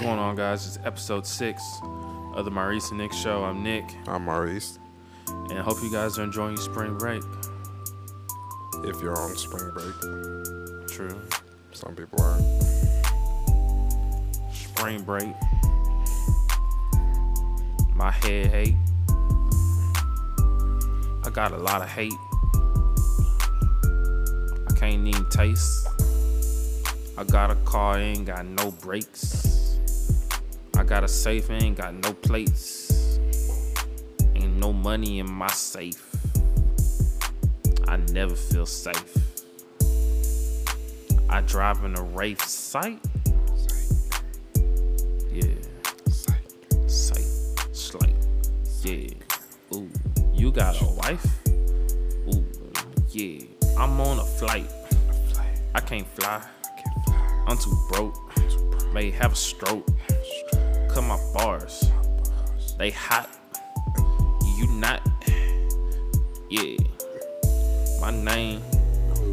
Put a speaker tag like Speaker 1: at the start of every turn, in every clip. Speaker 1: going on, guys? It's episode six of the Maurice and Nick Show. I'm Nick,
Speaker 2: I'm Maurice.
Speaker 1: and I hope you guys are enjoying your spring break.
Speaker 2: If you're on spring break,
Speaker 1: True.
Speaker 2: some people are.
Speaker 1: Spring break. My head hate. I got a lot of hate. I can't even taste. I got a car, ain't got no brakes. I got a safe, ain't got no plates. Ain't no money in my safe. I never feel safe. I drive in a race site. Yeah sight, slight, yeah. Ooh, you got a wife? Ooh, yeah. I'm on a flight. I can't fly. I'm too broke. May have a stroke. Cut my bars. They hot. You not. Yeah. My name.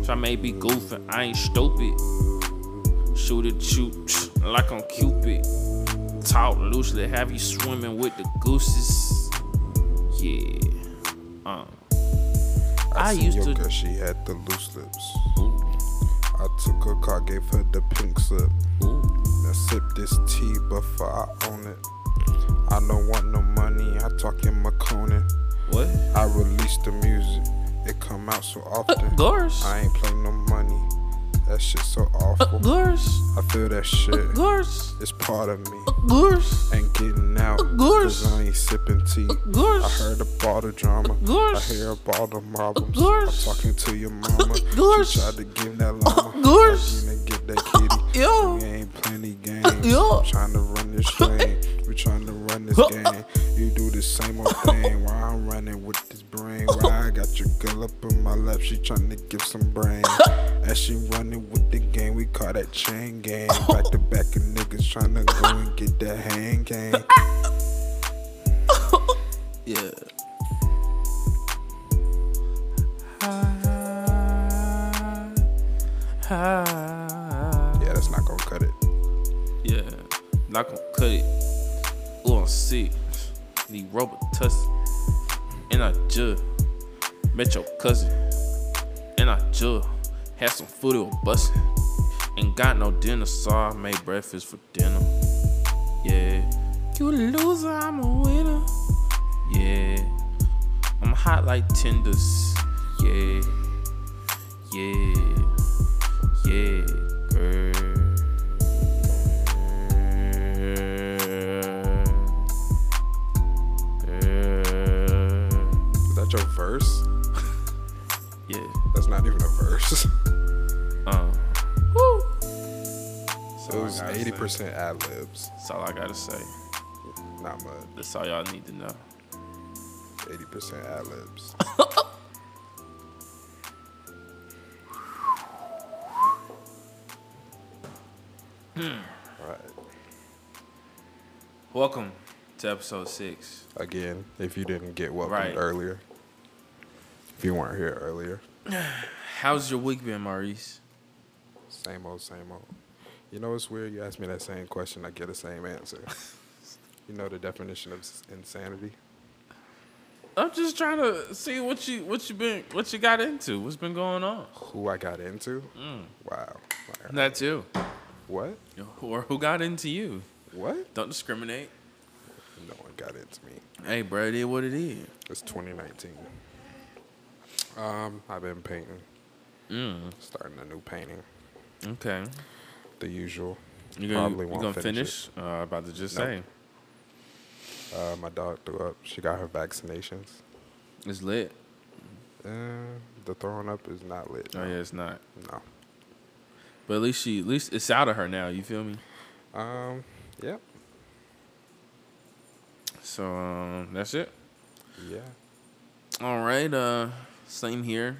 Speaker 1: If I may be goofing, I ain't stupid. Shoot at you like I'm Cupid talk loosely, have you swimming with the gooses. Yeah. Uh. I,
Speaker 2: seen
Speaker 1: used
Speaker 2: Yoka,
Speaker 1: to.
Speaker 2: She had the loose lips.
Speaker 1: Ooh,
Speaker 2: I took her car, gave her the pink slip.
Speaker 1: ooh,
Speaker 2: Now sip this tea before I own it. I don't want no money. I talk in my Conan.
Speaker 1: what?
Speaker 2: I release the music. It come out so
Speaker 1: Uh,
Speaker 2: often.
Speaker 1: Glorious.
Speaker 2: I ain't play no money. That shit so
Speaker 1: Uh,
Speaker 2: awful.
Speaker 1: Glorious.
Speaker 2: I feel that
Speaker 1: Uh,
Speaker 2: shit.
Speaker 1: Glorious.
Speaker 2: It's part of me.
Speaker 1: Uh, Glorious.
Speaker 2: Ain't getting out.
Speaker 1: Glorious.
Speaker 2: Cause I ain't sipping tea. I
Speaker 1: Glorious.
Speaker 2: heard about the drama. I
Speaker 1: Glorious.
Speaker 2: hear about the marbles. I'm
Speaker 1: Glorious.
Speaker 2: talking to your mama.
Speaker 1: Glorious.
Speaker 2: She tried to give that llama.
Speaker 1: Glorious.
Speaker 2: You didn't get that kitty.
Speaker 1: Uh, Yo. Uh,
Speaker 2: We ain't playing these games.
Speaker 1: Yo.
Speaker 2: I'm trying to run this train. We trying to run this game. You do the same old thing. Why I'm running with this brain? Why I got your girl up in my lap? She trying to give some brain. And she running with the game. We call that chain game. Back to back of niggas trying to go and get that hand game.
Speaker 1: Yeah.
Speaker 2: Yeah, that's not gonna cut it.
Speaker 1: Yeah, not gonna cut it. Ooh, I'm sick. Need rubber tussie. And I just met your cousin. And I just had some food on bustin'. Ain't got no dinner, so I made breakfast for dinner. Yeah. You a loser, I'm a winner. Yeah. I'm hot like tenders. Yeah. Yeah. Yeah. Girl.
Speaker 2: Is that your verse?
Speaker 1: Yeah.
Speaker 2: That's not even a verse.
Speaker 1: Um. Woo.
Speaker 2: It was 80% ad libs.
Speaker 1: That's all I gotta say.
Speaker 2: Not much.
Speaker 1: That's all y'all need to know.
Speaker 2: 80% ad libs. Hmm. right.
Speaker 1: Welcome to episode six.
Speaker 2: Again, if you didn't get welcomed
Speaker 1: Right.
Speaker 2: earlier, if you weren't here earlier,
Speaker 1: How's your week been, Maurice?
Speaker 2: same old, same old. You know, it's weird. You ask me that same question, I get the same answer. you know the definition of s- insanity?
Speaker 1: I'm just trying to see what you what you been what you got into. What's been going on?
Speaker 2: Who I got into? Wow. Like,
Speaker 1: That's you.
Speaker 2: What?
Speaker 1: Or who got into you?
Speaker 2: What?
Speaker 1: Don't discriminate.
Speaker 2: No one got into me.
Speaker 1: Hey, bro, it is what it is.
Speaker 2: It's 2019. Um, I've been painting,
Speaker 1: Mm.
Speaker 2: starting a new painting.
Speaker 1: Okay.
Speaker 2: The usual.
Speaker 1: You gonna,
Speaker 2: Probably
Speaker 1: you
Speaker 2: won't
Speaker 1: gonna
Speaker 2: finish
Speaker 1: finish? Uh, I about to just
Speaker 2: Nope.
Speaker 1: say.
Speaker 2: Uh, my dog threw up. She got her vaccinations.
Speaker 1: It's lit.
Speaker 2: Uh, the throwing up is not lit.
Speaker 1: Oh yeah, it's not.
Speaker 2: No.
Speaker 1: But at least she, at least it's out of her now. You feel me?
Speaker 2: Um, yep.
Speaker 1: So um, that's it.
Speaker 2: Yeah.
Speaker 1: All right. Uh, same here.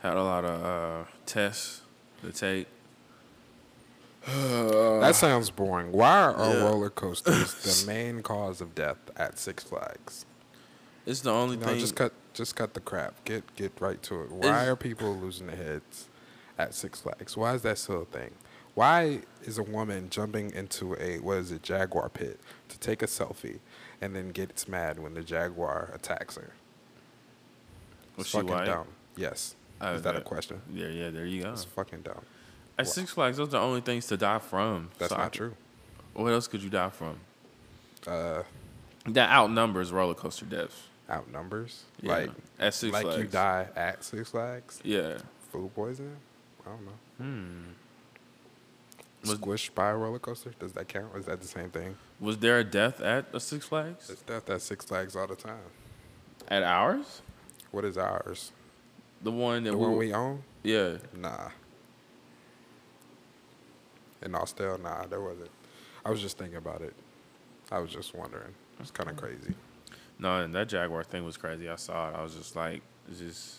Speaker 1: Had a lot of uh, tests to take.
Speaker 2: that sounds boring. Why are our
Speaker 1: Uh, yeah.
Speaker 2: roller coasters the main cause of death at Six Flags?
Speaker 1: It's the only
Speaker 2: No,
Speaker 1: thing.
Speaker 2: just cut just cut the crap. Get get right to it. Why
Speaker 1: It's-
Speaker 2: are people losing their heads at Six Flags? Why is that still a thing? Why is a woman jumping into a what is it jaguar pit to take a selfie, and then gets mad when the jaguar attacks her?
Speaker 1: Was she white?
Speaker 2: Yes.
Speaker 1: Oh,
Speaker 2: is that a
Speaker 1: that-
Speaker 2: question?
Speaker 1: Yeah, yeah, there you go.
Speaker 2: It's fucking dumb.
Speaker 1: At Six Flags, those are the only things to die from.
Speaker 2: That's
Speaker 1: So I-
Speaker 2: not true.
Speaker 1: What else could you die from?
Speaker 2: Uh,
Speaker 1: That outnumbers roller coaster deaths.
Speaker 2: outnumbers.
Speaker 1: Yeah.
Speaker 2: Like,
Speaker 1: at Six
Speaker 2: like
Speaker 1: Flags.
Speaker 2: you die at Six Flags.
Speaker 1: Yeah.
Speaker 2: Food poisoning. I don't know.
Speaker 1: Hmm. Was-
Speaker 2: Squished by a roller coaster. Does that count? Is that the same thing?
Speaker 1: Was there a death at a Six Flags?
Speaker 2: There's death at Six Flags all the time.
Speaker 1: At ours?
Speaker 2: What is ours?
Speaker 1: The one that
Speaker 2: The
Speaker 1: we,
Speaker 2: one we own?
Speaker 1: yeah.
Speaker 2: Nah. In Austell, nah, there wasn't. I was just thinking about it. I was just wondering. It's kind of crazy.
Speaker 1: No, and that Jaguar thing was crazy. I saw it. I was just like, it's just,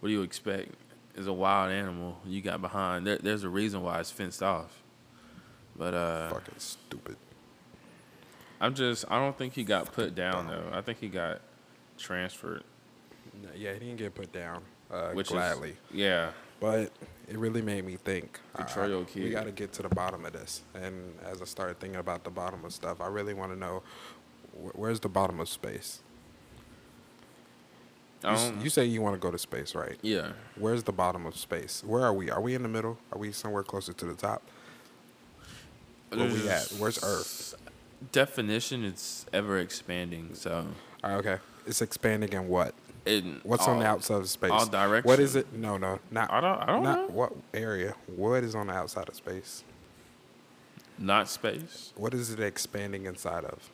Speaker 1: what do you expect? It's a wild animal you got behind. There, there's a reason why it's fenced off. But uh,
Speaker 2: Fucking stupid.
Speaker 1: I'm just, I don't think he got put down, though. I think he got transferred.
Speaker 2: No, Yeah, he didn't get put down. Uh,
Speaker 1: Which
Speaker 2: gladly.
Speaker 1: Is, yeah.
Speaker 2: But it really made me think.
Speaker 1: Betrayal
Speaker 2: uh,
Speaker 1: kid.
Speaker 2: We got to get to the bottom of this. And as I started thinking about the bottom of stuff, I really want to know wh- where's the bottom of space? You,
Speaker 1: I
Speaker 2: s-
Speaker 1: don't,
Speaker 2: you say you want to go to space, right?
Speaker 1: Um, yeah.
Speaker 2: Where's the bottom of space? Where are we? Are we in the middle? Are we somewhere closer to the top? Where we at? Where's Earth?
Speaker 1: Definition is ever expanding. So,
Speaker 2: All right, okay. It's expanding in what?
Speaker 1: in
Speaker 2: What's on the
Speaker 1: all-
Speaker 2: outside of space?
Speaker 1: all
Speaker 2: What is
Speaker 1: direction.
Speaker 2: it? No, no, not.
Speaker 1: I don't- I don't
Speaker 2: not
Speaker 1: know.
Speaker 2: What area? What is on the outside of space?
Speaker 1: Not space.
Speaker 2: What is it expanding inside of?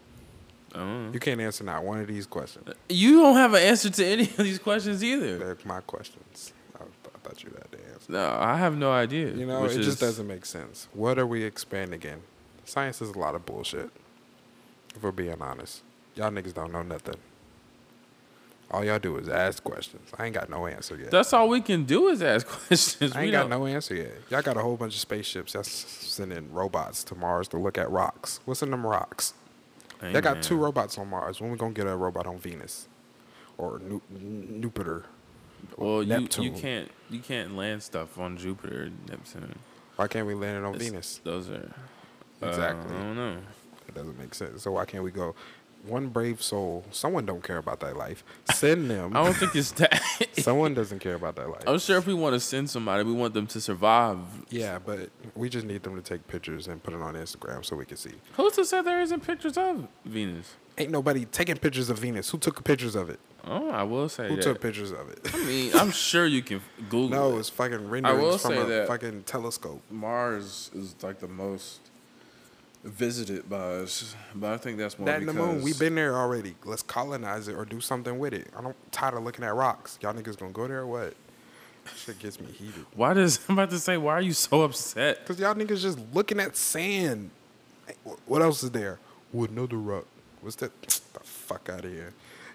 Speaker 1: Oh.
Speaker 2: You can't answer not one of these questions.
Speaker 1: You don't have an answer to any of these questions either.
Speaker 2: They're my questions. I, th- I thought you had the answer.
Speaker 1: No, I have no idea.
Speaker 2: You know,
Speaker 1: which
Speaker 2: it
Speaker 1: is-
Speaker 2: just doesn't make sense. What are we expanding in? Science is a lot of bullshit. If we're being honest, y'all niggas don't know nothing. All y'all do is ask questions. I ain't got no answer yet.
Speaker 1: That's all we can do is ask questions.
Speaker 2: I
Speaker 1: we
Speaker 2: ain't got
Speaker 1: don't-
Speaker 2: no answer yet. Y'all got a whole bunch of spaceships that's sending robots to Mars to look at rocks. What's in them rocks?
Speaker 1: Hey,
Speaker 2: They got two
Speaker 1: man.
Speaker 2: robots on Mars. When we gonna get a robot on Venus or Nu- Jupiter?
Speaker 1: Well, you, you
Speaker 2: Neptune.
Speaker 1: can't you can't land stuff on Jupiter, and Neptune.
Speaker 2: Why can't we land it on
Speaker 1: That's-
Speaker 2: Venus?
Speaker 1: Those are uh,
Speaker 2: Exactly.
Speaker 1: I don't know.
Speaker 2: It doesn't make sense. So why can't we go? One brave soul. Someone don't care about their life. Send them.
Speaker 1: I don't Oh, think it's that.
Speaker 2: Someone doesn't care about their life.
Speaker 1: I'm sure if we want to send somebody, we want them to survive.
Speaker 2: Yeah, but we just need them to take pictures and put it on Instagram so we can see.
Speaker 1: Who's to say there isn't pictures of Venus?
Speaker 2: Ain't nobody taking pictures of Venus. Who took pictures of it?
Speaker 1: Oh, I will say
Speaker 2: Who
Speaker 1: that.
Speaker 2: took pictures of it?
Speaker 1: I mean, I'm sure you can Google.
Speaker 2: No,
Speaker 1: it.
Speaker 2: it's fucking
Speaker 1: will
Speaker 2: renderings from
Speaker 1: say
Speaker 2: a
Speaker 1: that-
Speaker 2: fucking telescope.
Speaker 1: Mars is like the most visited by us, but I think that's more
Speaker 2: That and the moon, we've
Speaker 1: because-
Speaker 2: been there already. Let's colonize it or do something with it. I'm tired of looking at rocks. Y'all niggas gonna go there or what? Shit gets me heated.
Speaker 1: Why does I'm about to say? Why are you so upset?
Speaker 2: Cause y'all niggas just looking at sand. Hey, wh- What else is there? Well, another rock. What's that? The fuck out of here.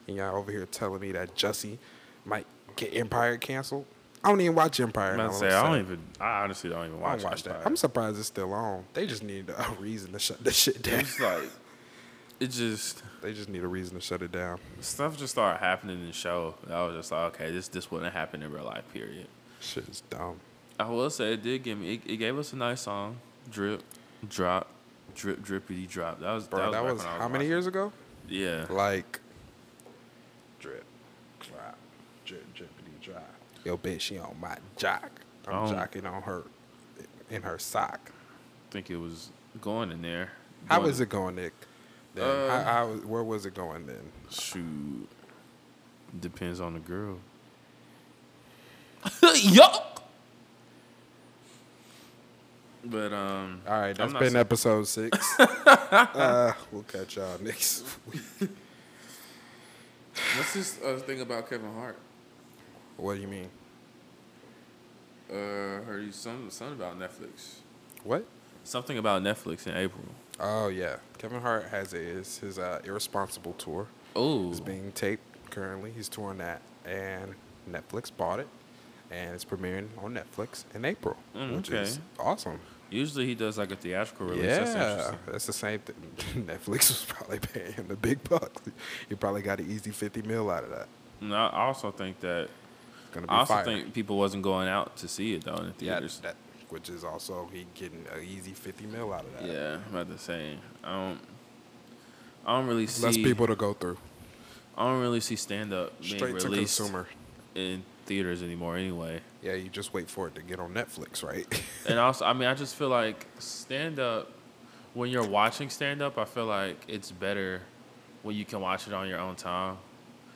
Speaker 2: And y'all over here telling me that Jussie might get Empire canceled. I don't even watch Empire.
Speaker 1: I'm
Speaker 2: now,
Speaker 1: about to
Speaker 2: I'm
Speaker 1: say I don't
Speaker 2: saying.
Speaker 1: even. I honestly don't even
Speaker 2: I
Speaker 1: watch,
Speaker 2: don't watch that.
Speaker 1: Empire.
Speaker 2: I'm surprised it's still on. They just need a reason to shut this shit down.
Speaker 1: It's like it just
Speaker 2: They just need a reason to shut it down.
Speaker 1: stuff just started happening in the show. and I was just like, okay, this this wouldn't happen in real life. Period.
Speaker 2: Shit is dumb.
Speaker 1: I will say it did give me. It, it gave us a nice song, drip, drop, drip, drippity drop. That was
Speaker 2: Bro, that
Speaker 1: right
Speaker 2: was,
Speaker 1: when I
Speaker 2: how many
Speaker 1: watching.
Speaker 2: years ago?
Speaker 1: Yeah.
Speaker 2: Like, drip, drop, drip, drippity, drop. Yo, bitch, she on my jock. I'm
Speaker 1: Oh.
Speaker 2: jocking on her, in her sock.
Speaker 1: I think it was going in there.
Speaker 2: How
Speaker 1: Going-
Speaker 2: was it going, Nick? Then?
Speaker 1: Uh,
Speaker 2: how, how- where was it going then?
Speaker 1: Shoot. Depends on the girl. Yuck. But um
Speaker 2: All right,
Speaker 1: I'm
Speaker 2: that's
Speaker 1: not
Speaker 2: been
Speaker 1: saying-
Speaker 2: episode six. uh, we'll catch y'all next week.
Speaker 1: what's this uh, thing about Kevin Hart?
Speaker 2: What do you mean?
Speaker 1: Uh heard you some something about Netflix.
Speaker 2: What?
Speaker 1: Something about Netflix in April.
Speaker 2: Oh yeah, Kevin Hart has a, is his uh, irresponsible tour.
Speaker 1: Oh
Speaker 2: It's being taped currently. He's touring that, and Netflix bought it, and it's premiering on Netflix in April,
Speaker 1: Mm,
Speaker 2: which
Speaker 1: okay.
Speaker 2: is awesome.
Speaker 1: usually he does like a theatrical release. That's
Speaker 2: yeah,
Speaker 1: interesting.
Speaker 2: that's the same thing. Netflix was probably paying him the big bucks. He probably got an easy fifty mil out of that.
Speaker 1: And I also think that
Speaker 2: It's gonna be
Speaker 1: I also
Speaker 2: fire.
Speaker 1: think people wasn't going out to see it though in the
Speaker 2: yeah,
Speaker 1: theaters.
Speaker 2: that which is also he getting an easy fifty mil out of that.
Speaker 1: Yeah, I'm about to say. I don't. I don't really see.
Speaker 2: Less people to go through.
Speaker 1: I don't really see stand up being
Speaker 2: Straight to
Speaker 1: released
Speaker 2: consumer.
Speaker 1: in theaters anymore. Anyway,
Speaker 2: Yeah, you just wait for it to get on Netflix, right?
Speaker 1: and also, I mean, I just feel like stand up. When you're watching stand up, I feel like it's better when you can watch it on your own time,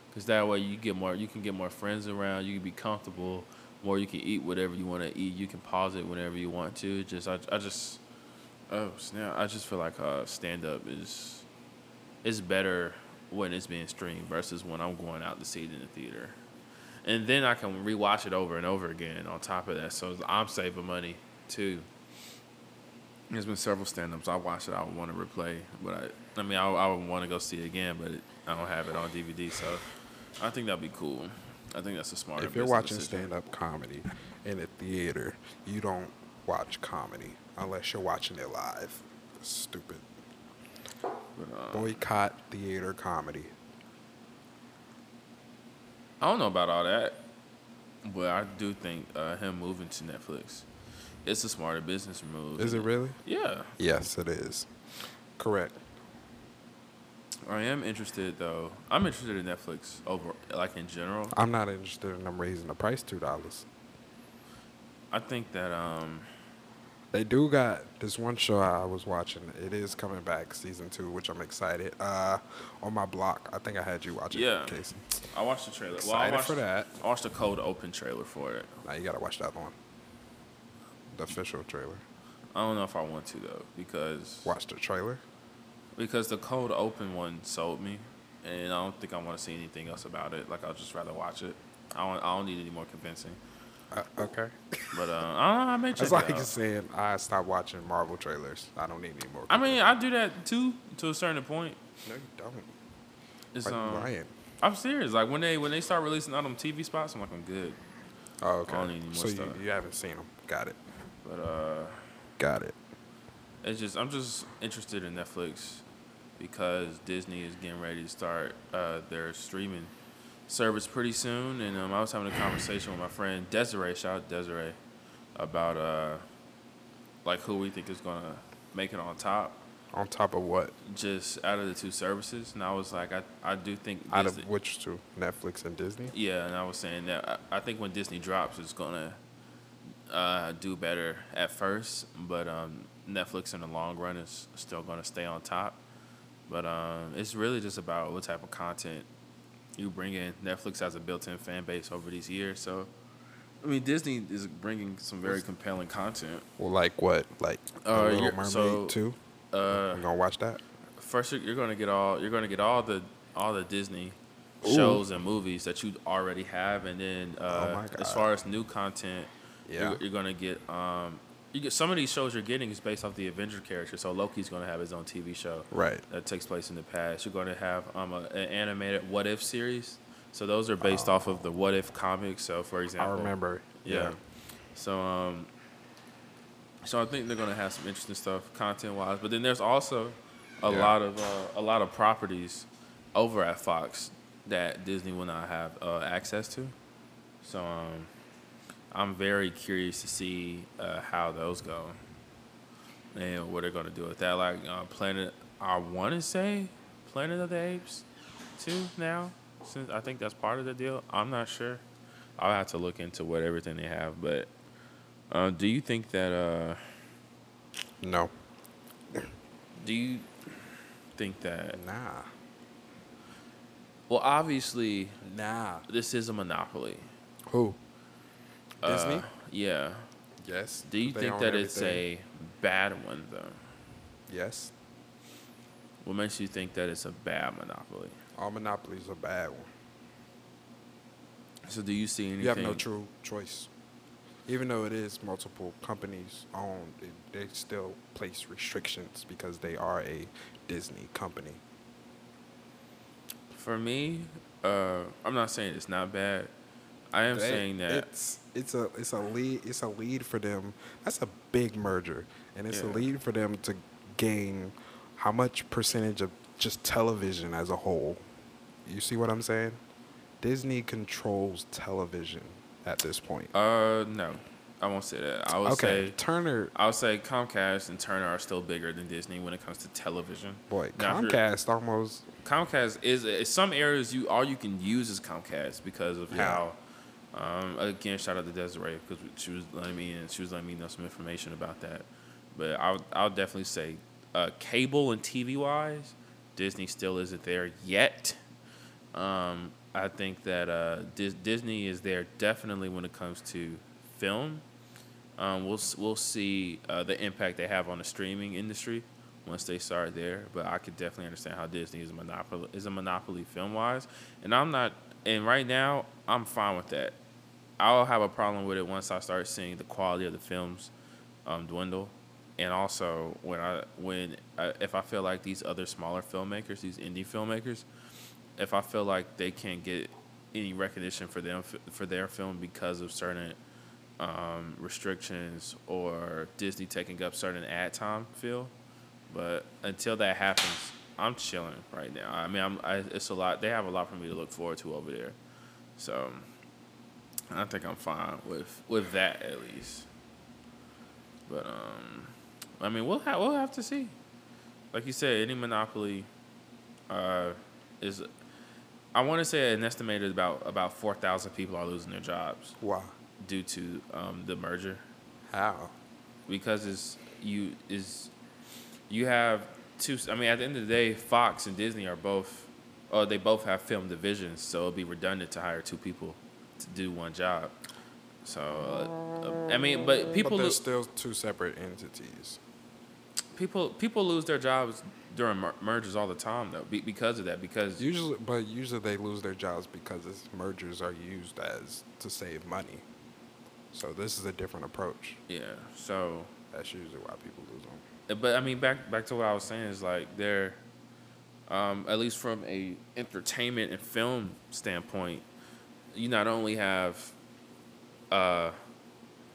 Speaker 1: because that way you get more. You can get more friends around. You can be comfortable. More you can eat whatever you want to eat. You can pause it whenever you want to. Just I, I just oh snap! I just feel like uh, stand up is it's better when it's being streamed versus when I'm going out to see it in the theater. And then I can rewatch it over and over again on top of that. So I'm saving money too. There's been several stand ups I watched that I would want to replay, but I, I mean, I, I would want to go see it again, but it, I don't have it on DVD. So I think that'd be cool. I think that's a smart
Speaker 2: if you're watching stand up comedy in a theater, you don't watch comedy unless you're watching it live. Stupid.
Speaker 1: uh, Oh.
Speaker 2: Boycott theater comedy.
Speaker 1: I don't know about all that, but I do think uh, him moving to Netflix, it's a smarter business move.
Speaker 2: Is it really?
Speaker 1: Yeah,
Speaker 2: Yes, it is. Correct.
Speaker 1: I am interested though. I'm interested in Netflix over, like in general.
Speaker 2: I'm not interested in them raising the price two dollars.
Speaker 1: I think that um,
Speaker 2: They do got this one show I was watching. It is coming back season two, which I'm excited. Uh, on my block, I think I had you watch it,
Speaker 1: Yeah.
Speaker 2: Casey.
Speaker 1: I watched the trailer. Well, I
Speaker 2: Excited
Speaker 1: watched,
Speaker 2: for that.
Speaker 1: I watched the cold open trailer for it.
Speaker 2: Now you gotta watch that one. The official trailer.
Speaker 1: I don't know if I want to though because
Speaker 2: Watch the trailer.
Speaker 1: because the cold open one sold me, and I don't think I want to see anything else about it. Like I'll just rather watch it. I don't, I don't need any more convincing.
Speaker 2: Uh, okay.
Speaker 1: But uh, I don't know. I may check
Speaker 2: It's
Speaker 1: it
Speaker 2: like
Speaker 1: out.
Speaker 2: saying I stopped watching Marvel trailers. I don't need any more.
Speaker 1: I mean, I do that too to a certain point.
Speaker 2: no, you don't.
Speaker 1: It's
Speaker 2: Are you
Speaker 1: um,
Speaker 2: lying?
Speaker 1: I'm serious. Like when they when they start releasing all them TV spots, I'm like I'm good.
Speaker 2: Oh, okay.
Speaker 1: don't need any more
Speaker 2: so you,
Speaker 1: stuff.
Speaker 2: you haven't seen them. Got it.
Speaker 1: But uh,
Speaker 2: Got it.
Speaker 1: it's just I'm just interested in Netflix because Disney is getting ready to start uh, their streaming service pretty soon. And um, I was having a conversation with my friend Desiree. Shout out Desiree about uh, like who we think is gonna make it on top.
Speaker 2: On top of what?
Speaker 1: Just out of the two services, and I was like, I, I do think
Speaker 2: Out
Speaker 1: Disney-
Speaker 2: of which two? Netflix and Disney.
Speaker 1: Yeah, and I was saying that I, I think when Disney drops, it's gonna uh, do better at first, but um, Netflix in the long run is still gonna stay on top. But um, it's really just about what type of content you bring in. Netflix has a built-in fan base over these years, so I mean Disney is bringing some very compelling content.
Speaker 2: Well, like what? Like
Speaker 1: Uh,
Speaker 2: the Little
Speaker 1: you're-
Speaker 2: Mermaid
Speaker 1: so-
Speaker 2: too.
Speaker 1: Uh,
Speaker 2: You gonna watch that?
Speaker 1: first you're, you're gonna get all you're gonna get all the all the Disney
Speaker 2: Ooh. Oh
Speaker 1: shows and movies that you already have, and then uh,
Speaker 2: my
Speaker 1: as
Speaker 2: God.
Speaker 1: far as new content,
Speaker 2: Yeah.
Speaker 1: you're, you're gonna get um you get some of these shows you're getting is based off the Avenger character, so Loki's gonna have his own TV show
Speaker 2: Right.
Speaker 1: that takes place in the past. You're gonna have um a, an animated What If series, so those are based off of the What If comics. So for
Speaker 2: Oh. I
Speaker 1: example,
Speaker 2: remember.
Speaker 1: yeah. So um so I think they're gonna have some interesting stuff content wise. But then there's also a
Speaker 2: Yeah.
Speaker 1: lot of uh, a lot of properties over at Fox that Disney will not have uh, access to. So um I'm very curious to see uh, how those go and what they're gonna do with that. Like uh, Planet, I want to say Planet of the Apes, too. Now, since I think that's part of the deal, I'm not sure. I'll have to look into what everything they have. But uh, do you think that? Uh,
Speaker 2: No.
Speaker 1: do you think that?
Speaker 2: Nah.
Speaker 1: Well, obviously,
Speaker 2: Nah.
Speaker 1: this is a monopoly.
Speaker 2: Who?
Speaker 1: Uh,
Speaker 2: Disney.
Speaker 1: yeah.
Speaker 2: Yes.
Speaker 1: Do you
Speaker 2: They
Speaker 1: think
Speaker 2: own
Speaker 1: that it's
Speaker 2: everything.
Speaker 1: a bad one though?
Speaker 2: yes?
Speaker 1: What makes you think that it's a bad monopoly?
Speaker 2: All monopolies are bad one.
Speaker 1: So do you see anything?
Speaker 2: You have no true choice. Even though it is multiple companies owned, it, they still place restrictions because they are a Disney company.
Speaker 1: For me, uh, I'm not saying it's not bad. I am
Speaker 2: They-
Speaker 1: saying that
Speaker 2: it's it's a it's a lead it's a lead for them. That's a big merger, and it's
Speaker 1: Yeah.
Speaker 2: a lead for them to gain how much percentage of just television as a whole. You see what I'm saying? Disney controls television at this point.
Speaker 1: uh no. I won't say that. I would
Speaker 3: Okay,
Speaker 1: say
Speaker 3: Turner.
Speaker 1: I would say Comcast and Turner are still bigger than Disney when it comes to television.
Speaker 3: Boy,
Speaker 1: Now, if you're-
Speaker 3: Comcast almost.
Speaker 1: Comcast is in some areas you all you can use is Comcast because of
Speaker 3: Yeah.
Speaker 1: how. Um, again, shout out to Desiree because she was letting me in. She was letting me know some information about that. But I'll I'll definitely say, uh, cable and TV wise, Disney still isn't there yet. Um, I think that uh, Dis- Disney is there definitely when it comes to film. Um, we'll s- we'll see uh, the impact they have on the streaming industry once they start there. But I could definitely understand how Disney is a monopoly is a monopoly film wise, and I'm not. And right now, I'm fine with that. I'll have a problem with it once I start seeing the quality of the films um, dwindle, and also when I when I, if I feel like these other smaller filmmakers, these indie filmmakers, if I feel like they can't get any recognition for them for their film because of certain um, restrictions or Disney taking up certain ad time feel. But until that happens, I'm chilling right now. I mean, I'm, I, it's a lot. They have a lot for me to look forward to over there, so I think I'm fine with with that at least. But um, I mean, we'll ha- we'll have to see. Like you said, any monopoly uh, is. I want to say an estimated about about four thousand people are losing their jobs
Speaker 3: Wow.
Speaker 1: due to um, the merger
Speaker 3: How?
Speaker 1: because it's you is you have two I mean at the end of the day Fox and Disney are both or they both have film divisions so it'd be redundant to hire two people to do one job so uh, I mean but people
Speaker 2: But
Speaker 1: lo-
Speaker 2: there's still two separate entities.
Speaker 1: people people lose their jobs during mer- mergers all the time though be- because of that because
Speaker 2: Usually, but usually they lose their jobs because it's, mergers are used as to save money. So this is a different approach.
Speaker 1: yeah so
Speaker 2: That's usually why people lose them.
Speaker 1: but I mean, back back to what I was saying is like they're, um, at least from a entertainment and film standpoint, you not only have, uh,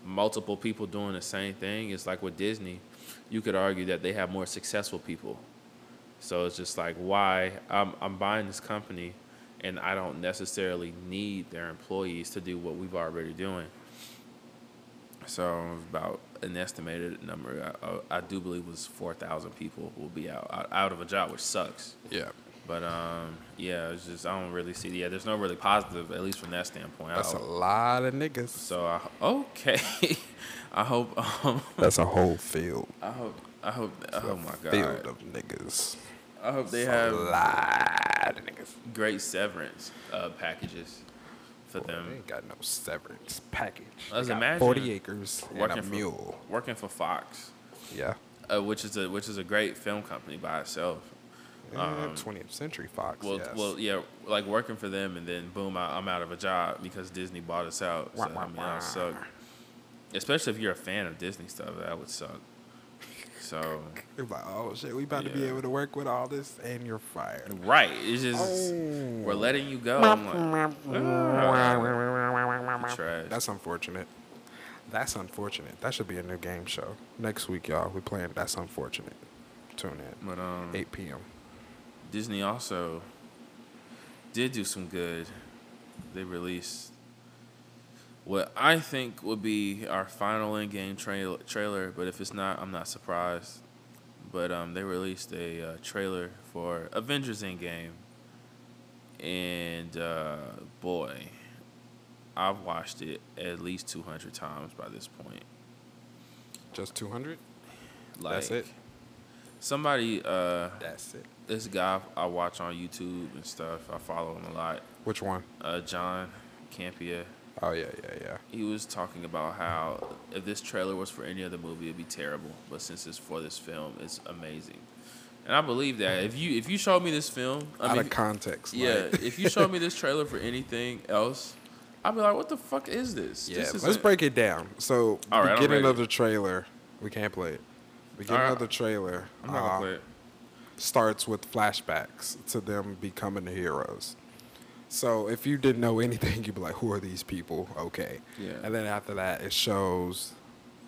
Speaker 1: multiple people doing the same thing. It's like with Disney, you could argue that they have more successful people. So it's just like why I'm I'm buying this company, and I don't necessarily need their employees to do what we've already doing. So about an estimated number, I- I, I do believe was four thousand people will be out, out out of a job, which sucks.
Speaker 2: Yeah,
Speaker 1: But um, yeah, it's just I don't really see. Yeah, there's no really positive, at least from that standpoint. I
Speaker 2: that's a
Speaker 1: hope-
Speaker 2: lot of niggas.
Speaker 1: so I okay. I hope. Um,
Speaker 2: That's a whole field.
Speaker 1: I hope. I hope. Oh my
Speaker 2: Field
Speaker 1: god.
Speaker 2: of niggas.
Speaker 1: I hope they
Speaker 2: It's
Speaker 1: have
Speaker 2: a lot of niggas.
Speaker 1: great severance uh, packages for
Speaker 2: They
Speaker 1: them.
Speaker 2: ain't got no severance package. They
Speaker 1: Let's
Speaker 2: got
Speaker 1: imagine
Speaker 2: Forty acres and
Speaker 1: Working
Speaker 2: a
Speaker 1: for
Speaker 2: mule.
Speaker 1: working for Fox,
Speaker 2: Yeah.
Speaker 1: uh, which is a which is a great film company by itself.
Speaker 2: Uh, 20th Century Fox.
Speaker 1: Um, Well,
Speaker 2: yes.
Speaker 1: well, yeah, like working for them, and then boom, I, I'm out of a job because Disney bought us out. So
Speaker 2: Wah,
Speaker 1: I
Speaker 2: wah,
Speaker 1: mean, that
Speaker 2: wah.
Speaker 1: would suck. Especially if you're a fan of Disney stuff, that would suck. So,
Speaker 2: You're like, oh shit, we about to be
Speaker 1: Yeah.
Speaker 2: able to work with all this, and you're fired.
Speaker 1: right, it's just we're letting you go. I'm like,
Speaker 2: Oh.
Speaker 1: "Ah, you trash.
Speaker 2: That's unfortunate. That's unfortunate. That should be a new game show next week, y'all. We playing. That's unfortunate. Tune in.
Speaker 1: But um,
Speaker 2: 8 p.m.
Speaker 1: Disney also did do some good. They released what I think would be our final in-game trail- trailer, but if it's not, I'm not surprised. But um, they released a uh, trailer for Avengers Endgame, and uh, boy, I've watched it at least 200 times by this point.
Speaker 2: Just 200.
Speaker 1: Like,
Speaker 2: That's it?
Speaker 1: Somebody, uh,
Speaker 2: That's it.
Speaker 1: this guy I watch on YouTube and stuff. I follow him a lot.
Speaker 2: Which one?
Speaker 1: uh, John Campia.
Speaker 2: Oh yeah, yeah, yeah.
Speaker 1: He was talking about how if this trailer was for any other movie, it'd be terrible. But since it's for this film, it's amazing. And I believe that if you if you showed me this film, I
Speaker 2: Out
Speaker 1: mean,
Speaker 2: of context. like-
Speaker 1: yeah, if you showed me this trailer for anything else, I'd be like, what the fuck is this?
Speaker 2: yeah.
Speaker 1: This is
Speaker 2: Let's break it down. So
Speaker 1: All right, I'm
Speaker 2: beginning
Speaker 1: ready.
Speaker 2: of the trailer, we can't play it. Beginning
Speaker 1: right.
Speaker 2: of the trailer
Speaker 1: I'm not gonna
Speaker 2: uh,
Speaker 1: play it.
Speaker 2: starts with flashbacks to them becoming the heroes. So if you didn't know anything, you'd be like, "Who are these people?" Okay.
Speaker 1: Yeah.
Speaker 2: And then after that, it shows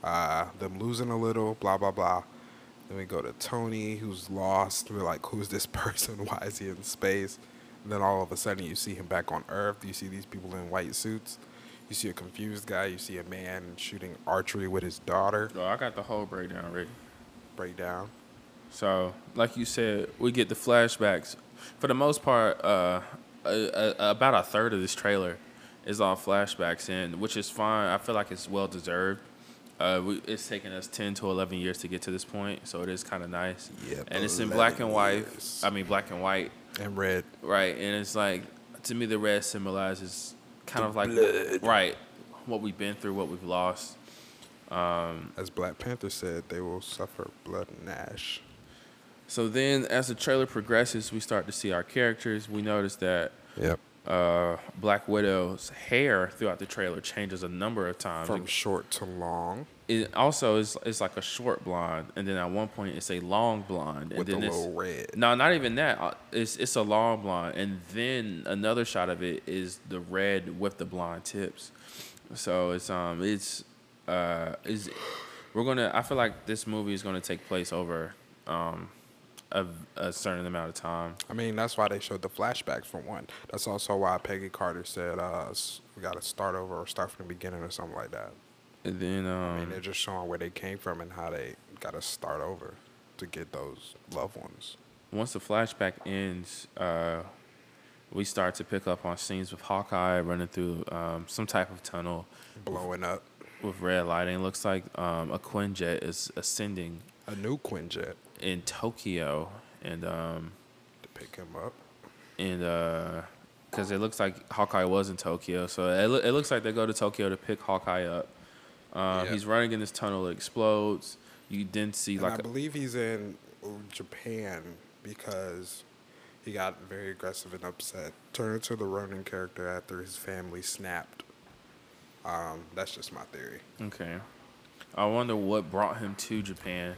Speaker 2: uh, them losing a little, blah blah blah. Then we go to Tony, who's lost. We're like, "Who's this person? Why is he in space?" And then all of a sudden, you see him back on Earth. You see these people in white suits. You see a confused guy. You see a man shooting archery with his daughter.
Speaker 1: Yo, I got the whole breakdown ready.
Speaker 2: Breakdown.
Speaker 1: So, like you said, we get the flashbacks. For the most part, uh, uh, uh, about a third of this trailer is all flashbacks, and which is fine. I feel like it's well deserved. Uh, we, it's taken us ten to eleven years to get to this point, so it is kind of nice.
Speaker 2: Yeah,
Speaker 1: and it's in black
Speaker 2: 11
Speaker 1: and white.
Speaker 2: years.
Speaker 1: I mean, black and white,
Speaker 2: And red.
Speaker 1: right? And it's like to me, the red symbolizes kind of like
Speaker 2: blood.
Speaker 1: right what we've been through, what we've lost.
Speaker 2: As Black Panther said, they will suffer blood and ash.
Speaker 1: So then, as the trailer progresses, we start to see our characters. We notice that
Speaker 2: Yep.
Speaker 1: uh, Black Widow's hair throughout the trailer changes a number of times.
Speaker 2: From short to long
Speaker 1: it also is it's like a short blonde, and then at one point it's a long blonde, and
Speaker 2: with a
Speaker 1: then it's
Speaker 2: little red.
Speaker 1: no, not even that. Uh, It's it's a long blonde, and then another shot of it is the red with the blonde tips. So it's um it's uh is we're gonna I feel like this movie is gonna take place over um a, a certain amount of time.
Speaker 2: I mean, that's why they showed the flashbacks from one. That's also why Peggy Carter said, uh, s- we got to start over or start from the beginning or something like that.
Speaker 1: And then
Speaker 2: I mean,
Speaker 1: um
Speaker 2: they're just showing where they came from and how they got to start over to get those loved ones.
Speaker 1: once the flashback ends, uh, we start to pick up on scenes with Hawkeye running through um, some type of tunnel
Speaker 2: Blowing up
Speaker 1: with red lighting. It looks like um, a Quinjet is ascending
Speaker 2: a new Quinjet
Speaker 1: in Tokyo, and um,
Speaker 2: to pick him up.
Speaker 1: and because it looks like Hawkeye was in Tokyo, so it, loo- it looks like they go to Tokyo to pick Hawkeye up. Um,
Speaker 2: Yeah.
Speaker 1: He's running in this tunnel. It explodes. You then see
Speaker 2: And I
Speaker 1: like a-
Speaker 2: believe he's in Japan because he got very aggressive and upset. Turned into the Ronin character after his family snapped. Um, that's just my theory.
Speaker 1: Okay. I wonder what brought him to Japan,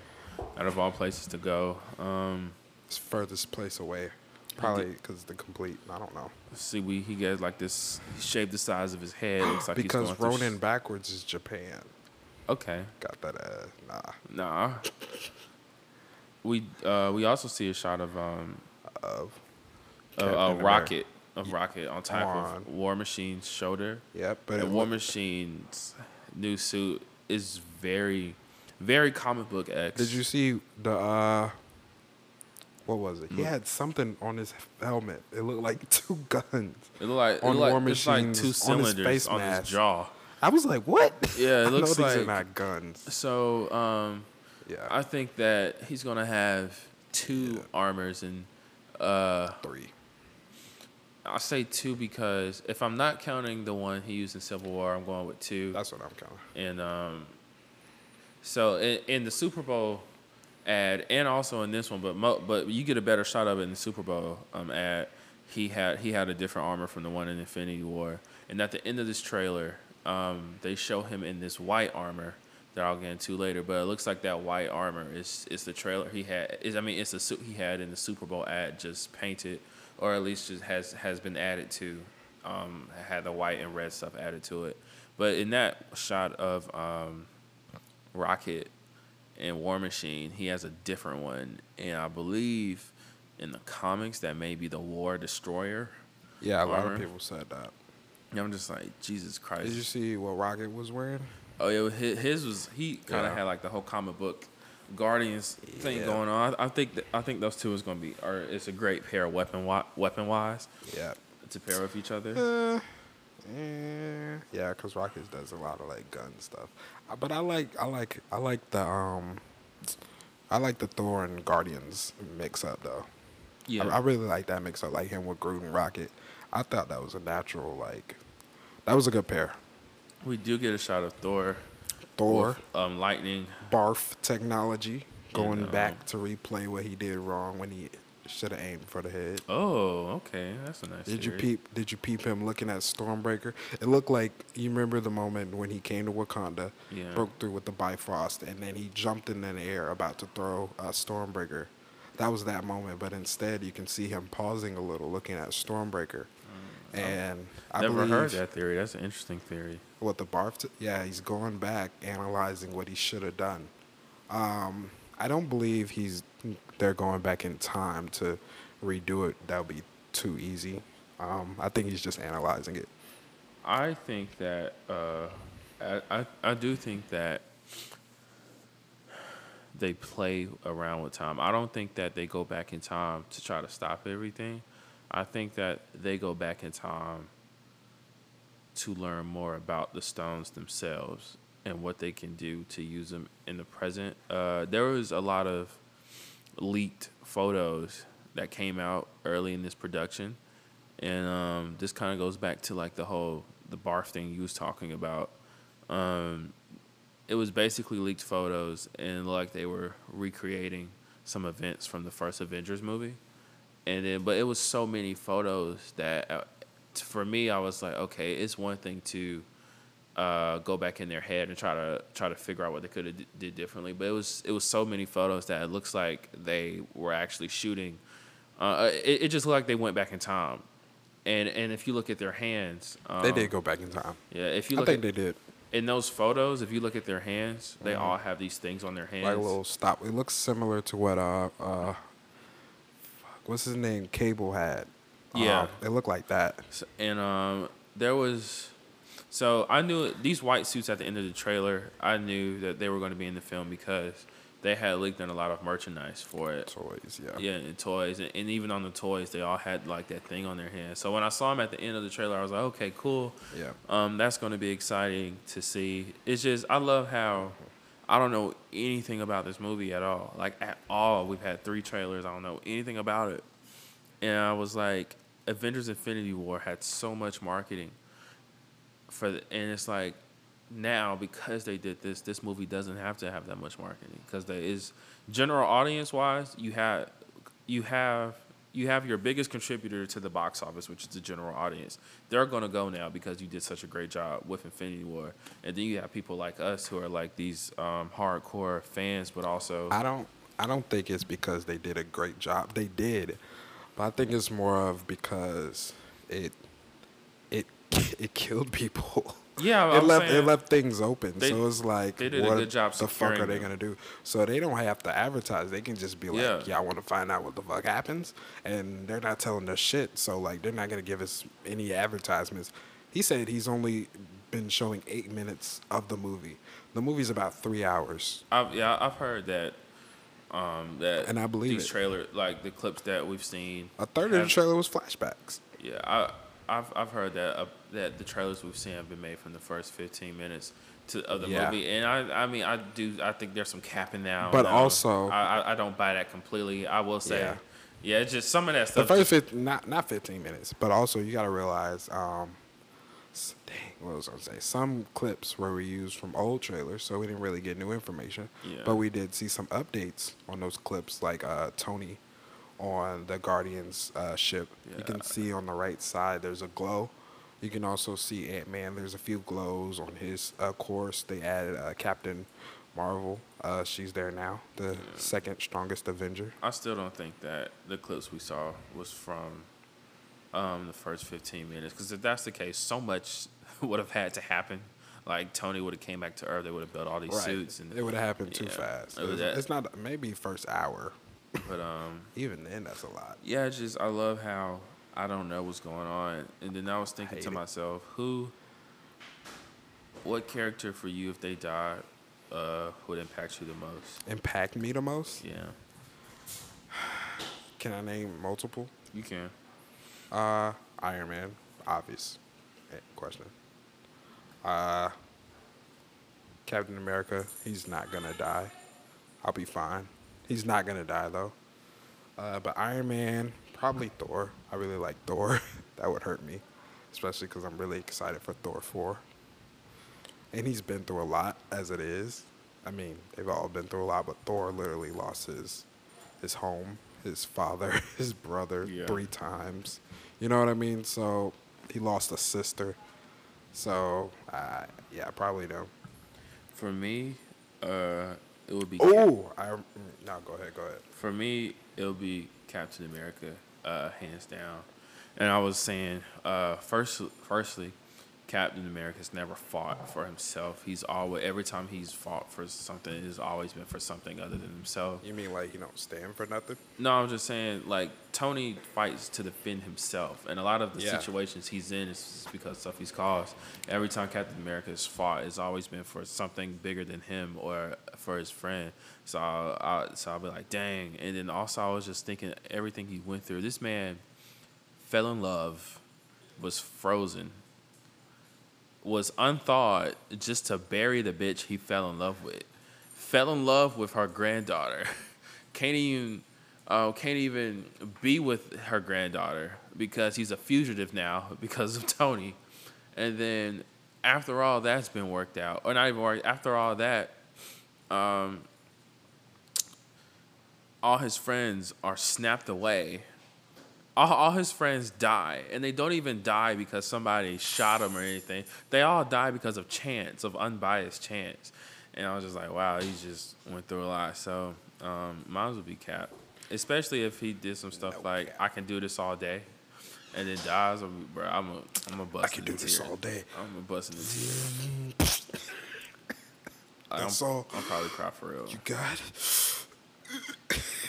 Speaker 1: out of all places to go. Um,
Speaker 2: It's furthest place away. Probably because the complete. I don't know.
Speaker 1: see, we he gets like this he shaved the size of his head. Looks like
Speaker 2: because
Speaker 1: he's going through
Speaker 2: Ronin
Speaker 1: sh-
Speaker 2: backwards is Japan.
Speaker 1: okay,
Speaker 2: Got that ass. Nah.
Speaker 1: nah. We uh, we also see a shot of um,
Speaker 2: Of.
Speaker 1: a,
Speaker 2: Captain
Speaker 1: a
Speaker 2: America.
Speaker 1: rocket of rocket on top of
Speaker 2: On.
Speaker 1: War Machine's shoulder.
Speaker 2: Yep. But it
Speaker 1: and War
Speaker 2: looked-
Speaker 1: Machine's new suit is very, very comic book X.
Speaker 2: Did you see the uh what was it? He had something on his helmet. It looked like two guns.
Speaker 1: It look like, it
Speaker 2: on
Speaker 1: look like
Speaker 2: War
Speaker 1: it's like two
Speaker 2: Machine's- on his
Speaker 1: cylinders
Speaker 2: face
Speaker 1: on his
Speaker 2: mask.
Speaker 1: jaw.
Speaker 2: I was like, "What?"
Speaker 1: Yeah, it
Speaker 2: I know
Speaker 1: looks
Speaker 2: these
Speaker 1: like-
Speaker 2: are not guns.
Speaker 1: So um,
Speaker 2: Yeah,
Speaker 1: I think that he's gonna have two armors, and uh,
Speaker 2: three.
Speaker 1: I say two because if I'm not counting the one he used in Civil War, I'm going with two.
Speaker 2: That's what I'm counting.
Speaker 1: and um, so in, in the Super Bowl ad, and also in this one, but mo- but you get a better shot of it in the Super Bowl um, ad. He had he had a different armor from the one in Infinity War, and at the end of this trailer, um, they show him in this white armor that I'll get into later. But it looks like that white armor is is the trailer he had. Is I mean, it's the suit he had in the Super Bowl ad, just painted, or at least just has has been added to. Um, had the white and red stuff added to it, but in that shot of um, Rocket and War Machine, he has a different one, and I believe in the comics that may be the War Destroyer.
Speaker 2: Yeah, a lot
Speaker 1: Armor.
Speaker 2: of people said that.
Speaker 1: And I'm just like Jesus
Speaker 2: Did you
Speaker 1: Christ.
Speaker 2: see what Rocket was wearing?
Speaker 1: Oh yeah, his, his was he kind of
Speaker 2: Yeah.
Speaker 1: had like the whole comic book Guardians thing
Speaker 2: Yeah.
Speaker 1: going on. I, I think that, I think those two is gonna be or it's a great pair weapon wi- weapon wise
Speaker 2: Yeah.
Speaker 1: to pair with each other.
Speaker 2: Uh, eh, yeah, because Rocket does a lot of like gun stuff. Uh, But I like, I like, I like the um, I like the Thor and Guardians mix up though.
Speaker 1: Yeah,
Speaker 2: I, I really like that mix up, like him with Groot and Rocket. I thought that was a natural, like, that was a good pair.
Speaker 1: we do get a shot of Thor.
Speaker 2: Thor,
Speaker 1: with, um, lightning.
Speaker 2: barf technology, going
Speaker 1: um,
Speaker 2: back to replay what he did wrong when he should have aimed for the head.
Speaker 1: Oh, okay, that's a nice.
Speaker 2: Did you
Speaker 1: theory.
Speaker 2: peep? Did you peep him looking at Stormbreaker? It looked like you remember the moment when he came to Wakanda,
Speaker 1: Yeah.
Speaker 2: broke through with the Bifrost, and then he jumped in the air about to throw uh, Stormbreaker. That was that moment, but instead you can see him pausing a little, looking at Stormbreaker. And I
Speaker 1: Mm, Never
Speaker 2: believe
Speaker 1: heard that theory. That's an interesting theory.
Speaker 2: what the barf? T- yeah, he's going back, analyzing what he should have done. Um, I don't believe he's. They're going back in time to redo it. That would be too easy. Um, I think he's just analyzing it.
Speaker 1: I think that uh, I, I I do think that they play around with time. I don't think that they go back in time to try to stop everything. I think that they go back in time to learn more about the stones themselves and what they can do to use them in the present. Uh, there was a lot of leaked photos that came out early in this production, and um, this kind of goes back to like the whole the barf thing you was talking about. Um, it was basically leaked photos, and like they were recreating some events from the first Avengers movie, and then but it was so many photos that uh, t- for me I was like, okay, it's one thing to uh, go back in their head and try to try to figure out what they could have d- did differently. But it was it was so many photos that it looks like they were actually shooting. Uh, it, it just looked like they went back in time, and and if you look at their hands, um,
Speaker 2: They did go back in time.
Speaker 1: Yeah, if you
Speaker 2: I
Speaker 1: look
Speaker 2: think
Speaker 1: at,
Speaker 2: they did.
Speaker 1: in those photos, if you look at their hands, they all have these things on their hands.
Speaker 2: Mm-hmm. Like a little stop. It looks similar to what uh uh, fuck, what's his name? Cable had.
Speaker 1: Yeah.
Speaker 2: Um, it looked like that.
Speaker 1: S- and um, there was so I knew these white suits at the end of the trailer. I knew that they were going to be in the film because they had leaked in a lot of merchandise for it.
Speaker 2: Toys, yeah.
Speaker 1: Yeah, and toys, and, and even on the toys, they all had like that thing on their hand. So when I saw them at the end of the trailer, I was like, okay, cool.
Speaker 2: Yeah.
Speaker 1: Um, that's going to be exciting to see. It's just I love how I don't know anything about this movie at all. Like at all, we've had three trailers. I don't know anything about it, and I was like, Avengers: Infinity War had so much marketing for, the, and it's like now because they did this, this movie doesn't have to have that much marketing because there is general audience wise, you have you have you have your biggest contributor to the box office, which is the general audience. They're gonna go now because you did such a great job with Infinity War, and then you have people like us who are like these um, hardcore fans, but also
Speaker 2: I don't I don't think it's because they did a great job. They did. But I think it's more of because it it it killed people.
Speaker 1: Yeah,
Speaker 2: it
Speaker 1: I'm
Speaker 2: left
Speaker 1: saying-
Speaker 2: it left things open.
Speaker 1: They-
Speaker 2: so it's like
Speaker 1: they did a
Speaker 2: what
Speaker 1: good job
Speaker 2: the fuck are
Speaker 1: securing
Speaker 2: they
Speaker 1: them.
Speaker 2: gonna do? So they don't have to advertise. They can just be like,
Speaker 1: Yeah.
Speaker 2: Yeah, I wanna find out what the fuck happens and they're not telling us shit. So like they're not gonna give us any advertisements. He said he's only been showing eight minutes of the movie. The movie's about three hours.
Speaker 1: I've, yeah, I've heard that. Um, that
Speaker 2: And I believe
Speaker 1: these
Speaker 2: it.
Speaker 1: trailer like the clips that we've seen.
Speaker 2: A third of the
Speaker 1: have-
Speaker 2: trailer was flashbacks.
Speaker 1: Yeah, I, I've I've heard that uh, that the trailers we've seen have been made from the first fifteen minutes to of the
Speaker 2: Yeah.
Speaker 1: movie, and I I mean I do I think there's some capping now.
Speaker 2: But
Speaker 1: and I don't-
Speaker 2: also-
Speaker 1: I, I I don't buy that completely. I will say, yeah,
Speaker 2: Yeah.
Speaker 1: it's just some of that
Speaker 2: The
Speaker 1: stuff.
Speaker 2: first
Speaker 1: just-
Speaker 2: fif- not not fifteen minutes, but also you got to realize, um, s- dang, what was I gonna say? Some clips were reused from old trailers, so we didn't really get new information.
Speaker 1: Yeah.
Speaker 2: But we did see some updates on those clips, like uh, Tony on the Guardians uh, ship. You
Speaker 1: Yeah.
Speaker 2: can see on the right side there's a glow. You can also see Ant Man. There's a few glows on his uh, course. They added uh, Captain Marvel. Uh, she's there now, the second strongest Avenger.
Speaker 1: I still don't think that the clips we saw was from um, the first 15 minutes. Because if that's the case, so much would have had to happen. Like Tony would have came back to Earth, they would have built all these suits, and
Speaker 2: it would have happened too
Speaker 1: yeah,
Speaker 2: fast.
Speaker 1: it was
Speaker 2: It's,
Speaker 1: that-
Speaker 2: it's not maybe first hour.
Speaker 1: but um,
Speaker 2: Even then, that's a lot.
Speaker 1: yeah, it's just I love how I don't know what's going on, and then I was thinking
Speaker 2: hate
Speaker 1: to
Speaker 2: it.
Speaker 1: myself, who, what character for you if they died, uh, would impact you the most?
Speaker 2: Impact me the most.
Speaker 1: Yeah,
Speaker 2: Can I name multiple?
Speaker 1: you can.
Speaker 2: Uh, Iron Man, obvious eh, question. Uh, Captain America, he's not gonna die. I'll be fine. He's not gonna die though. Uh, but Iron Man, probably Thor. I really like Thor. that would hurt me, especially because I'm really excited for Thor four. And he's been through a lot as it is. I mean, they've all been through a lot, but Thor literally lost his his home, his father, his brother
Speaker 1: Yeah.
Speaker 2: three times. You know what I mean? So he lost a sister. So uh, yeah, probably no.
Speaker 1: For me, uh, it would be. Cap-
Speaker 2: Oh, I mm, no. Go ahead. Go ahead.
Speaker 1: For me, it'll be Captain America, uh, hands down. And I was saying, uh, first, firstly, Captain America's never fought for himself. He's always every time he's fought for something, it's always been for something other than himself.
Speaker 2: You mean like you don't stand for nothing?
Speaker 1: No, I'm just saying like Tony fights to defend himself, and a lot of the
Speaker 2: Yeah.
Speaker 1: situations he's in is because of stuff he's caused. Every time Captain America has fought, it's always been for something bigger than him or for his friend. So I, I so I'll be like, dang. And then also I was just thinking everything he went through. This man fell in love, was frozen, was unthawed just to bury the bitch he fell in love with. Fell in love with her granddaughter. can't even uh, can't even be with her granddaughter because he's a fugitive now because of Tony. And then after all that's been worked out, or not even worked. After all that, um, all his friends are snapped away all, all his friends die, and they don't even die because somebody shot him or anything. They all die because of chance, of unbiased chance. And I was just like, wow, he just went through a lot. So um, might as well be Cap, especially if he did some stuff
Speaker 2: No
Speaker 1: like
Speaker 2: cap.
Speaker 1: I can do this all day, and then dies. I'm, bro, I'm a, I'm a bust.
Speaker 2: I can do this all day.
Speaker 1: I'm a bust in the tears.
Speaker 2: That's
Speaker 1: I'm,
Speaker 2: all.
Speaker 1: I'm probably cry for real.
Speaker 2: You got it,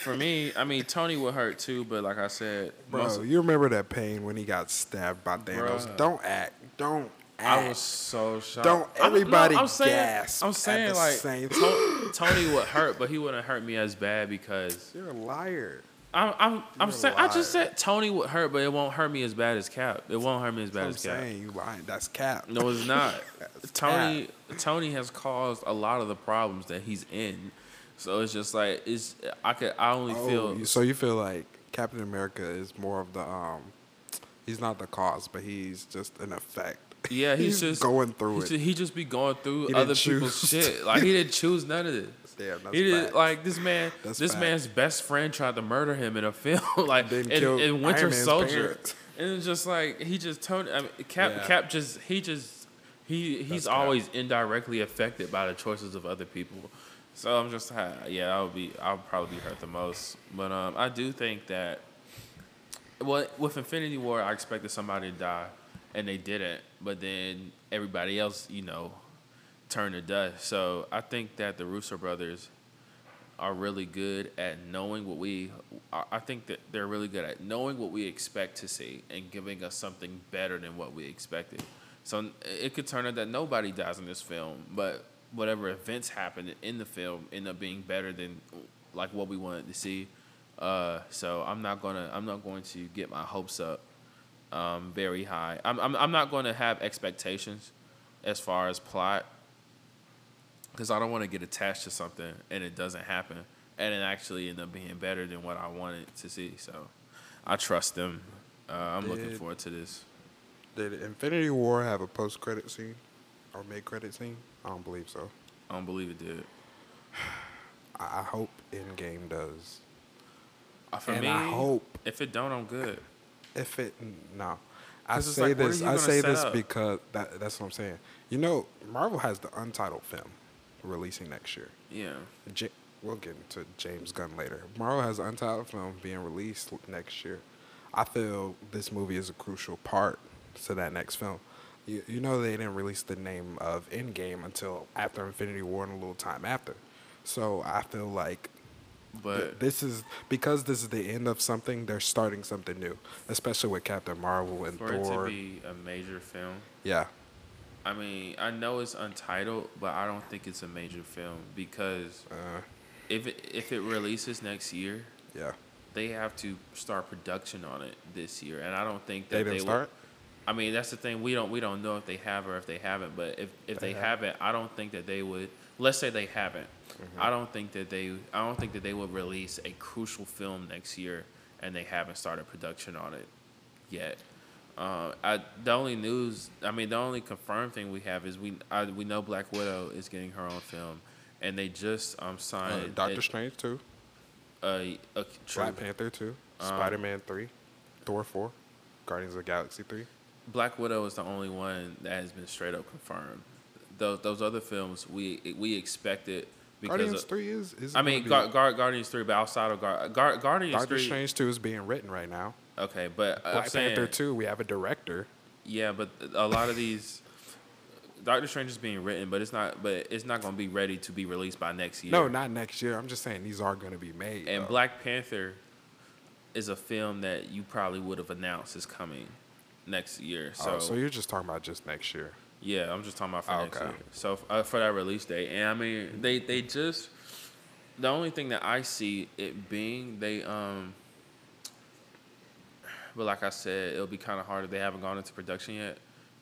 Speaker 1: For me, I mean, Tony would hurt too, but like I said,
Speaker 2: bro.
Speaker 1: most-
Speaker 2: you remember that pain when he got stabbed by Thanos?
Speaker 1: Bruh.
Speaker 2: Don't act. Don't act.
Speaker 1: I was so shocked.
Speaker 2: Don't
Speaker 1: I'm-
Speaker 2: everybody
Speaker 1: saying,
Speaker 2: gasp
Speaker 1: I'm
Speaker 2: at
Speaker 1: saying
Speaker 2: the
Speaker 1: like
Speaker 2: same-
Speaker 1: To- Tony would hurt, but he wouldn't hurt me as bad because
Speaker 2: You're a liar.
Speaker 1: I'm I'm, I'm
Speaker 2: You're a
Speaker 1: saying I just
Speaker 2: liar.
Speaker 1: said Tony would hurt, but it won't hurt me as bad as Cap. It won't hurt me as bad
Speaker 2: I'm
Speaker 1: as Cap.
Speaker 2: saying you lying. That's cap.
Speaker 1: No, it's not.
Speaker 2: That's
Speaker 1: Tony Tony has caused a lot of the problems that he's in. So it's just like it's I could I only
Speaker 2: Oh,
Speaker 1: feel
Speaker 2: you- so you feel like Captain America is more of the um, he's not the cause, but he's just an effect.
Speaker 1: yeah he's, just
Speaker 2: going
Speaker 1: he
Speaker 2: through it.
Speaker 1: Just, he just be going through
Speaker 2: He didn't
Speaker 1: other people's
Speaker 2: choose.
Speaker 1: shit. Like he didn't choose none of this.
Speaker 2: Damn, that's
Speaker 1: he did
Speaker 2: facts.
Speaker 1: like this man.
Speaker 2: That's
Speaker 1: this
Speaker 2: facts.
Speaker 1: man's best friend tried to murder him in a film, like
Speaker 2: Then
Speaker 1: in,
Speaker 2: killed
Speaker 1: in Winter
Speaker 2: Iron Man's
Speaker 1: Soldier.
Speaker 2: parents.
Speaker 1: And it's just like he just Tony. I mean, Cap
Speaker 2: Yeah.
Speaker 1: Cap just he just he he's
Speaker 2: That's Cap.
Speaker 1: always indirectly affected by the choices of other people. So I'm just ah, yeah, I'll be I'll probably be hurt the most, but um I do think that well, with Infinity War, I expected somebody to die, and they didn't. But then everybody else, you know, turned to dust. So I think that the Russo brothers are really good at knowing what we. I I think that they're really good at knowing what we expect to see and giving us something better than what we expected. So it could turn out that nobody dies in this film, but whatever events happened in the film end up being better than like what we wanted to see. Uh, so I'm not gonna I'm not going to get my hopes up um, very high. I'm, I'm I'm not going to have expectations as far as plot because I don't want to get attached to something and it doesn't happen and it actually end up being better than what I wanted to see. So I trust them. Uh, I'm looking
Speaker 2: Did-
Speaker 1: forward to this.
Speaker 2: Did Infinity War have a post credit scene or mid credit scene? I don't believe so.
Speaker 1: I don't believe it did.
Speaker 2: I, I hope Endgame does.
Speaker 1: Uh, For
Speaker 2: And
Speaker 1: me,
Speaker 2: I hope-
Speaker 1: if it don't, I'm good.
Speaker 2: If it no, I
Speaker 1: 'Cause it's
Speaker 2: say
Speaker 1: like, what are
Speaker 2: this.
Speaker 1: you
Speaker 2: I
Speaker 1: gonna
Speaker 2: say
Speaker 1: set
Speaker 2: this
Speaker 1: up?
Speaker 2: because that, that's what I'm saying. You know, Marvel has the Untitled film releasing next year.
Speaker 1: Yeah,
Speaker 2: J- we'll get into James Gunn later. Marvel has an untitled film being released l- next year. I feel this movie is a crucial part to that next film. You, you know they didn't release the name of Endgame until after Infinity War and a little time after. So I feel like th-
Speaker 1: but
Speaker 2: this is because this is the end of something. They're starting something new, especially with Captain Marvel and
Speaker 1: for it to
Speaker 2: Thor.
Speaker 1: be a major film,
Speaker 2: yeah,
Speaker 1: I mean, I know it's untitled, but I don't think it's a major film because
Speaker 2: uh,
Speaker 1: if it, if it releases next year,
Speaker 2: yeah.
Speaker 1: they have to start production on it this year, and I don't think that
Speaker 2: They
Speaker 1: they,
Speaker 2: didn't
Speaker 1: will-
Speaker 2: start.
Speaker 1: I mean, that's the thing. We don't we don't know if they have or if they haven't. But if if they,
Speaker 2: They have.
Speaker 1: haven't, I don't think that they would. Let's say they haven't.
Speaker 2: Mm-hmm.
Speaker 1: I don't think that they I don't think that they would release a crucial film next year, and they haven't started production on it yet. Uh, I, the only news, I mean, the only confirmed thing we have is we I, we know Black Widow is getting her own film, and they just um
Speaker 2: Uh,
Speaker 1: signed
Speaker 2: Doctor
Speaker 1: it-
Speaker 2: Strange too.
Speaker 1: a, a, true. Um,
Speaker 2: Black Panther 2, Spider Man 3, Thor 4, Guardians of the Galaxy 3.
Speaker 1: Black Widow is the only one that has been straight up confirmed. Those those other films we we expected because
Speaker 2: Guardians
Speaker 1: of,
Speaker 2: 3 is. is
Speaker 1: I mean
Speaker 2: gonna
Speaker 1: Gar,
Speaker 2: be-
Speaker 1: Gar, Guardians three, but outside of Gar, Gar, Guardians
Speaker 2: Doctor
Speaker 1: three,
Speaker 2: Strange 2 is being written right now.
Speaker 1: okay, but I'm
Speaker 2: Black
Speaker 1: saying,
Speaker 2: Panther 2, we have a director.
Speaker 1: yeah, but a lot of these Doctor Strange is being written, but it's not. But it's not going to be ready to be released by next year.
Speaker 2: No, not next year. I'm just saying these are going to be made.
Speaker 1: And
Speaker 2: though.
Speaker 1: Black Panther is a film that you probably would have announced is coming next year. So,
Speaker 2: Oh, so you're just talking about just next year.
Speaker 1: yeah, I'm just talking about for next
Speaker 2: Okay.
Speaker 1: year. So f- uh, for that release date, and I mean they they just the only thing that I see it being they um. But like I said, it'll be kind of hard if they haven't gone into production yet.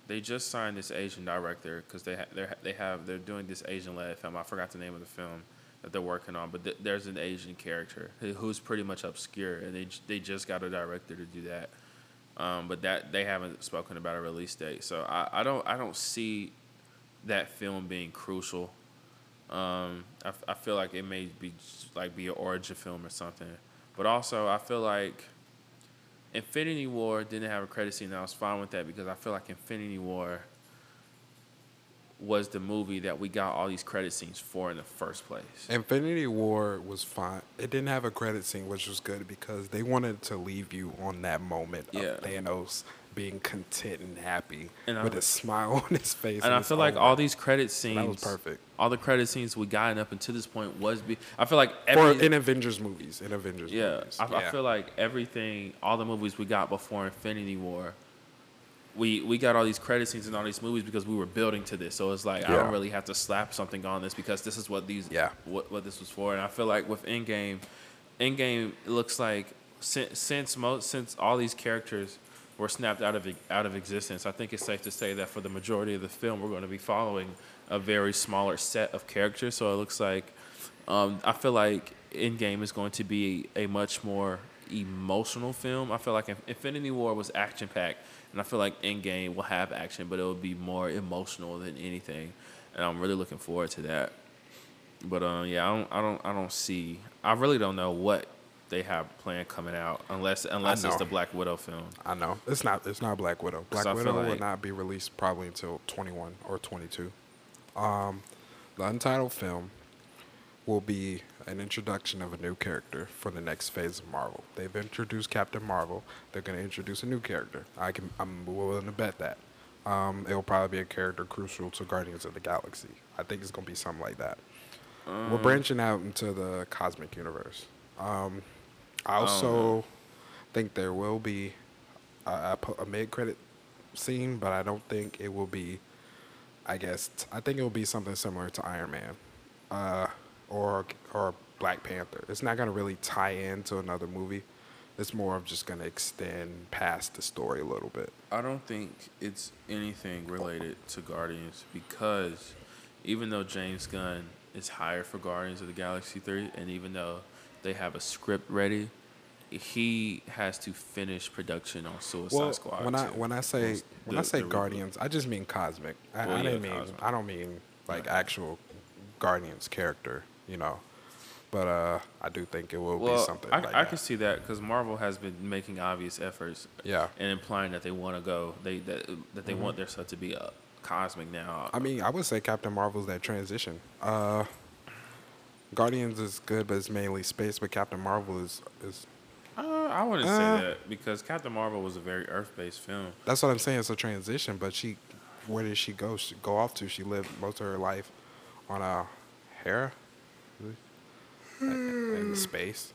Speaker 1: They just signed this Asian director because they ha- they're- they have they're doing this Asian led film. I forgot the name of the film that they're working on, but th- there's an Asian character who- who's pretty much obscure, and they j- they just got a director to do that. Um, but that they haven't spoken about a release date, so I, I don't I don't see that film being crucial. Um, I, f- I feel like it may be s- like be an origin film or something, but also I feel like Infinity War didn't have a credit scene. And I was fine with that because I feel like Infinity War was the movie that we got all these credit scenes for in the first place.
Speaker 2: Infinity War was fine. It didn't have a credit scene, which was good because they wanted to leave you on that moment
Speaker 1: Yeah.
Speaker 2: of Thanos being content and happy
Speaker 1: And I
Speaker 2: with
Speaker 1: was-
Speaker 2: a smile on his face.
Speaker 1: And I
Speaker 2: it's
Speaker 1: feel like
Speaker 2: over.
Speaker 1: all these credit scenes,
Speaker 2: That was perfect.
Speaker 1: All the credit scenes we gotten up until this point was be. I feel like
Speaker 2: Or
Speaker 1: every
Speaker 2: in Avengers movies, in Avengers
Speaker 1: Yeah,
Speaker 2: movies.
Speaker 1: I, I feel like everything, all the movies we got before Infinity War, we we got all these credit scenes in all these movies because we were building to this. So it's like I
Speaker 2: Yeah.
Speaker 1: don't really have to slap something on this because this is what these
Speaker 2: Yeah.
Speaker 1: what what this was for. And I feel like with Endgame, Endgame it looks like since since most since all these characters were snapped out of e- out of existence, I think it's safe to say that for the majority of the film, we're going to be following a very smaller set of characters. So it looks like um, I feel like Endgame is going to be a much more emotional film. I feel like Inf- Infinity War was action packed, and I feel like Endgame will have action, but it will be more emotional than anything. And I'm really looking forward to that. But um, yeah, I don't, I don't, I don't see. I really don't know what they have planned coming out, unless unless it's
Speaker 2: know.
Speaker 1: the Black Widow film.
Speaker 2: I know. It's not it's not Black Widow. Black
Speaker 1: I feel
Speaker 2: Widow will
Speaker 1: like-
Speaker 2: not be released probably until 21 or 22. Um, the untitled film will be an introduction of a new character for the next phase of Marvel. They've introduced Captain Marvel. They're going to introduce a new character. I can I'm willing to bet that. Um, it'll probably be a character crucial to Guardians of the Galaxy. I think it's going to be something like that. We're
Speaker 1: Um,
Speaker 2: branching out into the cosmic universe. Um, I also think there will be a, a, po- a mid-credit scene, but I don't think it will be. I guess t- I think it will be something similar to Iron Man, uh, or or Black Panther. It's not gonna really tie into another movie. It's more of just gonna extend past the story a little bit.
Speaker 1: I don't think it's anything related to Guardians because even though James Gunn is hired for Guardians of the Galaxy 3 and even though they have a script ready, he has to finish production on Suicide Squad.
Speaker 2: when I
Speaker 1: too.
Speaker 2: when I say
Speaker 1: Most-
Speaker 2: when
Speaker 1: the-
Speaker 2: I say
Speaker 1: the reboot.
Speaker 2: Guardians, I just mean cosmic. I,
Speaker 1: Well,
Speaker 2: I
Speaker 1: yeah,
Speaker 2: didn't mean
Speaker 1: cosmic.
Speaker 2: I don't mean like actual Guardians character, you know. But uh, I do think it will be
Speaker 1: well,
Speaker 2: something
Speaker 1: I,
Speaker 2: like
Speaker 1: I
Speaker 2: that.
Speaker 1: can see that because Marvel has been making obvious efforts
Speaker 2: Yeah.
Speaker 1: and implying that they want to go, they that, that they want their stuff to be uh, cosmic now.
Speaker 2: Mm-hmm. I mean, I would say Captain Marvel's that transition. Uh, Guardians is good, but it's mainly space. But Captain Marvel is is
Speaker 1: Uh, I wouldn't
Speaker 2: Uh.
Speaker 1: say that because Captain Marvel was a very Earth based film.
Speaker 2: that's what I'm saying. It's a transition. But she, where did she go? She go off to? She lived most of her life on a Hera, in, in space.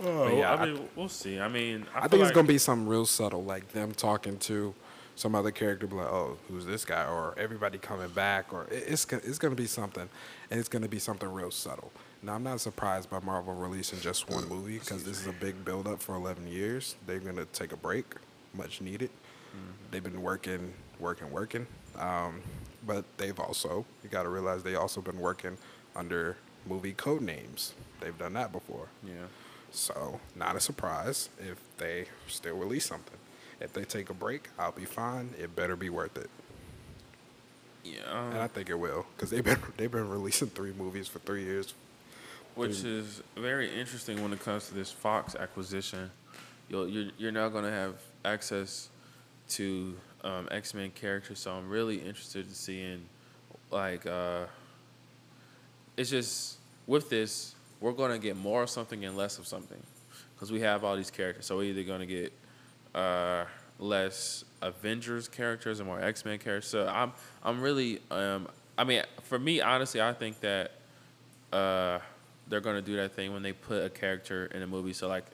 Speaker 1: But yeah,
Speaker 2: yeah, Oh, I-
Speaker 1: Oh, I mean, we'll see. I mean, I,
Speaker 2: I think it's gonna be something real subtle, like them talking to some other character, be like, "Oh, who's this guy?" or everybody coming back, or it, it's go- it's gonna be something, and it's gonna be something real subtle. Now, I'm not surprised by Marvel releasing just one movie because this is a big build up for 11 years. They're gonna take a break, much needed. They've been working, working, working, um, but they've also you got to realize they also been working under movie code names. They've done that before.
Speaker 1: Yeah.
Speaker 2: So, not a surprise if they still release something. If they take a break, I'll be fine. It better be worth it. And
Speaker 1: Yeah,
Speaker 2: I think it will because they've been, they've been releasing three movies for three years.
Speaker 1: which is very interesting when it comes to this Fox acquisition. You'll, you're you're now going to have access to um, X Men characters, so I'm really interested in seeing like uh, it's just with this we're going to get more of something and less of something because we have all these characters. So we're either going to get uh, less Avengers characters and more X Men characters. So I'm I'm really um I mean for me honestly I think that uh they're gonna do that thing when they put a character in a movie. So like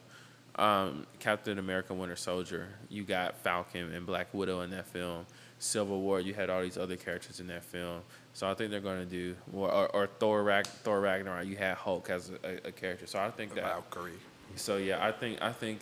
Speaker 1: um Captain America Winter Soldier, you got Falcon and Black Widow in that film. Civil War, you had all these other characters in that film. So I think they're gonna do or or, or Thor Rag Thor Ragnarok, you had Hulk as a, a, a character. So I think that
Speaker 2: Valkyrie.
Speaker 1: so yeah, I think I think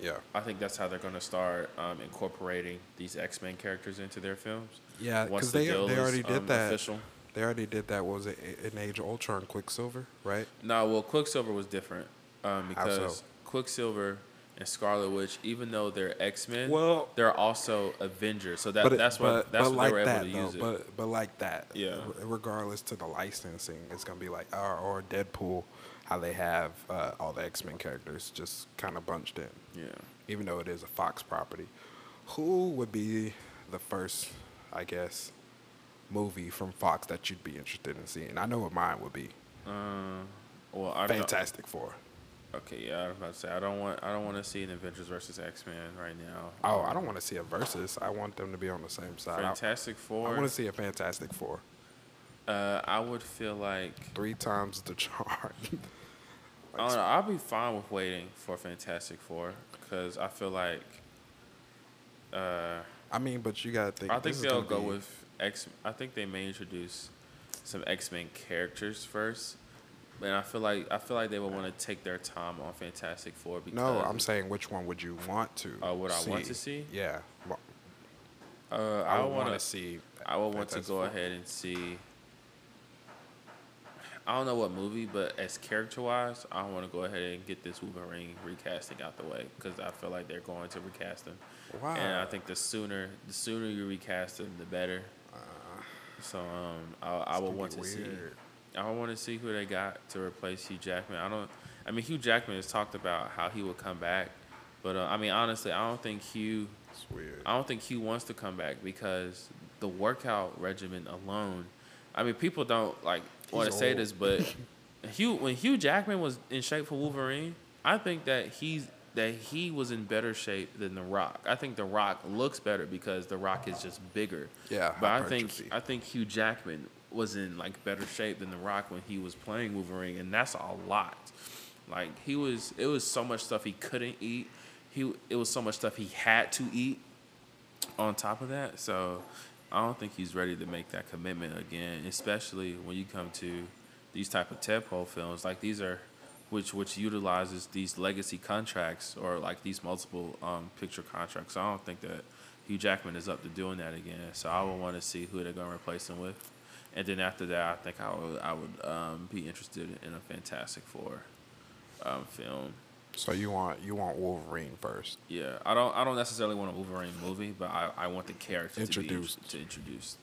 Speaker 2: Yeah.
Speaker 1: I think that's how they're going to start um, incorporating these X Men characters into their films.
Speaker 2: Yeah,
Speaker 1: Once
Speaker 2: because
Speaker 1: the
Speaker 2: they,
Speaker 1: deal
Speaker 2: they
Speaker 1: is,
Speaker 2: already did
Speaker 1: um,
Speaker 2: that.
Speaker 1: Official.
Speaker 2: They already did that. What was it A- in Age of Ultron, Quicksilver, right?
Speaker 1: No, well, Quicksilver was different um,
Speaker 2: How so?
Speaker 1: because Quicksilver and Scarlet Witch, even though they're X Men,
Speaker 2: Well-
Speaker 1: they're also Avengers. So that
Speaker 2: it-
Speaker 1: that's what that's what they were able
Speaker 2: that,
Speaker 1: to use it.
Speaker 2: But but like that,
Speaker 1: Yeah.
Speaker 2: r- Regardless to the licensing, it's gonna be like or, or Deadpool, how they have uh, all the X Men characters just kind of bunched in,
Speaker 1: yeah,
Speaker 2: even though it is a Fox property. Who would be the first, I guess, movie from Fox that you'd be interested in seeing? I know what mine would be.
Speaker 1: uh, well, I don't-
Speaker 2: Fantastic Four.
Speaker 1: Okay, yeah, I was about to say I don't want I don't want to see an Avengers versus X Men right now.
Speaker 2: Oh, I don't want to see a versus. I want them to be on the same side. I-
Speaker 1: Fantastic
Speaker 2: I,
Speaker 1: Four.
Speaker 2: want to see a Fantastic Four.
Speaker 1: uh, I would feel like
Speaker 2: Three times the charm.
Speaker 1: I don't know, I'll be fine with waiting for Fantastic Four because I feel like uh,
Speaker 2: I mean, but you gotta think.
Speaker 1: I
Speaker 2: this
Speaker 1: think
Speaker 2: is
Speaker 1: they'll go
Speaker 2: gonna be-
Speaker 1: with X. I think they may introduce some X Men characters first, and I feel like I feel like they would want to take their time on Fantastic Four because
Speaker 2: No, I'm saying which one would you want to?
Speaker 1: Uh, would I want to see?
Speaker 2: Yeah, Wa-
Speaker 1: uh, I,
Speaker 2: I,
Speaker 1: would
Speaker 2: want
Speaker 1: want
Speaker 2: to
Speaker 1: to
Speaker 2: see.
Speaker 1: I would want to
Speaker 2: Fantastic
Speaker 1: go
Speaker 2: Four.
Speaker 1: ahead and see. I don't know what movie, but as character wise, I want to go ahead and get this Wolverine recasting out the way because I feel like they're going to recast him.
Speaker 2: Wow.
Speaker 1: And I think the sooner the sooner you recast him, the better. so um, I, I would
Speaker 2: Uh-huh. gonna
Speaker 1: want
Speaker 2: be
Speaker 1: to
Speaker 2: weird.
Speaker 1: see. I want to see who they got to replace Hugh Jackman. I don't. I mean, Hugh Jackman has talked about how he would come back, but uh, I mean, honestly, I don't think Hugh.
Speaker 2: It's weird.
Speaker 1: I don't think Hugh wants to come back because the workout regimen alone. I mean, people don't like want to say
Speaker 2: old.
Speaker 1: this, but Hugh when Hugh Jackman was in shape for Wolverine, I think that he's that he was in better shape than The Rock. I think The Rock looks better because The Rock is just bigger.
Speaker 2: Yeah,
Speaker 1: but I think
Speaker 2: hypertrophy.
Speaker 1: I think Hugh Jackman was in like better shape than The Rock when he was playing Wolverine, and that's a lot. Like he was, it was so much stuff he couldn't eat. He it was so much stuff he had to eat on top of that. So I don't think he's ready to make that commitment again, especially when you come to these type of tadpole films. Like these are, which which utilizes these legacy contracts or like these multiple um, picture contracts. So I don't think that Hugh Jackman is up to doing that again. So I would want to see who they're gonna replace him with. And then after that, I think I would I would um, be interested in a Fantastic Four um, film.
Speaker 2: So you want you want Wolverine first?
Speaker 1: Yeah, I don't. I don't necessarily want a Wolverine movie, but I, I want the character to
Speaker 2: Introduced.
Speaker 1: be to introduce.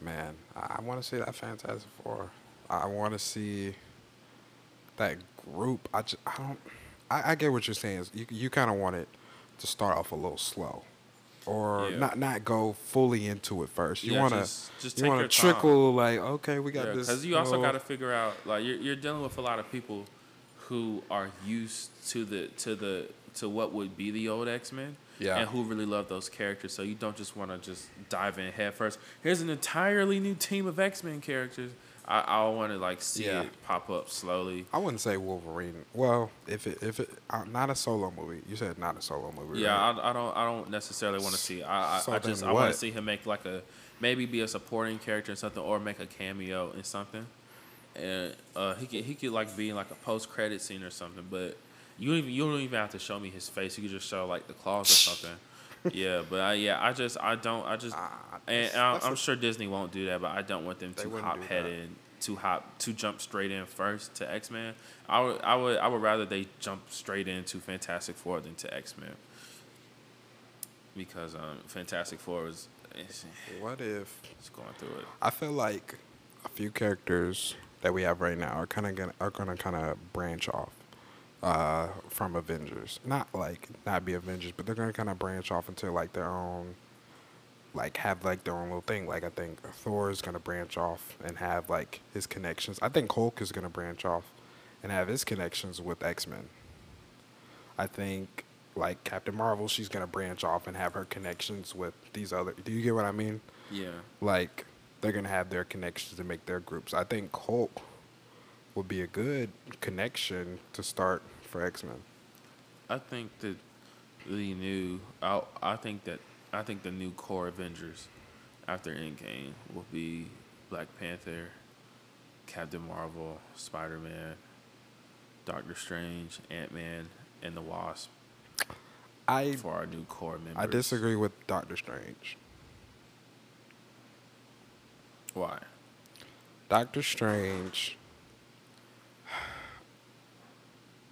Speaker 2: Man, I, I want to see that Fantastic Four. I want to see that group. I just, I don't. I, I get what you're saying. You you kind of want it to start off a little slow, or
Speaker 1: Yeah.
Speaker 2: not not go fully into it first. You
Speaker 1: Yeah,
Speaker 2: want to
Speaker 1: just- just
Speaker 2: you
Speaker 1: take
Speaker 2: want
Speaker 1: your
Speaker 2: to
Speaker 1: time.
Speaker 2: trickle like okay, we got
Speaker 1: Yeah,
Speaker 2: this.
Speaker 1: because you also
Speaker 2: little-
Speaker 1: got to figure out like you're you're dealing with a lot of people who are used to the to the to what would be the old X Men.
Speaker 2: Yeah.
Speaker 1: And who really love those characters, so you don't just want to just dive in head first. Here's an entirely new team of X Men characters. I I want to like see
Speaker 2: Yeah.
Speaker 1: it pop up slowly.
Speaker 2: I wouldn't say Wolverine. Well, if it if it uh, not a solo movie. You said not a solo movie.
Speaker 1: Yeah,
Speaker 2: right?
Speaker 1: I, I don't I don't necessarily want to see. I I,
Speaker 2: So
Speaker 1: I just
Speaker 2: then
Speaker 1: I want
Speaker 2: what?
Speaker 1: to see him make like a maybe be a supporting character in something or make a cameo in something, and uh, he could he could like be in like a post credit scene or something. But you don't even you don't even have to show me his face. You could just show like the claws or something. yeah, but I, yeah, I just I don't I just
Speaker 2: Ah,
Speaker 1: and
Speaker 2: that's-
Speaker 1: I'm,
Speaker 2: that's
Speaker 1: I'm
Speaker 2: a-
Speaker 1: sure Disney won't do that, but I don't want them
Speaker 2: They
Speaker 1: to
Speaker 2: wouldn't do
Speaker 1: hop
Speaker 2: that.
Speaker 1: headed to hop to jump straight in first to X Men. I would I would I would rather they jump straight into Fantastic Four than to X Men because um Fantastic Four is it's,
Speaker 2: What if
Speaker 1: it's going through it.
Speaker 2: I feel like a few characters that we have right now are kind of gonna are gonna kind of branch off uh, from Avengers. Not like not be Avengers, but they're gonna kind of branch off into like their own, like have like their own little thing. Like I think Thor is gonna branch off and have like his connections. I think Hulk is gonna branch off and have his connections with X Men. I think like Captain Marvel, she's gonna branch off and have her connections with these other. Do you get what I mean?
Speaker 1: Yeah.
Speaker 2: Like they're gonna have their connections to make their groups. I think Hulk would be a good connection to start for X Men.
Speaker 1: I think that the new I I think that I think the new core Avengers after Endgame will be Black Panther, Captain Marvel, Spider Man, Doctor Strange, Ant Man, and the Wasp
Speaker 2: I
Speaker 1: for our new core members.
Speaker 2: I disagree with Doctor Strange.
Speaker 1: Why?
Speaker 2: Doctor Strange.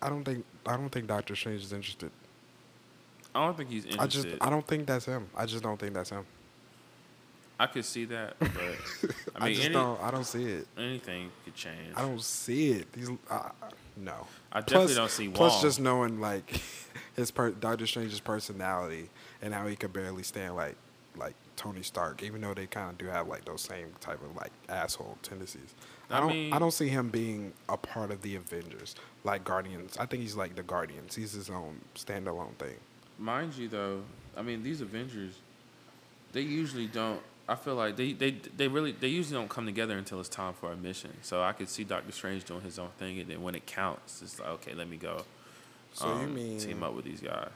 Speaker 2: I don't think I don't think Doctor Strange is interested.
Speaker 1: I don't think he's interested.
Speaker 2: I just I don't think that's him. I just don't think that's him.
Speaker 1: I could see that, but I
Speaker 2: I,
Speaker 1: mean,
Speaker 2: just
Speaker 1: any-
Speaker 2: don't I don't see it.
Speaker 1: anything could change.
Speaker 2: I don't see it. These I, I- no.
Speaker 1: I definitely don't see Wong.
Speaker 2: Plus, just knowing like his per- Doctor Strange's personality and how he could barely stand like like Tony Stark, even though they kind of do have like those same type of like asshole tendencies.
Speaker 1: I
Speaker 2: I don't.
Speaker 1: mean-
Speaker 2: I don't see him being a part of the Avengers, like Guardians. I think he's like the Guardians. He's his own standalone thing.
Speaker 1: Mind you, though, I mean these Avengers, they usually don't. I feel like they, they they really they usually don't come together until it's time for a mission. So I could see Doctor Strange doing his own thing, and then when it counts, it's like okay, let me go.
Speaker 2: So you
Speaker 1: um,
Speaker 2: mean
Speaker 1: team up with these guys?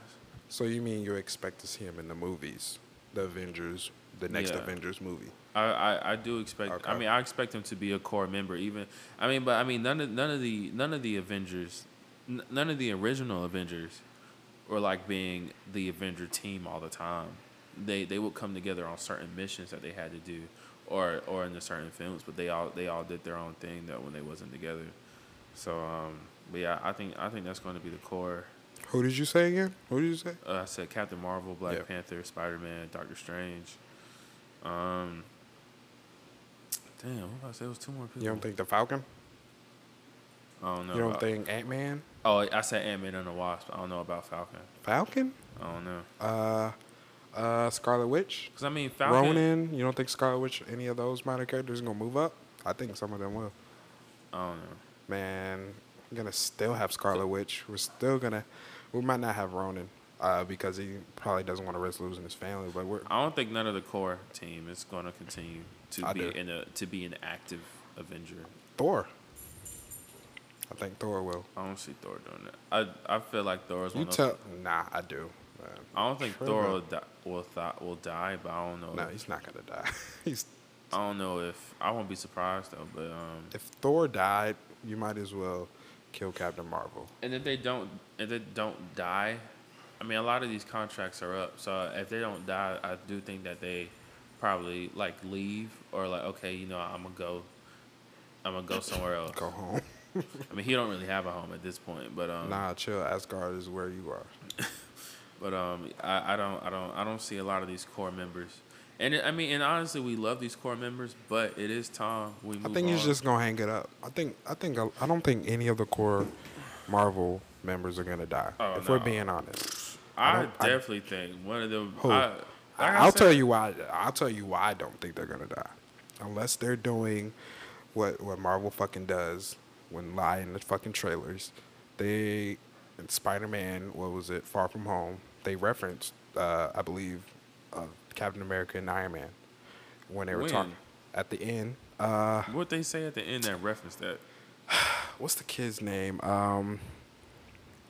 Speaker 2: So you mean you expect to see him in the movies, the Avengers, the next
Speaker 1: Yeah.
Speaker 2: Avengers movie?
Speaker 1: I, I, I do expect. I
Speaker 2: Okay.
Speaker 1: mean, I expect him to be a core member. Even I mean, but I mean, none of none of the none of the Avengers, n- none of the original Avengers, were like being the Avenger team all the time. They they would come together on certain missions that they had to do, or or in the certain films. But they all they all did their own thing that when they wasn't together. So um, but yeah, I think I think that's going to be the core.
Speaker 2: Who did you say again? Who did you say?
Speaker 1: Uh, I said Captain Marvel, Black
Speaker 2: Yeah.
Speaker 1: Panther, Spider Man, Doctor Strange. Um, damn, what did I say? It was two more people.
Speaker 2: You don't think the Falcon?
Speaker 1: I don't know.
Speaker 2: You don't
Speaker 1: about-
Speaker 2: think Ant Man?
Speaker 1: Oh, I said Ant Man and the Wasp. I don't know about Falcon.
Speaker 2: Falcon?
Speaker 1: I don't know.
Speaker 2: Uh, uh, Scarlet Witch?
Speaker 1: Cause I mean Falcon.
Speaker 2: Ronan? You don't think Scarlet Witch, any of those minor characters, gonna move up? I think some of them will.
Speaker 1: I don't know.
Speaker 2: Man, we're gonna still have Scarlet Witch. We're still gonna. We might not have Ronan uh, because he probably doesn't want to risk losing his family. But we're
Speaker 1: I don't think none of the core team is going to continue to
Speaker 2: I
Speaker 1: be
Speaker 2: do.
Speaker 1: in a to be an active Avenger.
Speaker 2: Thor. I think Thor will.
Speaker 1: I don't see Thor doing that. I I feel like Thor is
Speaker 2: You
Speaker 1: one of.
Speaker 2: tell? Nah, I do. man.
Speaker 1: I don't think
Speaker 2: Sure,
Speaker 1: Thor
Speaker 2: bro.
Speaker 1: will, di- will, th- will die, but I don't know.
Speaker 2: No, he's not gonna die. he's
Speaker 1: I don't know if I won't be surprised though. But um,
Speaker 2: if Thor died, you might as well kill Captain Marvel.
Speaker 1: And if they don't, if they don't die, I mean, a lot of these contracts are up. So if they don't die, I do think that they probably like leave or like, okay, you know, I'm gonna go, I'm gonna go somewhere else.
Speaker 2: Go home.
Speaker 1: I mean, he don't really have a home at this point, but um,
Speaker 2: Nah, chill. Asgard is where you are.
Speaker 1: but um, I, I don't, I don't, I don't see a lot of these core members. And it- I mean, and honestly, we love these core members, but it is time we move
Speaker 2: I think he's
Speaker 1: on.
Speaker 2: just gonna hang it up. I think I think uh, I don't think any of the core Marvel members are gonna die.
Speaker 1: Oh,
Speaker 2: if
Speaker 1: no.
Speaker 2: we're being honest, I
Speaker 1: I,
Speaker 2: don't- I-
Speaker 1: definitely think one of them.
Speaker 2: Who?
Speaker 1: I, like I
Speaker 2: I'll
Speaker 1: said-
Speaker 2: tell you why. I'll tell you why I don't think they're gonna die, unless they're doing what what Marvel fucking does when lie in the fucking trailers. They in Spider Man, what was it? Far From Home. They referenced, uh, I believe, uh, Captain America and Iron Man when they were
Speaker 1: When?
Speaker 2: talking at the end. Uh,
Speaker 1: What they say at the end that reference that.
Speaker 2: what's the kid's name? Um,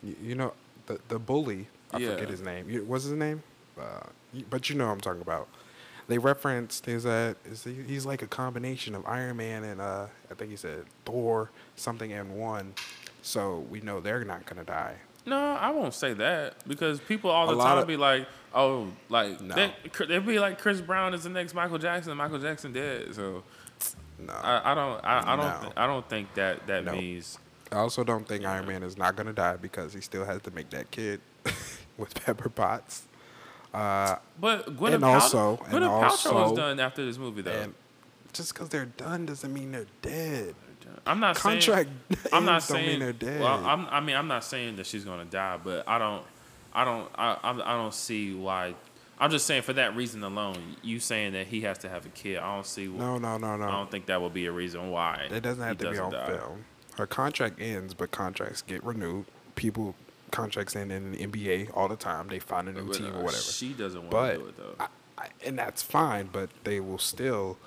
Speaker 2: you, you know the the bully. I
Speaker 1: Yeah.
Speaker 2: forget his name. You, what's his name? Uh, you- but you know what I'm talking about. They referenced is that is he, he's like a combination of Iron Man and uh I think he said Thor something and one. So we know they're not gonna die.
Speaker 1: No, I won't say that because people all
Speaker 2: A
Speaker 1: the
Speaker 2: lot
Speaker 1: time
Speaker 2: of-
Speaker 1: be like, "Oh, like
Speaker 2: No.
Speaker 1: they, would be like Chris Brown is the next Michael Jackson. and Michael Jackson dead." So
Speaker 2: No. I,
Speaker 1: I, I don't, I, I don't,
Speaker 2: No.
Speaker 1: thi- I don't think that that
Speaker 2: Nope.
Speaker 1: means.
Speaker 2: also don't think Iron Man is not gonna die because he still has to make that kid with Pepper Potts. Uh,
Speaker 1: But Gwyneth,
Speaker 2: And
Speaker 1: Paltrow-
Speaker 2: also-
Speaker 1: Gwyneth
Speaker 2: and
Speaker 1: Paltrow was
Speaker 2: also-
Speaker 1: done after this movie though.
Speaker 2: and just because they're done doesn't mean they're dead.
Speaker 1: I'm not
Speaker 2: Contract
Speaker 1: Saying, I'm not
Speaker 2: ends don't
Speaker 1: saying
Speaker 2: mean they're dead.
Speaker 1: Well, I'm, I mean, I'm not saying that she's gonna die, but I don't, I don't, I, I'm- I don't see why. I'm just saying for that reason alone, you saying that he has to have a kid. I don't see.
Speaker 2: No, no, no, no.
Speaker 1: I don't think that will be a reason why.
Speaker 2: It Um, doesn't
Speaker 1: he
Speaker 2: have to be on
Speaker 1: die.
Speaker 2: film. Her contract ends, but contracts get renewed. People contracts end in the NBA all the time. They find a new
Speaker 1: But,
Speaker 2: team
Speaker 1: uh,
Speaker 2: or whatever.
Speaker 1: She doesn't want
Speaker 2: But
Speaker 1: to do it though.
Speaker 2: I, I, and that's fine. But they will still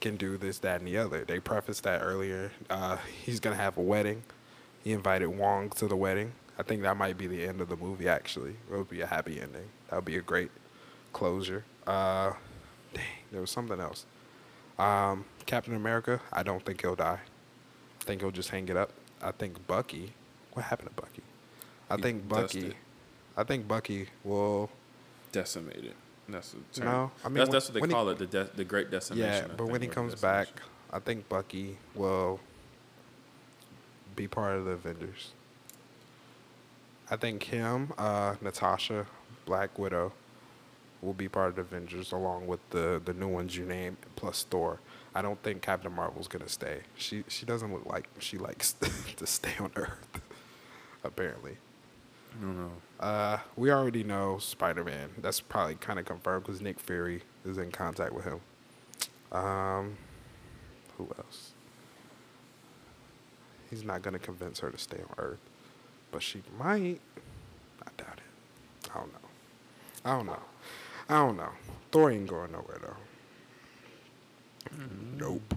Speaker 2: can do this, that, and the other. They prefaced that earlier. Uh, he's gonna have a wedding. He invited Wong to the wedding. I think that might be the end of the movie. Actually, it would be a happy ending. That would be a great closure. Uh, dang, there was something else. Um, Captain America. I don't think he'll die. I think he'll just hang it up. I think Bucky. What happened to Bucky? I
Speaker 1: He
Speaker 2: think
Speaker 1: dusted.
Speaker 2: Bucky. I think Bucky will
Speaker 1: Decimated. That's the term.
Speaker 2: No, I mean,
Speaker 1: that's, that's what they
Speaker 2: when he-
Speaker 1: call it. The de- the Great Decimation.
Speaker 2: Yeah,
Speaker 1: I
Speaker 2: but
Speaker 1: think,
Speaker 2: when he
Speaker 1: or
Speaker 2: comes back,
Speaker 1: decimation.
Speaker 2: I think Bucky will be part of the Avengers. I think him, uh, Natasha, Black Widow, will be part of the Avengers along with the, the new ones you named plus Thor. I don't think Captain Marvel's gonna stay. She she doesn't look like she likes to stay on Earth, apparently.
Speaker 1: I don't know.
Speaker 2: Uh, we already know Spider Man. That's probably kind of confirmed because Nick Fury is in contact with him. Um, who else? He's not gonna convince her to stay on Earth, but she might. I doubt it. I don't know. I don't know. I don't know. Thor ain't going nowhere though.
Speaker 1: Mm-hmm.
Speaker 2: Nope.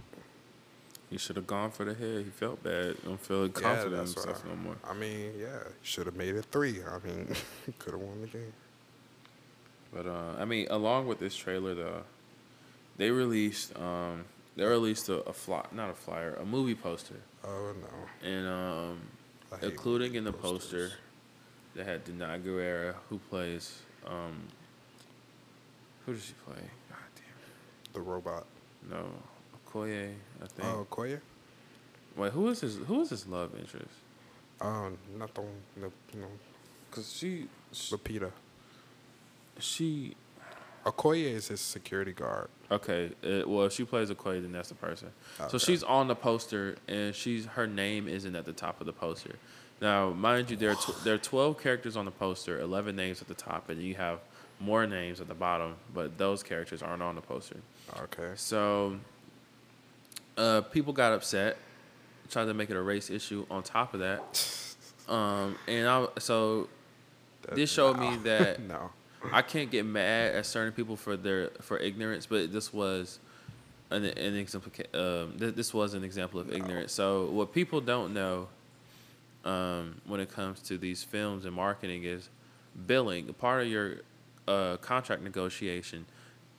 Speaker 1: He should have gone for the head. He felt bad. Don't feel confident in himself no more.
Speaker 2: uh, I mean, yeah, should have made it three. I mean, could have won the game.
Speaker 1: But uh, I mean, along with this trailer, though, they released um, they released a, a fly, not a flyer, a movie poster,
Speaker 2: Oh no.
Speaker 1: and um,
Speaker 2: I hate
Speaker 1: including in the
Speaker 2: movie posters.
Speaker 1: poster, they had Denai Guerrera, who plays um, who does she play? God
Speaker 2: The robot.
Speaker 1: damn, no, Okoye, I think.
Speaker 2: Oh, Koya?
Speaker 1: Wait, who is his who is his love interest?
Speaker 2: Um, not the one- the no,
Speaker 1: Cause she she,
Speaker 2: Lupita.
Speaker 1: she
Speaker 2: Okoye is his security guard.
Speaker 1: okay. Uh well, if she plays Okoye, then that's the person. So
Speaker 2: Okay.
Speaker 1: she's on the poster, and she's her name isn't at the top of the poster. Now, mind you, there are tw- there are twelve characters on the poster, eleven names at the top, and you have more names at the bottom, but those characters aren't on the poster.
Speaker 2: Okay.
Speaker 1: So, uh, people got upset, tried to make it a race issue. On top of that, um, and I so this showed me that
Speaker 2: no.
Speaker 1: I can't get mad at certain people for their for ignorance, but this was an an example. Um, th- this was an example of ignorance. So what people don't know, um, when it comes to these films and marketing, is billing. Part of your uh, contract negotiation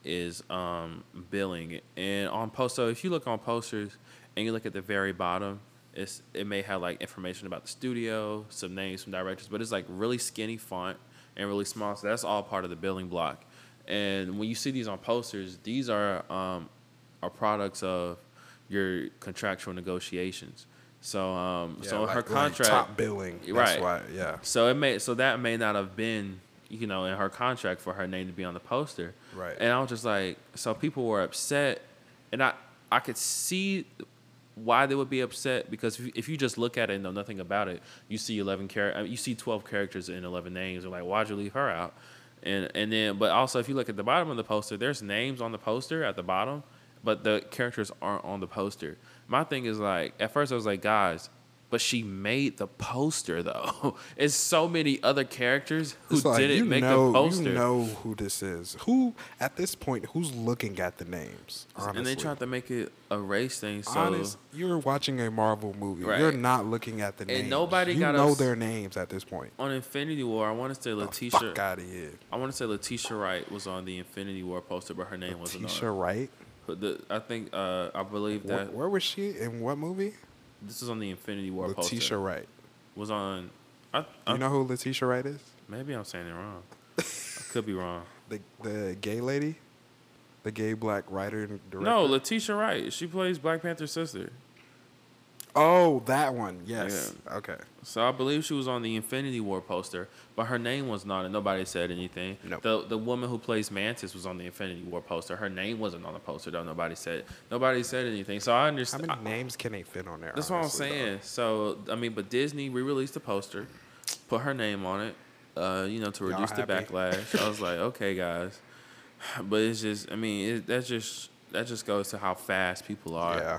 Speaker 1: is um, billing, and on post. So if you look on posters and you look at the very bottom. It's, it may have like information about the studio, some names, some directors, but it's like really skinny font and really small. So that's all part of the billing block. And when you see these on posters, these are um, are products of your contractual negotiations. So um, so in her contract,
Speaker 2: top billing. That's
Speaker 1: Right.
Speaker 2: why. Yeah.
Speaker 1: so it may so that may not have been you know in her contract for her name to be on the poster.
Speaker 2: Right.
Speaker 1: And I was just like, so people were upset, and I I could see why they would be upset because if you- if you just look at it and know nothing about it, you see eleven char- I mean, you see twelve characters and eleven names. and like, why'd you leave her out? And and then but also if you look at the bottom of the poster, there's names on the poster at the bottom, but the characters aren't on the poster. My thing is like at first I was like, guys, but she made the poster though. it's so many other characters who
Speaker 2: It's like,
Speaker 1: didn't make
Speaker 2: know,
Speaker 1: the poster.
Speaker 2: You know who this is. Who at this point? Who's looking at the names? Honestly.
Speaker 1: And they tried to make it a race thing. So
Speaker 2: Honest, you're watching a Marvel movie.
Speaker 1: Right.
Speaker 2: You're not looking at the names.
Speaker 1: nobody
Speaker 2: you
Speaker 1: got
Speaker 2: know
Speaker 1: us-
Speaker 2: their names at this point.
Speaker 1: on Infinity War, I want to say
Speaker 2: The
Speaker 1: Letitia.
Speaker 2: fuck out of here.
Speaker 1: I want to say Letitia Wright was on the Infinity War poster, but her name wasn't
Speaker 2: Tisha
Speaker 1: on. it.
Speaker 2: Wright.
Speaker 1: But the, I think uh, I believe
Speaker 2: Where,
Speaker 1: that
Speaker 2: where was she in what movie?
Speaker 1: this is on the Infinity War
Speaker 2: Letitia
Speaker 1: poster.
Speaker 2: Wright.
Speaker 1: Was on. I, I,
Speaker 2: You know who Letitia Wright is?
Speaker 1: maybe I'm saying it wrong. I could be wrong.
Speaker 2: The the gay lady, the gay black writer and director.
Speaker 1: No, Letitia Wright. She plays Black Panther's sister.
Speaker 2: oh, that one. Yes. Okay.
Speaker 1: So I believe she was on the Infinity War poster, but her name was not, and nobody said anything.
Speaker 2: Nope.
Speaker 1: The the woman who plays Mantis was on the Infinity War poster. Her name wasn't on the poster, though. Nobody said nobody said anything. So I
Speaker 2: How
Speaker 1: understand.
Speaker 2: many names can they fit on there?
Speaker 1: That's what I'm
Speaker 2: honestly, though?
Speaker 1: saying. So I mean, but Disney re-released the poster, put her name on it, uh, you know, to
Speaker 2: Y'all
Speaker 1: reduce the
Speaker 2: happy?
Speaker 1: backlash. I was like, okay, guys, but it's just, I mean, it, that just that just goes to how fast people are.
Speaker 2: Yeah.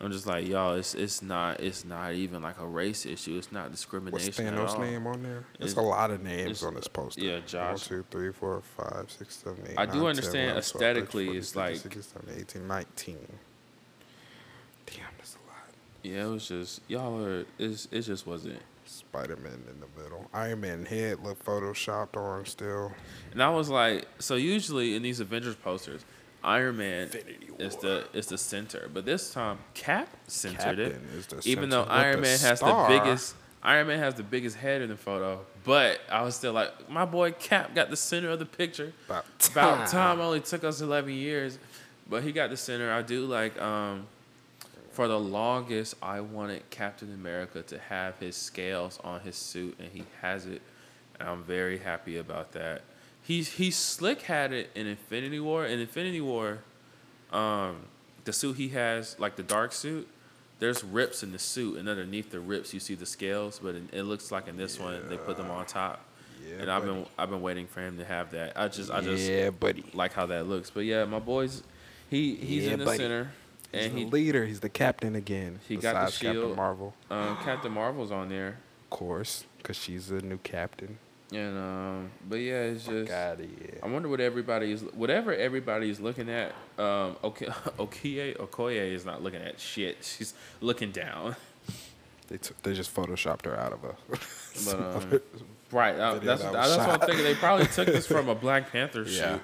Speaker 1: I'm just like, y'all, it's it's not it's not even like a race issue. It's not
Speaker 2: What's
Speaker 1: discrimination. at
Speaker 2: Thanos'
Speaker 1: all.
Speaker 2: name on there?
Speaker 1: It's-
Speaker 2: It's, a lot of names
Speaker 1: it's-
Speaker 2: on this poster.
Speaker 1: yeah,
Speaker 2: One,
Speaker 1: Josh.
Speaker 2: two, three, four, five, six, seven, eight.
Speaker 1: I do
Speaker 2: nine, 10,
Speaker 1: understand
Speaker 2: 11, 12, 13,
Speaker 1: aesthetically
Speaker 2: 14,
Speaker 1: it's
Speaker 2: 15,
Speaker 1: like-
Speaker 2: 16, 17, 18, 19. Damn, that's a lot.
Speaker 1: Yeah, it was just y'all are it's, it just wasn't.
Speaker 2: Spider Man in the middle. Iron Man head look photoshopped on still.
Speaker 1: And I was like, so usually in these Avengers posters, Iron Man
Speaker 2: Infinity
Speaker 1: is
Speaker 2: War.
Speaker 1: the is the center, but this time Cap centered it.
Speaker 2: Captain is the
Speaker 1: Even
Speaker 2: center
Speaker 1: though
Speaker 2: with
Speaker 1: Iron
Speaker 2: the
Speaker 1: Man has
Speaker 2: star.
Speaker 1: the biggest Iron Man has the biggest head in the photo, but I was still like, my boy Cap got the center of the picture.
Speaker 2: About
Speaker 1: About
Speaker 2: time.
Speaker 1: time only took us eleven years, but he got the center. I do like um, for the longest I wanted Captain America to have his scales on his suit, and he has it. And I'm very happy about that. He's he slick had it in Infinity War. In Infinity War, um, the suit he has, like the dark suit, there's rips in the suit, and underneath the rips you see the scales. But it, it looks like in this one they put them on top.
Speaker 2: Yeah,
Speaker 1: and I've been
Speaker 2: buddy.
Speaker 1: I've been waiting for him to have that. I just I just
Speaker 2: yeah, buddy.
Speaker 1: like how that looks. But yeah, my boys, he he's
Speaker 2: Yeah,
Speaker 1: in the
Speaker 2: buddy.
Speaker 1: center,
Speaker 2: He's
Speaker 1: and
Speaker 2: the
Speaker 1: he
Speaker 2: leader. He's the captain again.
Speaker 1: He got the
Speaker 2: besides Captain
Speaker 1: shield.
Speaker 2: Marvel,
Speaker 1: um, Captain Marvel's on there,
Speaker 2: of course, because she's the new captain.
Speaker 1: and um, but yeah, it's just
Speaker 2: God,
Speaker 1: I
Speaker 2: yeah.
Speaker 1: wonder what everybody is whatever everybody is looking at. Um, okay, Okie Okoye is not looking at shit. She's looking down.
Speaker 2: They took, they just photoshopped her out of a.
Speaker 1: But,
Speaker 2: some
Speaker 1: um,
Speaker 2: other-
Speaker 1: right, uh,
Speaker 2: Video
Speaker 1: that's
Speaker 2: that was
Speaker 1: that's what I'm
Speaker 2: shot.
Speaker 1: thinking. They probably took this from a Black Panther
Speaker 2: yeah,
Speaker 1: shoot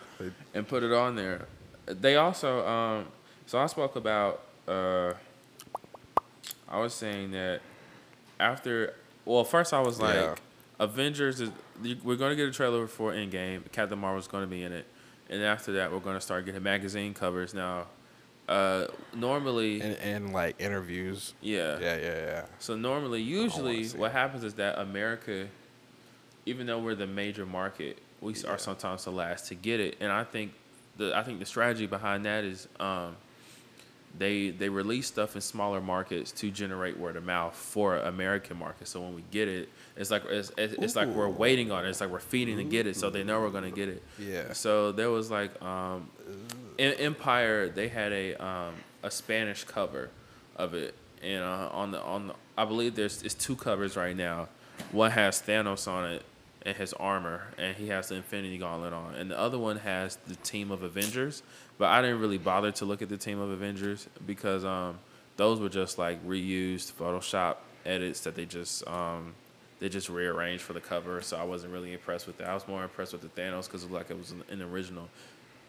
Speaker 2: they-
Speaker 1: and put it on there. They also um, so I spoke about. Uh, I was saying that after well, first I was like,
Speaker 2: Yeah.
Speaker 1: Avengers is you- we're gonna get a trailer for Endgame. Captain Marvel's gonna be in it, and after that we're gonna start getting magazine covers now. Uh, normally,
Speaker 2: and, and like interviews.
Speaker 1: yeah.
Speaker 2: Yeah, yeah, yeah.
Speaker 1: So normally, usually,
Speaker 2: Oh, see
Speaker 1: what happens is that America, even though we're the major market, we
Speaker 2: Yeah.
Speaker 1: are sometimes the last to get it. And I think the I think the strategy behind that is um, they they release stuff in smaller markets to generate word of mouth for American market. So when we get it, it's like it's, it's, it's like we're
Speaker 2: Ooh.
Speaker 1: waiting on it. It's like we're feeding to get it, so they know we're gonna get it.
Speaker 2: Yeah.
Speaker 1: So there was like um, in Empire, they had a um, a Spanish cover of it, and uh, on the on the, I believe there's it's two covers right now. One has Thanos on it and his armor, and he has the Infinity Gauntlet on, and the other one has the team of Avengers. But I didn't really bother to look at the team of Avengers because um, those were just like reused Photoshop edits that they just um, they just rearranged for the cover. So I wasn't really impressed with that. I was more impressed with the Thanos because it looked like it was an, an original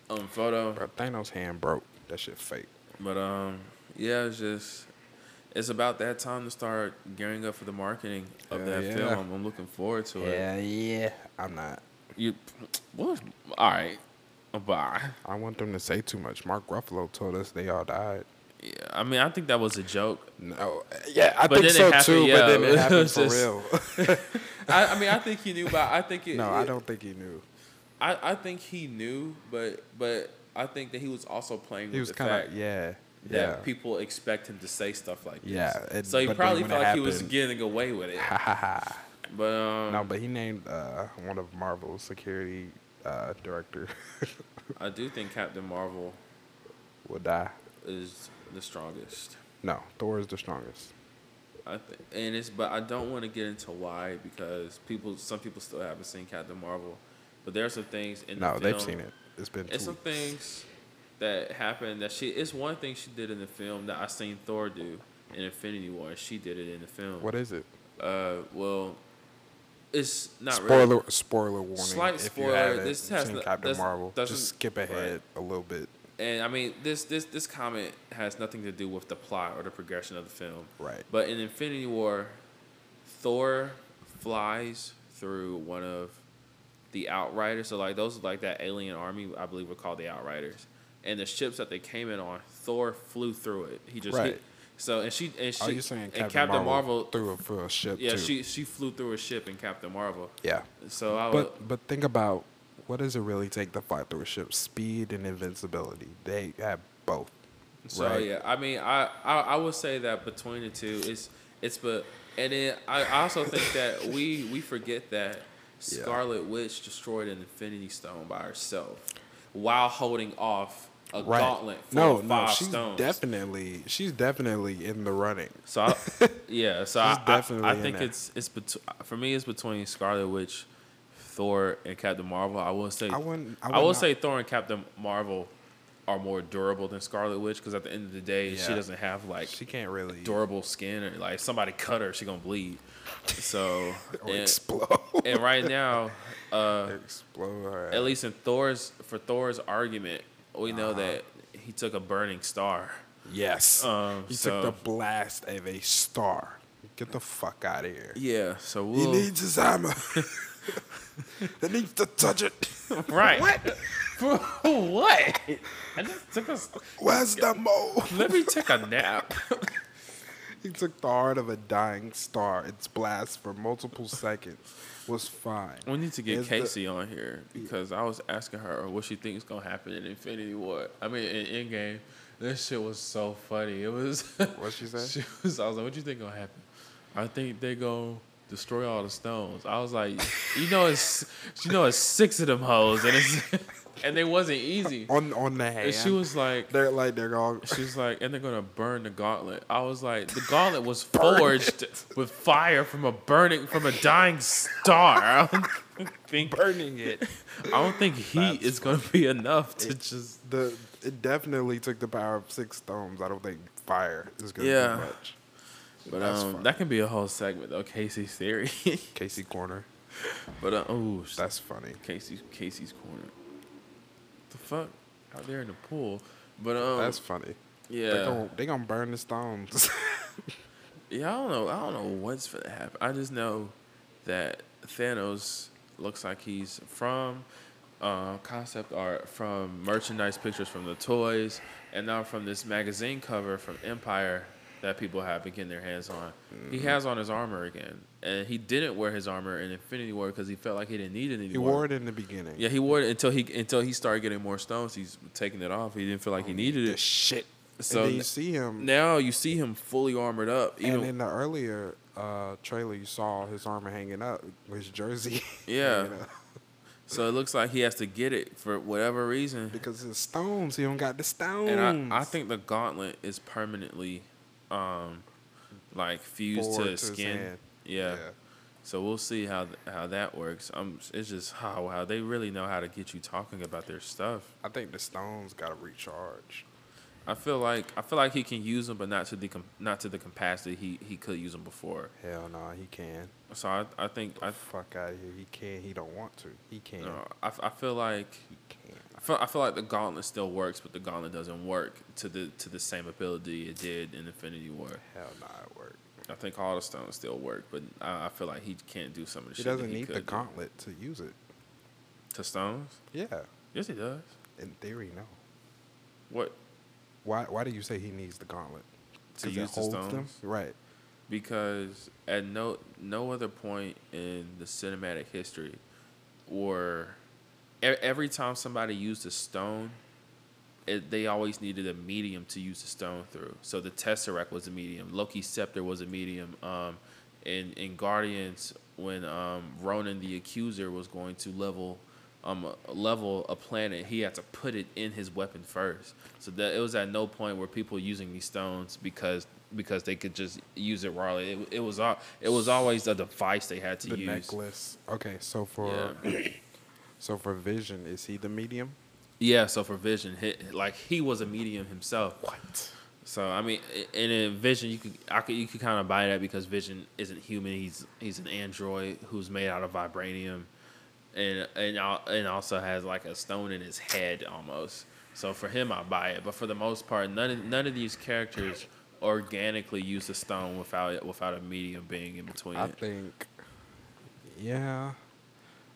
Speaker 1: um, photo.
Speaker 2: Bro, Thanos' hand broke. That shit fake.
Speaker 1: But um, yeah, it's just it's about that time to start gearing up for the marketing of
Speaker 2: Hell
Speaker 1: that
Speaker 2: yeah.
Speaker 1: film. I'm looking forward to it.
Speaker 2: yeah. I'm not.
Speaker 1: You, what? All right, bye.
Speaker 2: I want them to say too much. Mark Ruffalo told us they all died.
Speaker 1: Yeah, I mean, I think that was a joke.
Speaker 2: No, yeah, I
Speaker 1: But then
Speaker 2: think
Speaker 1: it
Speaker 2: so
Speaker 1: happened,
Speaker 2: too.
Speaker 1: yeah,
Speaker 2: But then
Speaker 1: it
Speaker 2: it happened
Speaker 1: was
Speaker 2: for
Speaker 1: just-
Speaker 2: real.
Speaker 1: I, I mean, I think he knew, but I think it.
Speaker 2: no, I
Speaker 1: it-
Speaker 2: don't think he knew.
Speaker 1: I, I think he knew, but but I think that he was also playing
Speaker 2: He
Speaker 1: with
Speaker 2: was
Speaker 1: the
Speaker 2: kind
Speaker 1: fact
Speaker 2: of yeah,
Speaker 1: that
Speaker 2: yeah.
Speaker 1: people expect him to say stuff like this.
Speaker 2: Yeah, and-
Speaker 1: so he
Speaker 2: but then
Speaker 1: probably
Speaker 2: when
Speaker 1: felt
Speaker 2: it
Speaker 1: like he was
Speaker 2: happened-
Speaker 1: getting away with it.
Speaker 2: Ha ha ha.
Speaker 1: But um,
Speaker 2: No, but he named uh, one of Marvel's security uh, director
Speaker 1: I do think Captain Marvel
Speaker 2: will die.
Speaker 1: is the strongest.
Speaker 2: No, Thor is the strongest.
Speaker 1: I think, and it's but I don't want to get into why because people, some people still haven't seen Captain Marvel, but there are some things in
Speaker 2: No,
Speaker 1: the
Speaker 2: they've
Speaker 1: film-
Speaker 2: seen it. It's been two
Speaker 1: It's some
Speaker 2: weeks.
Speaker 1: things that happened that she. It's one thing she did in the film that I seen Thor do in Infinity War. and She did it in the film.
Speaker 2: What is it?
Speaker 1: Uh, well, it's not
Speaker 2: spoiler
Speaker 1: Really,
Speaker 2: spoiler warning.
Speaker 1: Slight
Speaker 2: if
Speaker 1: spoiler,
Speaker 2: You haven't
Speaker 1: this
Speaker 2: seen
Speaker 1: has no-
Speaker 2: Captain
Speaker 1: doesn't-
Speaker 2: Marvel.
Speaker 1: doesn't-
Speaker 2: Just skip ahead a little bit.
Speaker 1: and I mean this this this comment has nothing to do with the plot or the progression of the film.
Speaker 2: Right.
Speaker 1: But in Infinity War, Thor flies through one of the Outriders. So like those like that alien army I believe were called the Outriders. And the ships that they came in on, Thor flew through it. He just
Speaker 2: Right.
Speaker 1: hit. So and she and she
Speaker 2: Are you Oh, saying
Speaker 1: and
Speaker 2: Captain,
Speaker 1: Captain Marvel,
Speaker 2: threw a full ship?
Speaker 1: yeah
Speaker 2: too?
Speaker 1: she Oh. she flew through a ship in Captain Marvel.
Speaker 2: Yeah,
Speaker 1: So I would,
Speaker 2: but but think about what does it really take to fly through a ship? Speed and invincibility. They have both.
Speaker 1: So
Speaker 2: right?
Speaker 1: yeah, I mean, I, I I would say that between the two, it's it's but and then I also think that we we forget that
Speaker 2: Yeah.
Speaker 1: Scarlet Witch destroyed an Infinity Stone by herself while holding off a
Speaker 2: Right.
Speaker 1: gauntlet full
Speaker 2: no,
Speaker 1: of
Speaker 2: no,
Speaker 1: five
Speaker 2: she's
Speaker 1: stones.
Speaker 2: definitely she's definitely in the running.
Speaker 1: So I, yeah, so I, I,
Speaker 2: definitely
Speaker 1: I
Speaker 2: in
Speaker 1: think
Speaker 2: there.
Speaker 1: it's it's between for me it's between Scarlet Witch, Thor, and Captain Marvel. I will say
Speaker 2: I wouldn't- I
Speaker 1: I,
Speaker 2: would
Speaker 1: will
Speaker 2: not-
Speaker 1: say Thor and Captain Marvel are more durable than Scarlet Witch because at the end of the day she
Speaker 2: Yeah.
Speaker 1: doesn't have like
Speaker 2: She can't really
Speaker 1: durable skin or like if somebody cut her she gonna bleed. So
Speaker 2: or
Speaker 1: and,
Speaker 2: explode.
Speaker 1: and right now, uh,
Speaker 2: explode her.
Speaker 1: at least in Thor's for Thor's argument, we know
Speaker 2: Uh-huh.
Speaker 1: that he took a burning star.
Speaker 2: Yes.
Speaker 1: Um,
Speaker 2: he
Speaker 1: so-
Speaker 2: took the blast of a star. Get the fuck out of here.
Speaker 1: Yeah, so
Speaker 2: He
Speaker 1: we'll
Speaker 2: needs his hammer. he needs to touch it.
Speaker 1: Right.
Speaker 2: What?
Speaker 1: For what? I just took a.
Speaker 2: Where's the mo?
Speaker 1: Let me take a nap.
Speaker 2: He took the heart of a dying star. Its blast for multiple seconds was fine.
Speaker 1: We need to get
Speaker 2: Is the-
Speaker 1: Casey on here because I was asking her what she thinks gonna happen in Infinity War. I mean, in Endgame, this shit was so funny. It was.
Speaker 2: What she say?
Speaker 1: She was. I was like, "What you think gonna happen?" I think they gonna destroy all the stones. I was like, "You know, it's you know, it's six of them hoes, and it's and they wasn't easy."
Speaker 2: on on the hand.
Speaker 1: And she was like,
Speaker 2: They're like they're all.
Speaker 1: She's like, and they're gonna burn the gauntlet. I was like, the gauntlet was forged with fire from a burning from a dying star. I don't think
Speaker 2: burning it.
Speaker 1: I don't think heat is gonna be enough to just
Speaker 2: The it definitely took the power of six stones. I don't think fire is gonna
Speaker 1: Yeah.
Speaker 2: do much.
Speaker 1: but
Speaker 2: That's
Speaker 1: um,
Speaker 2: fine.
Speaker 1: that can be a whole segment though, Casey's theory.
Speaker 2: Casey Corner.
Speaker 1: but uh, oh sh-
Speaker 2: That's funny.
Speaker 1: Casey's Casey's corner. The fuck? Out there in the pool. But um
Speaker 2: That's funny. They're
Speaker 1: yeah.
Speaker 2: gonna, they gonna burn the stones.
Speaker 1: Yeah, I don't know. I don't know what's gonna happen. I just know that Thanos looks like he's from uh, concept art, from merchandise pictures, from the toys, and now from this magazine cover from Empire that people have been getting their hands on.
Speaker 2: Mm-hmm.
Speaker 1: He has on his armor again, and he didn't wear his armor in Infinity War because he felt like he didn't need it anymore.
Speaker 2: he wore it in the beginning.
Speaker 1: Yeah, he wore it until he until he started getting more stones. He's taking it off. He didn't feel like he needed
Speaker 2: The
Speaker 1: it.
Speaker 2: shit.
Speaker 1: So
Speaker 2: and then you
Speaker 1: n-
Speaker 2: see him.
Speaker 1: Now you see him fully armored up. Even
Speaker 2: and in the earlier uh, trailer, you saw his armor hanging up, his jersey.
Speaker 1: Yeah.
Speaker 2: hanging up.
Speaker 1: So it looks like he has to get it for whatever reason.
Speaker 2: because his stones, he don't got the stones.
Speaker 1: And I, I think the gauntlet is permanently um like fused to
Speaker 2: Forward
Speaker 1: his
Speaker 2: to his
Speaker 1: skin.
Speaker 2: hand.
Speaker 1: Yeah. So we'll see how th- how that works. Um it's just how wow, they really know how to get you talking about their stuff.
Speaker 2: I think the stones got to recharge.
Speaker 1: I feel like I feel like he can use them but not to the com- not to the capacity he, he could use them before.
Speaker 2: Hell no, he can.
Speaker 1: So I I think I
Speaker 2: Fuck out of here. He can. He don't want to. He can.
Speaker 1: no, I, I feel like
Speaker 2: He can.
Speaker 1: I feel, I feel like the gauntlet still works, but the gauntlet doesn't work to the to the same ability it did in Infinity War.
Speaker 2: Hell no, it worked.
Speaker 1: I think all the stones still work, but I, I feel like he can't do some of the
Speaker 2: He
Speaker 1: shit. that
Speaker 2: doesn't need
Speaker 1: could
Speaker 2: the
Speaker 1: do.
Speaker 2: gauntlet to use it.
Speaker 1: to stones.
Speaker 2: Yeah.
Speaker 1: Yes, he does.
Speaker 2: In theory, no.
Speaker 1: What?
Speaker 2: Why? Why do you say he needs the gauntlet?
Speaker 1: To
Speaker 2: 'Cause it
Speaker 1: use the
Speaker 2: holds them?
Speaker 1: stones?
Speaker 2: Right.
Speaker 1: Because at no no other point in the cinematic history, or e- every time somebody used a stone, it, they always needed a medium to use the stone through. So the Tesseract was a medium. Loki's scepter was a medium. Um, in in Guardians, when um, Ronan the Accuser was going to level um level a planet, he had to put it in his weapon first. So that it was at no point where people were using these stones because because they could just use it rawly. It, it was all it was always a device they had to
Speaker 2: The
Speaker 1: use.
Speaker 2: necklace. Okay, so for so for Vision, is he the medium?
Speaker 1: Yeah, so for Vision, he, like he was a medium himself. What? So I mean, i- and in Vision, you could I could you could kind of buy that because Vision isn't human. He's he's an android who's made out of vibranium, and and al- and also has like a stone in his head almost. So for him, I buy it. But for the most part, none of, none of these characters organically use the stone without it without a medium being in between.
Speaker 2: I
Speaker 1: it.
Speaker 2: think. Yeah.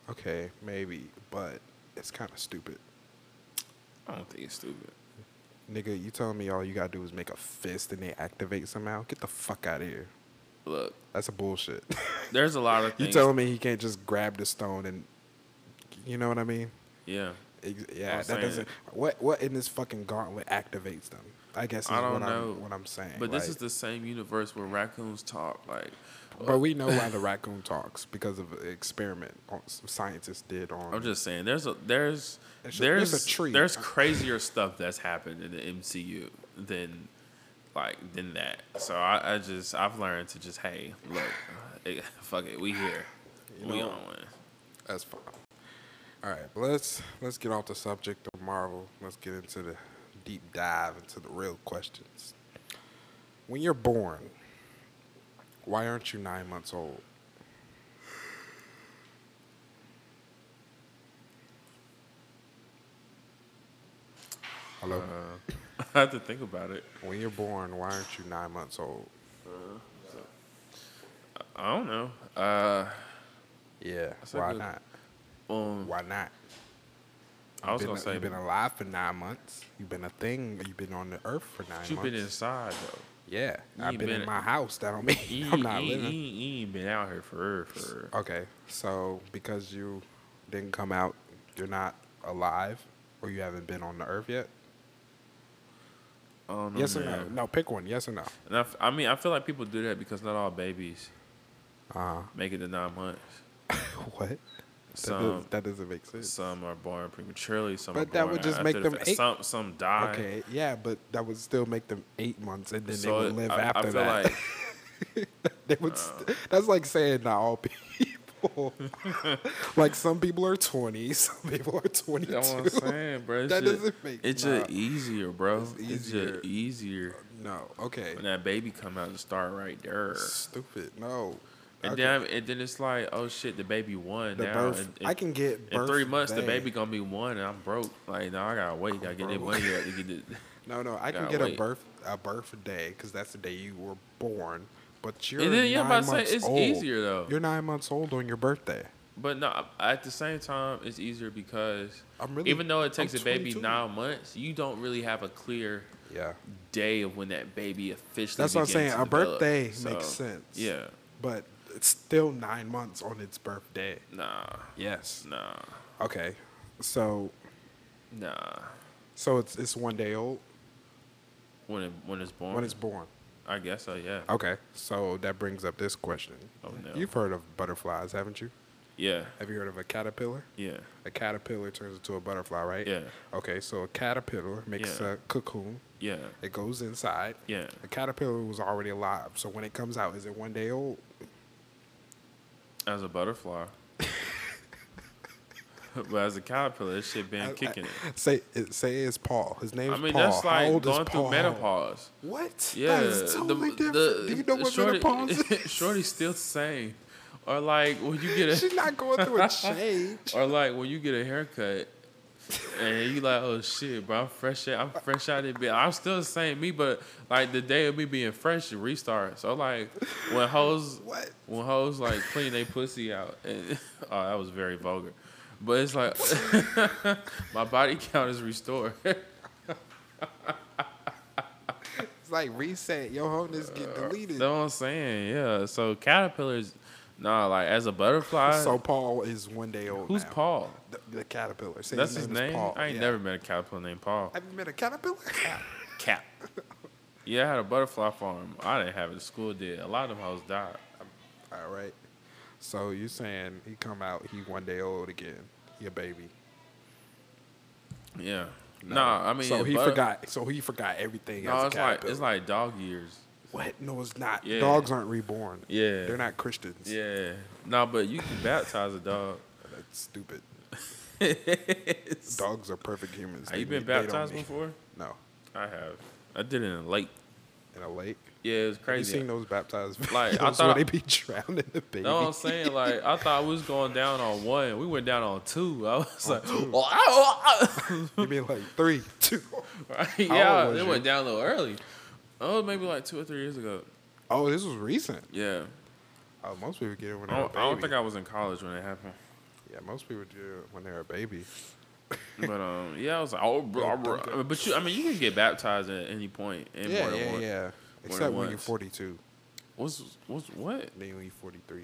Speaker 2: Okay, maybe, but it's kind of stupid,
Speaker 1: I don't think it's stupid.
Speaker 2: nigga. You telling me all you gotta do is make a fist and they activate somehow? Get the fuck out of here.
Speaker 1: Look,
Speaker 2: That's a bullshit.
Speaker 1: there's a lot of
Speaker 2: you
Speaker 1: things.
Speaker 2: telling me he can't just grab the stone and, you know what I mean?
Speaker 1: yeah.
Speaker 2: Ex- yeah,
Speaker 1: I'm
Speaker 2: that
Speaker 1: saying-
Speaker 2: doesn't. What what in this fucking gauntlet activates them? I guess is
Speaker 1: I don't
Speaker 2: what,
Speaker 1: know.
Speaker 2: I'm, what I'm saying.
Speaker 1: But this
Speaker 2: like-
Speaker 1: is the same universe where raccoons talk. Like,
Speaker 2: But we know why the raccoon talks because of an experiment on, scientists did on.
Speaker 1: I'm just saying, there's a there's
Speaker 2: It's a-
Speaker 1: there's
Speaker 2: it's a tree.
Speaker 1: there's crazier stuff that's happened in the MCU than like than that. So I, I just I've learned to just hey look, eh, fuck it, we here, we
Speaker 2: know-
Speaker 1: on.
Speaker 2: That's fine. All right, but let's let's get off the subject of Marvel. Let's get into the deep dive into the real questions. When you're born, why aren't you nine months old? Hello.
Speaker 1: I have to think about it.
Speaker 2: when you're born, why aren't you nine months old?
Speaker 1: I don't know. Uh,
Speaker 2: Yeah.
Speaker 1: That's a
Speaker 2: Why
Speaker 1: good-
Speaker 2: not?
Speaker 1: um,
Speaker 2: Why not?
Speaker 1: I was
Speaker 2: been,
Speaker 1: gonna say
Speaker 2: you've been alive for nine months. You've been a thing. You've been on the earth for nine
Speaker 1: you've
Speaker 2: months.
Speaker 1: been inside though.
Speaker 2: yeah,
Speaker 1: you
Speaker 2: I've
Speaker 1: ain't
Speaker 2: been,
Speaker 1: been-
Speaker 2: in my house. That don't mean
Speaker 1: You,
Speaker 2: I'm not
Speaker 1: you-
Speaker 2: living.
Speaker 1: you- you ain't e-, been out here for for.
Speaker 2: Okay, so because you didn't come out, you're not alive, or you haven't been on the earth yet.
Speaker 1: I don't know,
Speaker 2: yes or no?
Speaker 1: Oh, man.
Speaker 2: No, pick one. Yes or no?
Speaker 1: And I, f- I mean, I feel like people do that because not all babies
Speaker 2: Uh,
Speaker 1: make it to nine months.
Speaker 2: what? That,
Speaker 1: Some
Speaker 2: does, that doesn't make sense.
Speaker 1: some are born prematurely. Some are
Speaker 2: But that
Speaker 1: born
Speaker 2: would just
Speaker 1: after
Speaker 2: make
Speaker 1: the
Speaker 2: them
Speaker 1: fact.
Speaker 2: eight-
Speaker 1: Some some die.
Speaker 2: Okay, yeah, but that would still make them eight months, and then
Speaker 1: So
Speaker 2: they would live
Speaker 1: I,
Speaker 2: after
Speaker 1: I feel
Speaker 2: that.
Speaker 1: like
Speaker 2: They would st- that's like saying not all people. like some people are 20, some people are 22.
Speaker 1: that's what I'm saying, bro. It's
Speaker 2: That
Speaker 1: just,
Speaker 2: doesn't make-
Speaker 1: it's
Speaker 2: nah.
Speaker 1: just easier, bro. It's,
Speaker 2: easier.
Speaker 1: just easier
Speaker 2: No, okay.
Speaker 1: when that baby come out and start right there.
Speaker 2: Stupid. No.
Speaker 1: And
Speaker 2: Okay.
Speaker 1: then I'm- and then it's like, oh shit, the baby won
Speaker 2: the
Speaker 1: now.
Speaker 2: birth,
Speaker 1: and, and-
Speaker 2: I can get birth
Speaker 1: in three months the
Speaker 2: day.
Speaker 1: baby gonna be one, and I'm broke. Like now I gotta wait. Gotta get that
Speaker 2: broke.
Speaker 1: money up to get it.
Speaker 2: No, no, I can
Speaker 1: Nah,
Speaker 2: get
Speaker 1: wait.
Speaker 2: a birth a birthday because that's the day you were born. But you're
Speaker 1: then, yeah, I'm
Speaker 2: nine
Speaker 1: about to say,
Speaker 2: months
Speaker 1: it's
Speaker 2: old.
Speaker 1: easier, though.
Speaker 2: You're nine months old on your birthday.
Speaker 1: But no, at the same time, it's easier because
Speaker 2: I'm really-
Speaker 1: even though it takes
Speaker 2: I'm
Speaker 1: a baby
Speaker 2: 22.
Speaker 1: nine months, you don't really have a clear
Speaker 2: Yeah,
Speaker 1: day of when that baby officially.
Speaker 2: that's what I'm
Speaker 1: begins
Speaker 2: saying.
Speaker 1: to
Speaker 2: A
Speaker 1: develop.
Speaker 2: birthday
Speaker 1: So,
Speaker 2: makes sense.
Speaker 1: Yeah,
Speaker 2: but it's still nine months on its birthday.
Speaker 1: nah,
Speaker 2: Yes.
Speaker 1: nah,
Speaker 2: Okay, so
Speaker 1: nah.
Speaker 2: so it's it's one day old
Speaker 1: When it, when it's born,
Speaker 2: when it's born.
Speaker 1: I guess so. Yeah.
Speaker 2: Okay, so that brings up this question.
Speaker 1: Oh, no.
Speaker 2: You've heard of butterflies, haven't you?
Speaker 1: Yeah.
Speaker 2: Have you heard of a caterpillar?
Speaker 1: Yeah.
Speaker 2: A caterpillar turns into a butterfly, right?
Speaker 1: Yeah.
Speaker 2: Okay, so a caterpillar makes
Speaker 1: Yeah.
Speaker 2: a cocoon.
Speaker 1: Yeah.
Speaker 2: It goes inside.
Speaker 1: Yeah.
Speaker 2: The caterpillar was already alive. So when it comes out, is it one day old?
Speaker 1: As a butterfly. but as a caterpillar, this shit been kicking it.
Speaker 2: Uh, Say it, say it's Paul. His name's
Speaker 1: I mean,
Speaker 2: Paul.
Speaker 1: that's
Speaker 2: How
Speaker 1: like
Speaker 2: old
Speaker 1: going
Speaker 2: is
Speaker 1: through
Speaker 2: Paul?
Speaker 1: menopause.
Speaker 2: What?
Speaker 1: Yeah,
Speaker 2: That is
Speaker 1: the-
Speaker 2: totally
Speaker 1: the-
Speaker 2: different. Do you know what
Speaker 1: shorty-
Speaker 2: menopause is?
Speaker 1: Shorty's still the same. Or like when you get
Speaker 2: She's
Speaker 1: a,
Speaker 2: not going through a change.
Speaker 1: or like when you get a haircut, and you like, oh shit, bro, I'm fresh. Out, I'm fresh out of bed. I'm still the same me, but like the day of me being fresh, it restarts. So like when hoes,
Speaker 2: What?
Speaker 1: when hoes like clean they pussy out, and oh, that was very vulgar. But it's like my body count is restored.
Speaker 2: It's like reset. Your wholeness get
Speaker 1: Uh,
Speaker 2: deleted.
Speaker 1: That's what I'm saying. Yeah. So caterpillars, nah. Like as a butterfly,
Speaker 2: So Paul is one day old.
Speaker 1: who's
Speaker 2: now.
Speaker 1: Paul?
Speaker 2: The, the caterpillar. Say
Speaker 1: That's his
Speaker 2: his is
Speaker 1: name.
Speaker 2: Paul.
Speaker 1: I ain't
Speaker 2: Yeah.
Speaker 1: never met a caterpillar named Paul.
Speaker 2: Have you met a caterpillar?
Speaker 1: Cap. yeah, I had a butterfly farm. I didn't have it. The school did. A lot of them hoes died.
Speaker 2: All right. So you saying he come out, he one day old again. He a baby.
Speaker 1: Yeah. Nah, I mean.
Speaker 2: So
Speaker 1: a
Speaker 2: he
Speaker 1: butter-
Speaker 2: forgot. So he forgot everything.
Speaker 1: No,
Speaker 2: as a
Speaker 1: it's like it's
Speaker 2: caterpillar.
Speaker 1: like dog years.
Speaker 2: what? No, it's not.
Speaker 1: Yeah.
Speaker 2: Dogs aren't reborn.
Speaker 1: Yeah.
Speaker 2: they're not Christians.
Speaker 1: Yeah. Nah, but you can baptize a dog.
Speaker 2: that's stupid.
Speaker 1: Have
Speaker 2: Dogs are perfect humans. They
Speaker 1: you been
Speaker 2: need- they don't
Speaker 1: baptized
Speaker 2: need-
Speaker 1: before?
Speaker 2: No,
Speaker 1: I have. I did it in a lake.
Speaker 2: in a lake.
Speaker 1: Yeah, it was
Speaker 2: Have you
Speaker 1: crazy.
Speaker 2: seen those baptized
Speaker 1: Like, I
Speaker 2: videos I
Speaker 1: thought-
Speaker 2: thought where they be drowned in the baby?
Speaker 1: No, I'm saying like I thought we was going down on one. We went down on two. I was like, "Oh, ow,
Speaker 2: you mean like three, two?
Speaker 1: ow." Right? yeah,
Speaker 2: was
Speaker 1: it
Speaker 2: you?
Speaker 1: went down a little early. Oh, maybe like two or three years ago.
Speaker 2: Oh, this was recent.
Speaker 1: Yeah,
Speaker 2: Oh, most people get it when
Speaker 1: I
Speaker 2: they're a
Speaker 1: don't,
Speaker 2: baby.
Speaker 1: I don't think I was in college when it happened.
Speaker 2: yeah, most people do it when they're a baby.
Speaker 1: But um, yeah, I was like, oh, bro, bro. but you, I mean, you can get baptized at any point. And more
Speaker 2: Yeah,
Speaker 1: than
Speaker 2: yeah,
Speaker 1: one.
Speaker 2: yeah. Except when you're
Speaker 1: once.
Speaker 2: 42.
Speaker 1: What's what's what?
Speaker 2: Then when you're 43,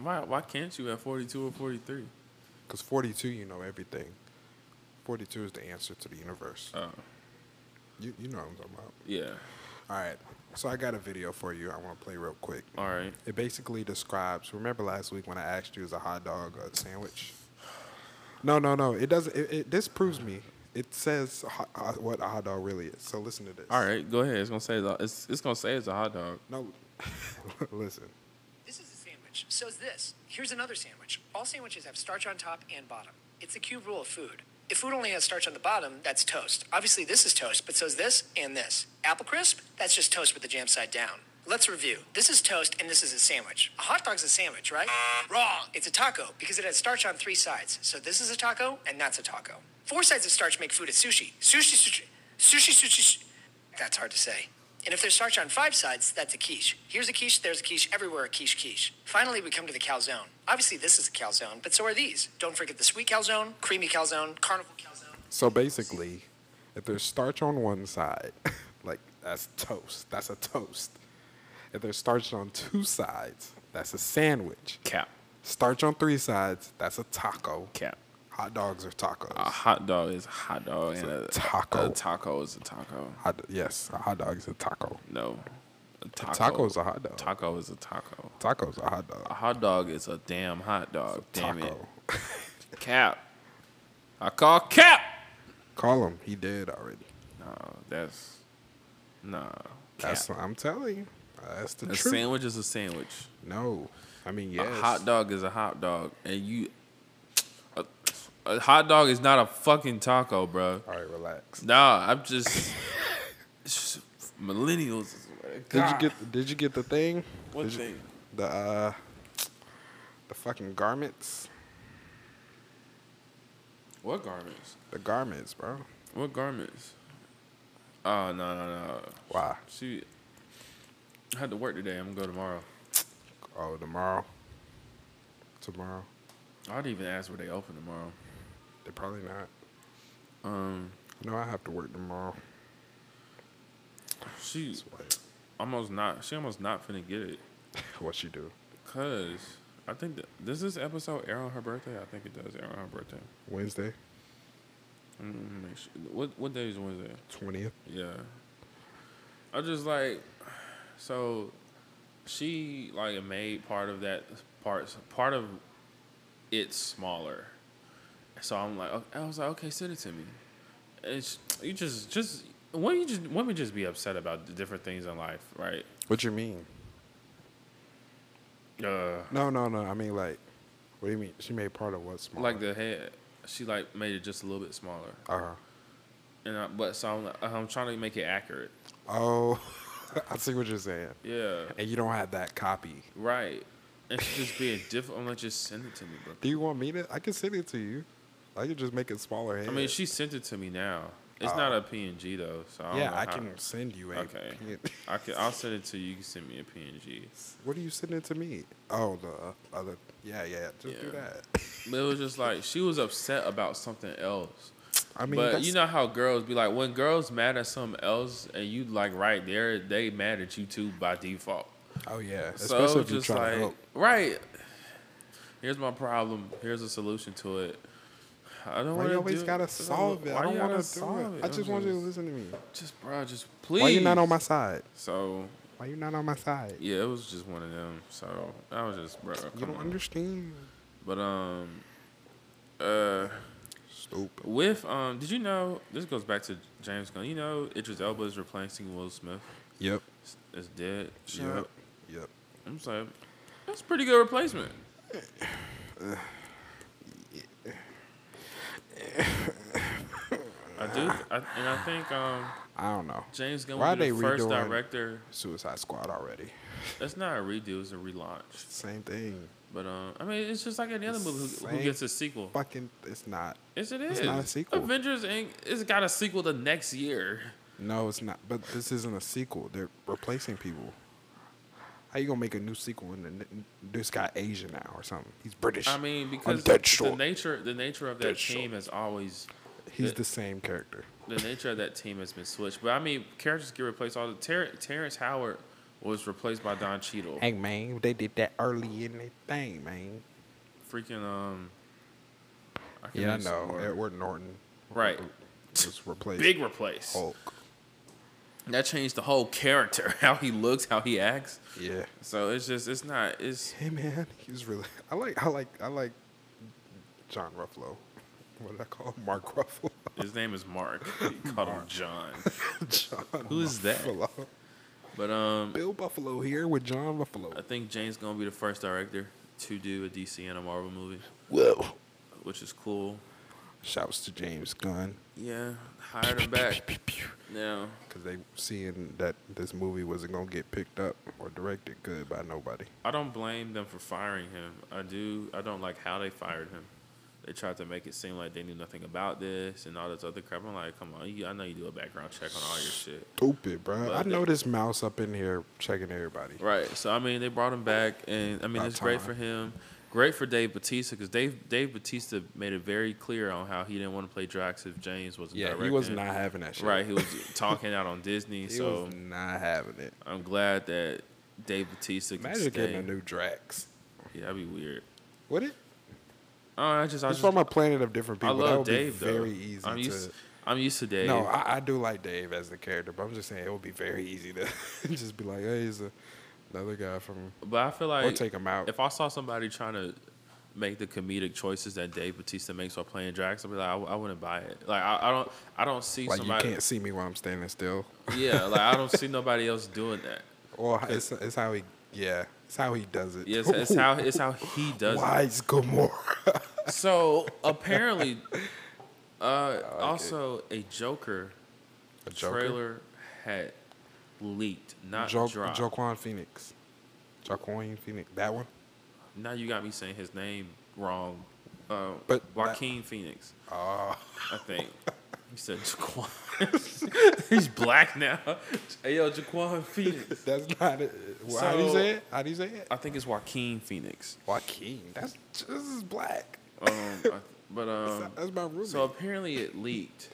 Speaker 1: Why why can't you at 42 or 43?
Speaker 2: because 42, you know everything. 42 is the answer to the universe.
Speaker 1: Oh,
Speaker 2: You, you know what I'm talking about.
Speaker 1: Yeah.
Speaker 2: All right. So I got a video for you. I want to play real quick.
Speaker 1: All right.
Speaker 2: It basically describes. Remember last week when I asked you is a hot dog a sandwich? No, no, no. It doesn't. It, it, this proves me. It says ho- ho- what a hot dog really is. So listen to this.
Speaker 1: All right. Go ahead. It's gonna say it's a- it's, it's gonna say it's a hot dog.
Speaker 2: No, listen.
Speaker 4: This is a sandwich. So is this. Here's another sandwich. All sandwiches have starch on top and bottom. It's a cube rule of food. If food only has starch on the bottom, that's toast. Obviously, this is toast, but so is this and this. Apple crisp? That's just toast with the jam side down. Let's review. This is toast and this is a sandwich. A hot dog's a sandwich, right? Wrong. It's a taco because it has starch on three sides. So this is a taco and that's a taco. Four sides of starch make food a sushi. Sushi, sushi, sushi, sushi. sushi. That's hard to say. And if there's starch on five sides, that's a quiche. Here's a quiche, there's a quiche, everywhere a quiche quiche. Finally, we come to the calzone. Obviously, this is a calzone, but so are these. Don't forget the sweet calzone, creamy calzone, carnival calzone.
Speaker 2: So basically, if there's starch on one side, like that's toast. That's a toast. If there's starch on two sides, that's a sandwich.
Speaker 1: Cap.
Speaker 2: Starch on three sides, that's a taco.
Speaker 1: Cap.
Speaker 2: Hot dogs are tacos.
Speaker 1: A hot dog is a hot dog, and
Speaker 2: a
Speaker 1: a
Speaker 2: taco.
Speaker 1: A taco is a taco.
Speaker 2: Hot- yes, a hot dog is a taco.
Speaker 1: No. A taco,
Speaker 2: taco is a hot dog.
Speaker 1: Taco is a taco.
Speaker 2: Taco's a hot dog.
Speaker 1: A hot dog is a damn hot dog. damn
Speaker 2: taco.
Speaker 1: it. Cap. I call cap.
Speaker 2: Call him. He dead already.
Speaker 1: No, that's no. Cap.
Speaker 2: That's what I'm telling you. That's the
Speaker 1: a
Speaker 2: truth.
Speaker 1: sandwich is a sandwich.
Speaker 2: No, I mean yes.
Speaker 1: A hot dog is a hot dog, and you a, a hot dog is not a fucking taco, bro.
Speaker 2: All right, relax.
Speaker 1: Nah, I'm just it's just millennials. is what I
Speaker 2: Did
Speaker 1: got.
Speaker 2: you get? Did you get the thing?
Speaker 1: What
Speaker 2: Did you-
Speaker 1: thing?
Speaker 2: the uh, the fucking garments.
Speaker 1: what garments?
Speaker 2: The garments, bro.
Speaker 1: What garments? Oh no no no.
Speaker 2: Why?
Speaker 1: She I had to work today. I'm gonna go tomorrow.
Speaker 2: Oh, tomorrow. Tomorrow.
Speaker 1: I'd even ask where they open tomorrow.
Speaker 2: They're probably not.
Speaker 1: Um,
Speaker 2: No, I have to work tomorrow.
Speaker 1: she
Speaker 2: That's what.
Speaker 1: almost not. She almost not finna get it.
Speaker 2: What you do?
Speaker 1: Cause I think that, does this episode air on her birthday? I think it does air on her birthday.
Speaker 2: Wednesday,
Speaker 1: Let me- let me make sure. What what day is Wednesday?
Speaker 2: twentieth.
Speaker 1: Yeah. I just like so she like made part of that part part of it smaller. So I'm like okay, I was like okay send it to me. It's you just just when you just women just be upset about the different things in life, right?
Speaker 2: What you mean?
Speaker 1: Uh
Speaker 2: No, no, no. I mean like, what do you mean? She made part of what's small.
Speaker 1: like the head she like made it just a little bit smaller.
Speaker 2: Uh huh.
Speaker 1: And I, but so I'm like, I'm trying to make it accurate.
Speaker 2: Oh, I see what you're saying.
Speaker 1: Yeah.
Speaker 2: And you don't have that copy.
Speaker 1: Right. And she just being different. I'm like just send it to me, bro.
Speaker 2: Do you want me to? I can send it to you. I can just make it smaller.
Speaker 1: I mean, she sent it to me now. It's not a PNG though, so I don't
Speaker 2: Oh. yeah,
Speaker 1: know
Speaker 2: I
Speaker 1: how-
Speaker 2: can send you a.
Speaker 1: Okay,
Speaker 2: pin-
Speaker 1: I can. I'll send it to you. You can send me a PNG.
Speaker 2: what are you sending to me? Oh, the other. Yeah, yeah. Just do
Speaker 1: Yeah.
Speaker 2: that.
Speaker 1: But it was just like she was upset about something else.
Speaker 2: I mean,
Speaker 1: but
Speaker 2: that's,
Speaker 1: you know how girls be like when girls mad at something else, and you like right there, they mad at you too by default.
Speaker 2: Oh yeah,
Speaker 1: So
Speaker 2: especially if you
Speaker 1: just
Speaker 2: try to
Speaker 1: like
Speaker 2: help.
Speaker 1: right. Here's my problem. Here's a solution to it. I don't
Speaker 2: Why
Speaker 1: want to
Speaker 2: you always gotta solve it? I don't want to do it. I just want you to listen to me.
Speaker 1: Just, bro, just please.
Speaker 2: Why you not on my side?
Speaker 1: So
Speaker 2: Why you not on my side?
Speaker 1: Yeah, it was just one of them. So I was just, bro.
Speaker 2: You
Speaker 1: come
Speaker 2: don't
Speaker 1: on.
Speaker 2: understand.
Speaker 1: But um, uh,
Speaker 2: Stupid.
Speaker 1: with um, did you know this goes back to James Gunn? You know, Idris Elba is replacing Will Smith.
Speaker 2: Yep.
Speaker 1: Is- Is dead. So,
Speaker 2: Yep. Yep.
Speaker 1: I'm just like, that's a pretty good replacement. I do, I, and I think um,
Speaker 2: I don't know.
Speaker 1: James Gunn
Speaker 2: Why
Speaker 1: will be
Speaker 2: they
Speaker 1: the first
Speaker 2: redoing-
Speaker 1: director.
Speaker 2: Suicide Squad already.
Speaker 1: That's not a redo; it's a relaunch.
Speaker 2: Same thing.
Speaker 1: But um, I mean, it's just like any other movie who,
Speaker 2: Same
Speaker 1: who gets a sequel.
Speaker 2: Fucking. It's not.
Speaker 1: Yes, it is.
Speaker 2: It's not a sequel.
Speaker 1: Avengers Inc. It's got a sequel the next year.
Speaker 2: No, it's not. But this isn't a sequel. They're replacing people. How you gonna make a new sequel and then this guy Asian now or something? He's British.
Speaker 1: I mean, because
Speaker 2: dead
Speaker 1: the
Speaker 2: sure.
Speaker 1: nature the nature of that
Speaker 2: Dead sure.
Speaker 1: team has always
Speaker 2: he's the same character.
Speaker 1: the nature of that team has been switched. But I mean, characters get replaced all the Ter- Terrence Howard was replaced by Don Cheadle.
Speaker 2: Hey man, they did that early in their thing, man.
Speaker 1: Freaking um. I can't
Speaker 2: Yeah, I
Speaker 1: even say the
Speaker 2: know.
Speaker 1: word.
Speaker 2: Edward Norton
Speaker 1: Right.
Speaker 2: was replaced.
Speaker 1: Big replace.
Speaker 2: Hulk.
Speaker 1: That changed the whole character, how he looks, how he acts.
Speaker 2: Yeah.
Speaker 1: So it's just, it's not, it's
Speaker 2: Hey man, he was really. I like. I like. I like. John Ruffalo. What did I call him? Mark Ruffalo.
Speaker 1: his name is Mark. You called him John.
Speaker 2: John.
Speaker 1: Who is that?
Speaker 2: Ruffalo.
Speaker 1: But um,
Speaker 2: Bill Buffalo here with John
Speaker 1: I
Speaker 2: Ruffalo.
Speaker 1: think James gonna be the first director to do a DC and a Marvel movie,
Speaker 2: Whoa.
Speaker 1: which is cool.
Speaker 2: Shouts to James Gunn.
Speaker 1: Yeah, hired him back.
Speaker 2: Because
Speaker 1: Now,
Speaker 2: they seeing that this movie wasn't gonna get picked up or directed good by nobody.
Speaker 1: I don't blame them for firing him. I do. I don't like how they fired him. They tried to make it seem like they knew nothing about this and all this other crap. I'm like, come on, you, I know you do a background check on all your shit.
Speaker 2: Stupid, bro. I
Speaker 1: But they-
Speaker 2: know this mouse up in here checking everybody.
Speaker 1: Right. So I mean, they brought him back, and I mean,
Speaker 2: About
Speaker 1: it's great
Speaker 2: time.
Speaker 1: for him. Great for Dave Batista because Dave Dave Batista made it very clear on how he didn't want to play Drax if James wasn't
Speaker 2: Yeah,
Speaker 1: directing.
Speaker 2: he was not having that shit.
Speaker 1: Right. He was talking out on Disney.
Speaker 2: He
Speaker 1: so
Speaker 2: was not having it.
Speaker 1: I'm glad that Dave Batista can
Speaker 2: Imagine
Speaker 1: stay.
Speaker 2: getting a new Drax.
Speaker 1: yeah, that'd be weird.
Speaker 2: Would it?
Speaker 1: Oh, I just, I
Speaker 2: It's
Speaker 1: just,
Speaker 2: from a planet of different
Speaker 1: I
Speaker 2: people. that
Speaker 1: love
Speaker 2: would
Speaker 1: Dave
Speaker 2: be
Speaker 1: though.
Speaker 2: very easy
Speaker 1: I'm
Speaker 2: to.
Speaker 1: used, I'm used to Dave.
Speaker 2: No, I, I do like Dave as the character, but I'm just saying it would be very easy to just be like, hey, he's a, another guy from.
Speaker 1: but I feel
Speaker 2: Or
Speaker 1: like
Speaker 2: take him out.
Speaker 1: if I saw somebody trying to make the comedic choices that Dave Batista makes while playing Drax, I'd be like, I, I wouldn't buy it. Like, I, I don't, I don't see
Speaker 2: Like
Speaker 1: somebody.
Speaker 2: you can't see me while I'm standing still.
Speaker 1: Yeah, like I don't see nobody else doing that.
Speaker 2: Or it's, it's how he, yeah, it's how he does it.
Speaker 1: Yeah, it's, it's how it's how he does it.
Speaker 2: Why is Gamora?
Speaker 1: So apparently, uh, also a Joker,
Speaker 2: A Joker?
Speaker 1: trailer had leaked, not
Speaker 2: jo-
Speaker 1: dropped.
Speaker 2: Joaquin Phoenix. Joaquin Phoenix. That one?
Speaker 1: Now you got me saying his name wrong. Uh,
Speaker 2: But
Speaker 1: Joaquin Phoenix,
Speaker 2: Oh.
Speaker 1: I think. He said Jaquan. He's black now. Hey, yo, Jaquan Phoenix.
Speaker 2: That's not it. Well, how do you
Speaker 1: So-
Speaker 2: say it? How do you say it?
Speaker 1: I think it's Joaquin Phoenix.
Speaker 2: Joaquin. That's just this is black.
Speaker 1: Um, I, but um,
Speaker 2: That's my roommate.
Speaker 1: So apparently it leaked,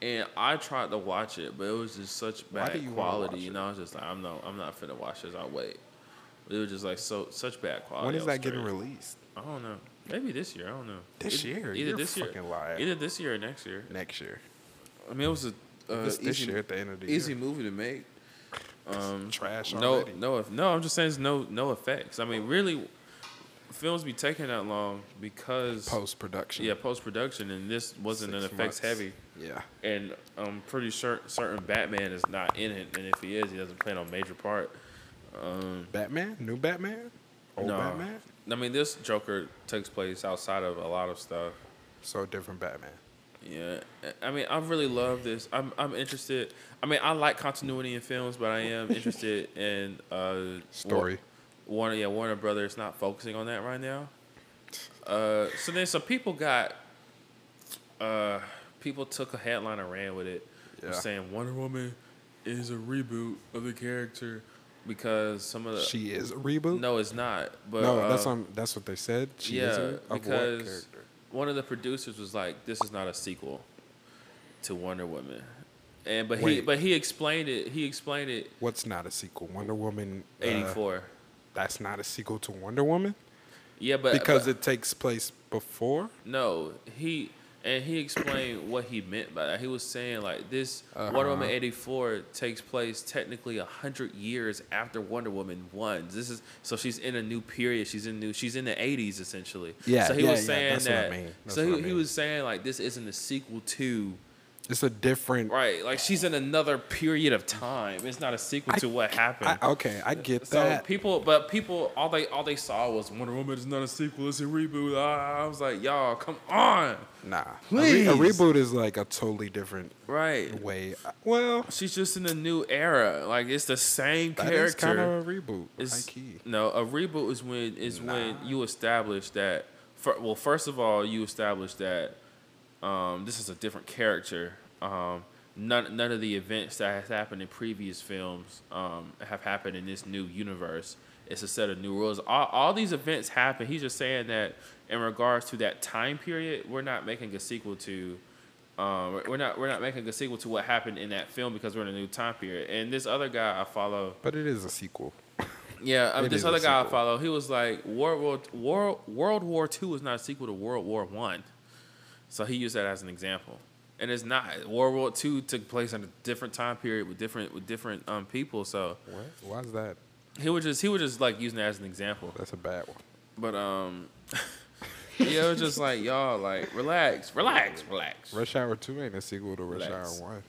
Speaker 1: and I tried to watch it, but it was just such
Speaker 2: Why
Speaker 1: bad
Speaker 2: do you wanna watch
Speaker 1: quality, and
Speaker 2: it?
Speaker 1: I was just like, I'm not, I'm not finna watch this. I'll wait. It was just like so such bad quality.
Speaker 2: when
Speaker 1: I
Speaker 2: is
Speaker 1: was
Speaker 2: that getting
Speaker 1: scared.
Speaker 2: released?
Speaker 1: I don't know. Maybe this year. I don't know.
Speaker 2: This
Speaker 1: Eith-
Speaker 2: year?
Speaker 1: Either
Speaker 2: You're
Speaker 1: this year.
Speaker 2: fucking lying.
Speaker 1: Either this year or next year.
Speaker 2: Next year.
Speaker 1: I mean, it was a uh,
Speaker 2: This- this
Speaker 1: easy,
Speaker 2: year at the end of the
Speaker 1: easy
Speaker 2: year.
Speaker 1: movie to make. Um,
Speaker 2: trash
Speaker 1: no,
Speaker 2: already.
Speaker 1: no, if, no. I'm just saying, it's no, no effects. I mean, really, films be taking that long because
Speaker 2: Post production.
Speaker 1: yeah, post production, and this wasn't an
Speaker 2: Six
Speaker 1: effects
Speaker 2: months.
Speaker 1: heavy.
Speaker 2: Yeah.
Speaker 1: and I'm pretty sure certain Batman is not in it, and if he is, he doesn't play no major part. Um,
Speaker 2: Batman? New Batman? Old
Speaker 1: no,
Speaker 2: Batman?
Speaker 1: I mean this Joker takes place outside of a lot of stuff.
Speaker 2: So different Batman.
Speaker 1: Yeah, I mean I really love this. I'm I'm interested. I mean I like continuity in films, but I am interested in uh,
Speaker 2: Story.
Speaker 1: Wa- Warner, yeah, Warner Brothers not focusing on that right now. Uh, so then some people got, uh, people took a headline and ran with it,
Speaker 2: Yeah.
Speaker 1: saying Wonder Woman is a reboot of the character because some of the
Speaker 2: she is a reboot?
Speaker 1: Uh, no, it's not. But
Speaker 2: No, that's
Speaker 1: uh,
Speaker 2: um, that's what they said. She
Speaker 1: yeah,
Speaker 2: is a, of what
Speaker 1: because
Speaker 2: character?
Speaker 1: one of the producers was like, "This is not a sequel to Wonder Woman," and but he
Speaker 2: Wait.
Speaker 1: but he explained it. He explained it
Speaker 2: What's not a sequel? Wonder Woman uh,
Speaker 1: eighty four.
Speaker 2: That's not a sequel to Wonder Woman
Speaker 1: yeah, but
Speaker 2: because
Speaker 1: Uh, but-
Speaker 2: it takes place before.
Speaker 1: no, he and he explained what he meant by that. He was saying like this Wonder Woman
Speaker 2: Uh-huh.
Speaker 1: eighty four takes place technically hundred years after Wonder Woman one. This is so she's in a new period. She's in new. She's in the eighties essentially.
Speaker 2: Yeah,
Speaker 1: So he
Speaker 2: yeah,
Speaker 1: was
Speaker 2: yeah,
Speaker 1: saying
Speaker 2: that's what I
Speaker 1: that.
Speaker 2: mean. That's
Speaker 1: So
Speaker 2: what I
Speaker 1: he, he
Speaker 2: mean.
Speaker 1: was saying like this isn't a sequel to.
Speaker 2: It's a different.
Speaker 1: Right, like she's in another period of time. It's not a sequel to what happened.
Speaker 2: I, okay, I get
Speaker 1: so
Speaker 2: that.
Speaker 1: people, but people, all they all they saw was Wonder Woman is not a sequel. It's a reboot. Ah, I was like, y'all, come on.
Speaker 2: nah, A re- a,
Speaker 1: Please.
Speaker 2: reboot is like a totally different
Speaker 1: Right.
Speaker 2: way. Uh, Well,
Speaker 1: She's just in a new era. Like it's the same
Speaker 2: that is
Speaker 1: character.
Speaker 2: kind of a reboot.
Speaker 1: It's-
Speaker 2: high key.
Speaker 1: No, a reboot is when is when you establish that. fir- well, first of all, you establish that um, this is a different character. Um, none none of the events that has happened in previous films um, have happened in this new universe. It's a set of new rules. All, all these events happen. He's just saying that in regards to that time period, we're not making a sequel to. Um, we're not we're not making a sequel to what happened in that film because we're in a new time period. And this other guy I follow,
Speaker 2: But it is a sequel.
Speaker 1: yeah, I mean,
Speaker 2: It
Speaker 1: this
Speaker 2: is a
Speaker 1: other guy I
Speaker 2: sequel.
Speaker 1: follow, he was like, World War, War World War Two is not a sequel to World War One, so he used that as an example. and it's not. World War II took place in a different time period with different with different um people. So
Speaker 2: What? Why is that?
Speaker 1: he was just he was just like using it as an example.
Speaker 2: That's a bad one.
Speaker 1: But um, yeah, it was just like y'all like relax, relax, relax.
Speaker 2: Rush Hour Two ain't a sequel to Rush
Speaker 1: Relax.
Speaker 2: Hour One.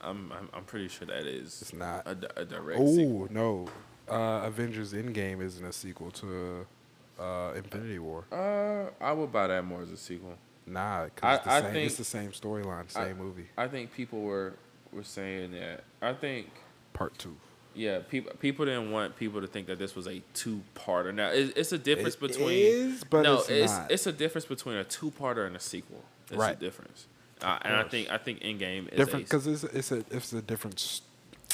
Speaker 1: I'm I'm, I'm pretty sure that is
Speaker 2: It's not.
Speaker 1: a, di- a direct. sequel.
Speaker 2: Oh no, uh, Avengers Endgame isn't a sequel to uh, Infinity War.
Speaker 1: Uh, I would buy that more as a sequel.
Speaker 2: Nah, 'cause it's, the
Speaker 1: I- I
Speaker 2: same,
Speaker 1: think-
Speaker 2: it's the same storyline,
Speaker 1: I-
Speaker 2: same movie,
Speaker 1: I think people were were saying that. I think
Speaker 2: part two.
Speaker 1: yeah, people people didn't want people to think that this was a two parter. Now it's, it's a difference
Speaker 2: It
Speaker 1: between
Speaker 2: is, but
Speaker 1: no,
Speaker 2: it's
Speaker 1: it's,
Speaker 2: not.
Speaker 1: it's a difference between a two parter and a sequel. It's a
Speaker 2: Right.
Speaker 1: difference. Uh, and I think I think Endgame is
Speaker 2: Different
Speaker 1: a,
Speaker 2: because it's it's a it's a different s-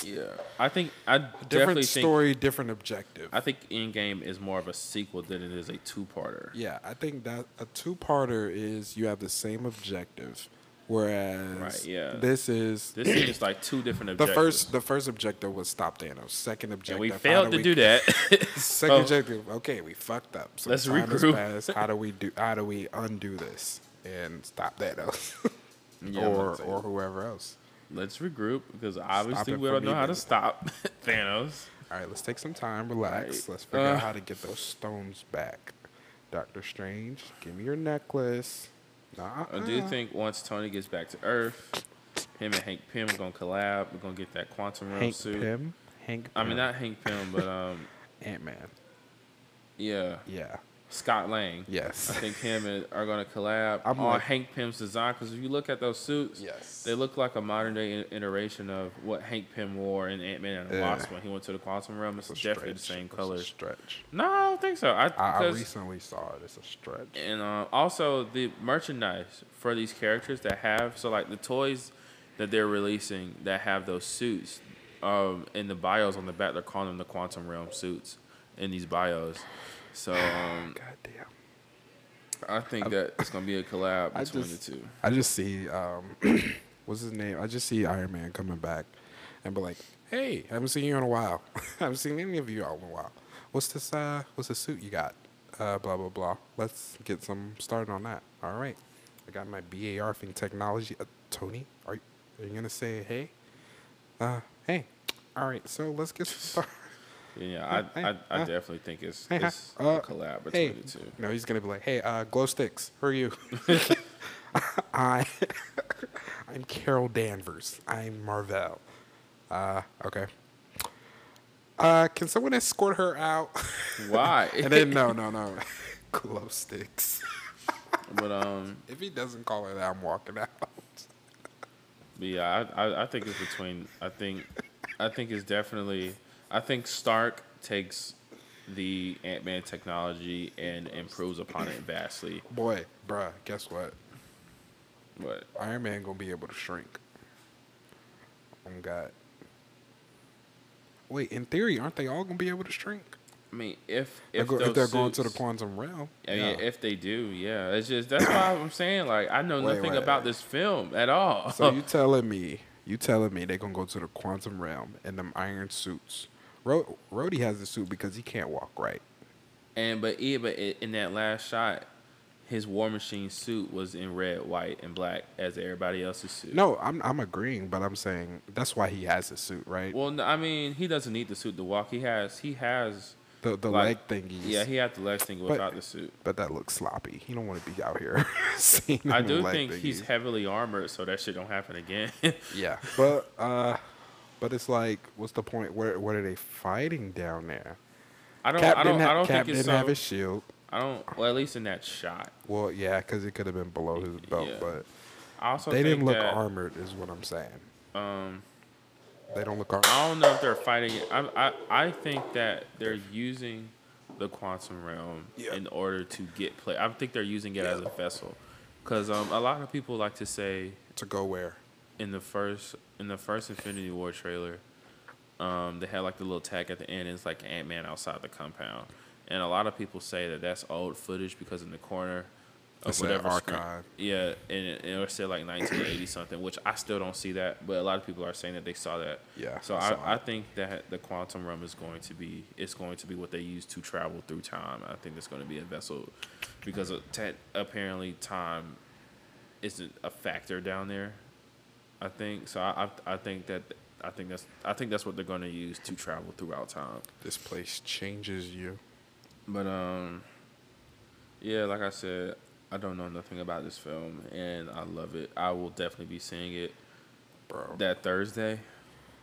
Speaker 1: yeah. I think I definitely
Speaker 2: different
Speaker 1: think
Speaker 2: story, different objective.
Speaker 1: I think Endgame is more of a sequel than it is a two parter.
Speaker 2: yeah, I think that a two parter is you have the same objective, whereas
Speaker 1: Right, yeah.
Speaker 2: this is
Speaker 1: This seems like two different
Speaker 2: the
Speaker 1: objectives.
Speaker 2: first the first objective was stop Thanos. Second objective,
Speaker 1: and we
Speaker 2: how
Speaker 1: failed
Speaker 2: do
Speaker 1: to
Speaker 2: we
Speaker 1: do that.
Speaker 2: Second
Speaker 1: So-
Speaker 2: objective. Okay, we fucked up. So
Speaker 1: Let's
Speaker 2: time has
Speaker 1: regroup.
Speaker 2: passed. How do we do? How do we undo this and stop that else,
Speaker 1: Yeah,
Speaker 2: or
Speaker 1: that's it.
Speaker 2: or whoever else?
Speaker 1: Let's regroup because obviously
Speaker 2: it
Speaker 1: we
Speaker 2: from
Speaker 1: don't know how to
Speaker 2: even.
Speaker 1: stop Thanos.
Speaker 2: All right, let's take some time, relax.
Speaker 1: Right.
Speaker 2: Let's figure
Speaker 1: Uh.
Speaker 2: out how to get those stones back. Doctor Strange, give me your necklace. Nah,
Speaker 1: I do think once Tony gets back to Earth, him and Hank Pym are gonna collab. We're gonna get that quantum realm
Speaker 2: Hank
Speaker 1: suit.
Speaker 2: Pym. Hank.
Speaker 1: I mean, not Hank Pym, but um,
Speaker 2: Ant Man.
Speaker 1: yeah,
Speaker 2: Yeah.
Speaker 1: Scott Lang. I
Speaker 2: Yes.
Speaker 1: think him and are gonna collab
Speaker 2: I'm
Speaker 1: on
Speaker 2: like-
Speaker 1: Hank Pym's design because if you look at those suits,
Speaker 2: Yes.
Speaker 1: they look like a modern day i- iteration of what Hank Pym wore in Ant Man and the
Speaker 2: Yeah.
Speaker 1: Wasp when he went to the quantum realm. It's
Speaker 2: It's a
Speaker 1: definitely the
Speaker 2: stretch.
Speaker 1: same
Speaker 2: It's a
Speaker 1: colors.
Speaker 2: Stretch.
Speaker 1: No, I don't think so. I,
Speaker 2: I, I
Speaker 1: 'cause-
Speaker 2: recently saw it. It's a stretch.
Speaker 1: and uh, also the merchandise for these characters that have so like the toys that they're releasing that have those suits um, in the bios on the back they're calling them the quantum realm suits in these bios so um,
Speaker 2: Goddamn.
Speaker 1: i think that it's going to be a collab
Speaker 2: I
Speaker 1: between
Speaker 2: just-
Speaker 1: the two
Speaker 2: I just see um, what's his name? I just see Iron Man coming back and be like, "Hey, haven't seen you in a while. haven't seen any of you all in a while. What's this? Uh, what's the suit you got? Uh, blah blah blah. Let's get some started on that. All right, I got my BAR thing technology. Uh, Tony, are you, are you gonna say hey? Uh, hey. All right, so let's get started.
Speaker 1: yeah i, I, I
Speaker 2: uh,
Speaker 1: definitely think it's,
Speaker 2: hey, hi,
Speaker 1: it's
Speaker 2: uh,
Speaker 1: a collab
Speaker 2: hey.
Speaker 1: between the two
Speaker 2: No, he's gonna be like, "Hey, uh, glow sticks. Who are you? I, I'm Carol Danvers. I'm Marvell. Uh, okay. Uh, can someone escort her out?
Speaker 1: why
Speaker 2: and then no, no, no, glow sticks.
Speaker 1: but um
Speaker 2: If he doesn't call her that, I'm walking out.
Speaker 1: But yeah, I, I, I think it's between. I think, I think it's definitely. I think Stark takes the Ant Man technology and improves upon it vastly.
Speaker 2: Boy, bruh, guess what?
Speaker 1: But
Speaker 2: Iron Man gonna be able to shrink. Oh my God. Wait, in theory, aren't they all gonna be able to shrink?
Speaker 1: I mean, if
Speaker 2: They're
Speaker 1: if,
Speaker 2: go- If,
Speaker 1: those
Speaker 2: they're going to the
Speaker 1: suits-
Speaker 2: quantum realm,
Speaker 1: I mean,
Speaker 2: yeah.
Speaker 1: if they do, yeah, it's just that's why I'm saying like I know
Speaker 2: Wait,
Speaker 1: nothing
Speaker 2: wait,
Speaker 1: about
Speaker 2: wait.
Speaker 1: this film at all.
Speaker 2: So you telling me, you telling me they're gonna go to the quantum realm in them iron suits? Ro- Rhodey has the suit because he can't walk right.
Speaker 1: and but yeah, but i- in that last shot, his War Machine suit was in red, white, and black as everybody else's suit.
Speaker 2: No, I'm I'm agreeing, but I'm saying that's why he has the suit, right?
Speaker 1: Well, no, I mean, he doesn't need the suit to walk. He has he has
Speaker 2: The the
Speaker 1: like-
Speaker 2: leg thingies.
Speaker 1: Yeah, he had the leg thing without the suit.
Speaker 2: But that looks sloppy. He don't want to be out here seeing.
Speaker 1: I
Speaker 2: them
Speaker 1: do
Speaker 2: leg
Speaker 1: think he's
Speaker 2: thingies.
Speaker 1: heavily armored, so that shit don't happen again.
Speaker 2: Yeah, but uh, but it's like, what's the point? Where what are they fighting down there?
Speaker 1: I don't.
Speaker 2: Cap
Speaker 1: I don't.
Speaker 2: didn't, ha-
Speaker 1: I don't think
Speaker 2: Cap didn't
Speaker 1: it's so.
Speaker 2: have his shield.
Speaker 1: I don't. Well, at least in that shot.
Speaker 2: Well, yeah, because it could have been below his belt,
Speaker 1: Yeah.
Speaker 2: but
Speaker 1: I also
Speaker 2: they
Speaker 1: think
Speaker 2: didn't look
Speaker 1: that,
Speaker 2: armored, is what I'm saying.
Speaker 1: Um,
Speaker 2: They don't look armored.
Speaker 1: I don't know if they're fighting. I I I think that they're using the quantum realm
Speaker 2: Yeah.
Speaker 1: in order to get play. I think they're using it as a vessel, because um, a lot of people like to say
Speaker 2: To go where?
Speaker 1: in the first in the first Infinity War trailer, um, they had like the little tag at the end. It's like Ant Man outside the compound, and a lot of people say that that's old footage because in the corner of
Speaker 2: It's that
Speaker 1: whatever screen-
Speaker 2: archive.
Speaker 1: yeah, and it, and it said like 1980 something, which I still don't see that. But a lot of people are saying that they saw that.
Speaker 2: Yeah,
Speaker 1: So
Speaker 2: I saw
Speaker 1: I, I
Speaker 2: it.
Speaker 1: think that the quantum realm is going to be it's going to be what they use to travel through time. I think it's going to be a vessel, because of te- apparently time isn't a factor down there. I think so. I I, I think that I think that's I think that's what they're going to use to travel throughout time.
Speaker 2: This place changes you.
Speaker 1: But um, yeah, like I said, I don't know nothing about this film, and I love it. I will definitely be seeing it
Speaker 2: Bro.
Speaker 1: that Thursday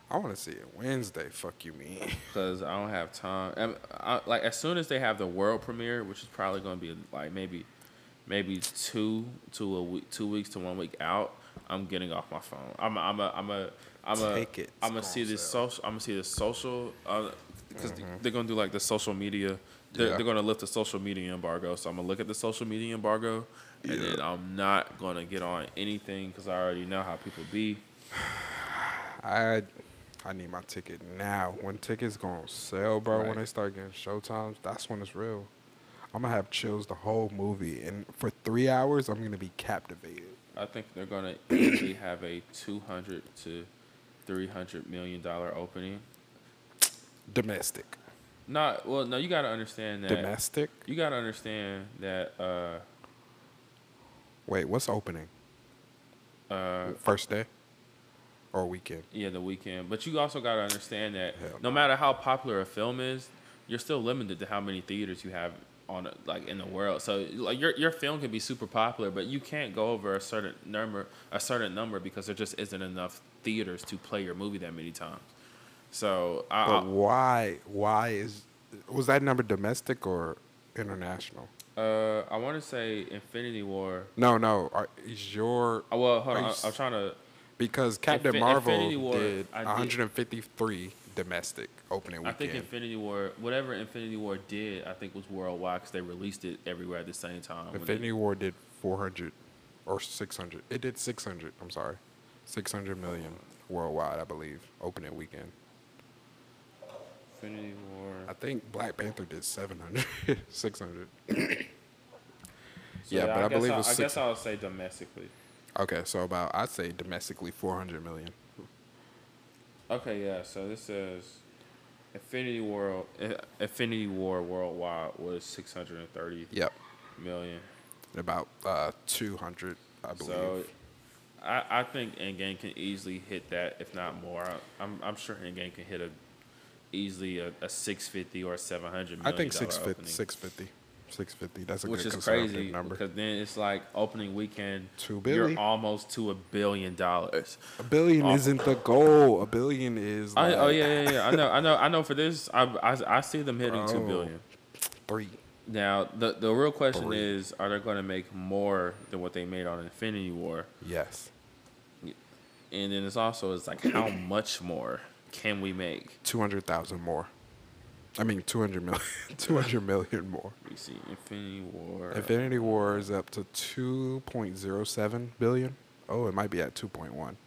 Speaker 2: I want to see it Wednesday. Fuck you, mean.
Speaker 1: because I don't have time. And I, like as soon as they have the world premiere, which is probably going to be like maybe, maybe two to a week, two weeks to one week out. I'm getting off my phone. I'm a, I'm a I'm a I'm a
Speaker 2: Take it.
Speaker 1: I'm gonna
Speaker 2: It's
Speaker 1: see
Speaker 2: on
Speaker 1: this
Speaker 2: sale.
Speaker 1: social. I'm gonna see this social because they're gonna do like the social media. They're,
Speaker 2: Mm-hmm. Yeah.
Speaker 1: they're gonna lift the social media embargo, so I'm gonna look at the social media embargo, and then I'm not gonna get on anything because I already know how people be.
Speaker 2: I I need my ticket now. When tickets go on sale, bro,
Speaker 1: Right.
Speaker 2: when they start getting showtimes, that's when it's real. I'm gonna have chills the whole movie, and for three hours, I'm gonna be captivated.
Speaker 1: I think they're gonna easily have a two hundred to three hundred million dollar opening.
Speaker 2: Domestic,
Speaker 1: Not well. No, you gotta understand that.
Speaker 2: domestic.
Speaker 1: You gotta understand that. Uh,
Speaker 2: Wait, what's opening?
Speaker 1: uh,
Speaker 2: First day or weekend?
Speaker 1: yeah, the weekend. But you also gotta understand that
Speaker 2: Hell
Speaker 1: no matter how popular a film is, you're still limited to how many theaters you have on like in the world. So like your your film can be super popular, but you can't go over a certain number a certain number because there just isn't enough theaters to play your movie that many times. So I,
Speaker 2: But
Speaker 1: I-
Speaker 2: why? Why is was that number domestic or international?
Speaker 1: Uh, I want to say Infinity War.
Speaker 2: No, no. Are, is your
Speaker 1: Oh, well, hold
Speaker 2: Are
Speaker 1: on.
Speaker 2: you
Speaker 1: I,
Speaker 2: s-
Speaker 1: I'm trying to.
Speaker 2: Because Captain
Speaker 1: Infi- Infinity
Speaker 2: Marvel
Speaker 1: War,
Speaker 2: did
Speaker 1: I did.
Speaker 2: 153 domestic opening
Speaker 1: I
Speaker 2: weekend.
Speaker 1: think Infinity War, whatever Infinity War did, I think was worldwide because they released it everywhere at the same time. when they-
Speaker 2: Infinity War did 400 or 600. It did 600. I'm sorry, 600 million worldwide, I believe, opening weekend.
Speaker 1: Infinity
Speaker 2: I
Speaker 1: War.
Speaker 2: think Black Panther did 700, 600.
Speaker 1: So
Speaker 2: yeah, but I
Speaker 1: guess
Speaker 2: believe
Speaker 1: I,
Speaker 2: it was
Speaker 1: I guess
Speaker 2: six-
Speaker 1: I'll say domestically.
Speaker 2: Okay, so about I'd say domestically 400 million.
Speaker 1: Okay, yeah. So this says Infinity War. I- Infinity War worldwide was 630
Speaker 2: Yep,
Speaker 1: million.
Speaker 2: about uh, 200, I believe.
Speaker 1: So. I, I think Endgame can easily hit that, if not more. I, I'm I'm sure Endgame can hit a easily a, a 650 or 700 million.
Speaker 2: I think
Speaker 1: dollar
Speaker 2: 650,
Speaker 1: opening.
Speaker 2: 650, 650. That's a
Speaker 1: which
Speaker 2: good
Speaker 1: is
Speaker 2: conservative
Speaker 1: crazy
Speaker 2: number.
Speaker 1: because then it's like opening weekend.
Speaker 2: Two
Speaker 1: You're
Speaker 2: billion.
Speaker 1: almost to a billion dollars.
Speaker 2: A billion
Speaker 1: Oh.
Speaker 2: isn't the goal. A billion is
Speaker 1: I,
Speaker 2: like
Speaker 1: oh yeah, yeah, yeah. I know, I know, I know. For this, I I, I see them hitting two
Speaker 2: Bro.
Speaker 1: billion.
Speaker 2: three.
Speaker 1: Now the the real question
Speaker 2: Three.
Speaker 1: is, are they going to make more than what they made on Infinity War?
Speaker 2: Yes.
Speaker 1: And then it's also it's like, how much more can we make?
Speaker 2: Two hundred thousand more. I mean two hundred million two hundred million more.
Speaker 1: Let me see, Infinity War.
Speaker 2: Infinity War is up to two point zero seven billion. Oh, it might be at two point one.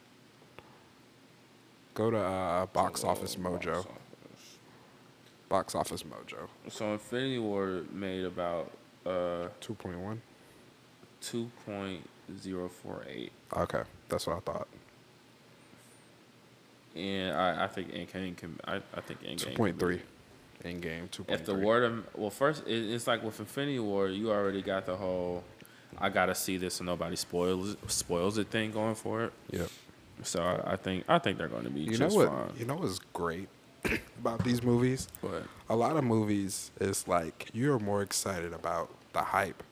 Speaker 2: Go to uh, box
Speaker 1: Oh,
Speaker 2: office mojo.
Speaker 1: box office.
Speaker 2: Box office mojo.
Speaker 1: So Infinity War made about uh
Speaker 2: Two point one.
Speaker 1: two point zero four eight,
Speaker 2: Okay, that's what I thought.
Speaker 1: and I, I think Endgame can I, I think Endgame
Speaker 2: Two
Speaker 1: can
Speaker 2: point
Speaker 1: be-
Speaker 2: three. In game two point
Speaker 1: If the
Speaker 2: three.
Speaker 1: word of well first it, it's like with Infinity War you already got the whole I gotta see this so nobody spoils spoils it thing going for it.
Speaker 2: Yep.
Speaker 1: So I, I think I think they're going to be
Speaker 2: You know
Speaker 1: just
Speaker 2: what?
Speaker 1: fine.
Speaker 2: You know what's great about these movies?
Speaker 1: What?
Speaker 2: A lot of movies is like you're more excited about the hype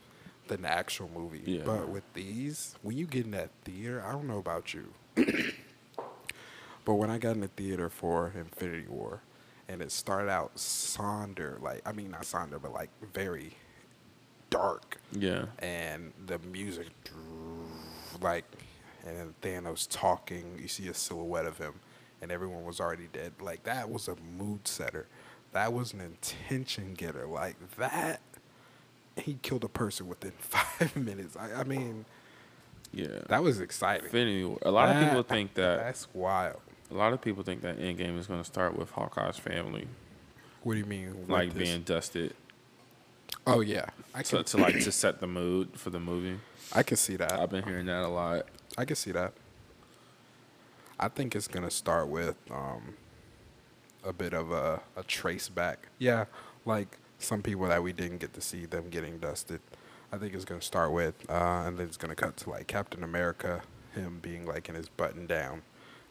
Speaker 2: than the actual movie.
Speaker 1: Yeah.
Speaker 2: But with these, when you get in that theater, I don't know about you, but when I got in the theater for Infinity War, and it started out sonder, like I mean not sonder, but like very dark
Speaker 1: Yeah.
Speaker 2: and the music like and then Thanos talking, you see a silhouette of him and everyone was already dead. Like that was a mood setter. That was an intention getter. Like that he killed a person within five minutes. I, I mean,
Speaker 1: Yeah.
Speaker 2: that was exciting.
Speaker 1: Infinity War. A lot of
Speaker 2: That-
Speaker 1: people think that
Speaker 2: that's wild.
Speaker 1: a lot of people think that Endgame is going to start with Hawkeye's family
Speaker 2: What do you mean? with
Speaker 1: like
Speaker 2: this?
Speaker 1: being dusted
Speaker 2: Oh yeah, I
Speaker 1: to,
Speaker 2: can
Speaker 1: to like to set the mood for the movie.
Speaker 2: I can see that.
Speaker 1: I've been hearing that a lot.
Speaker 2: I can see that. I think it's gonna start with um, a bit of a, a trace back. Yeah, like some people that we didn't get to see them getting dusted. I think it's gonna start with, uh, and then it's gonna cut to like Captain America, him being like in his button down,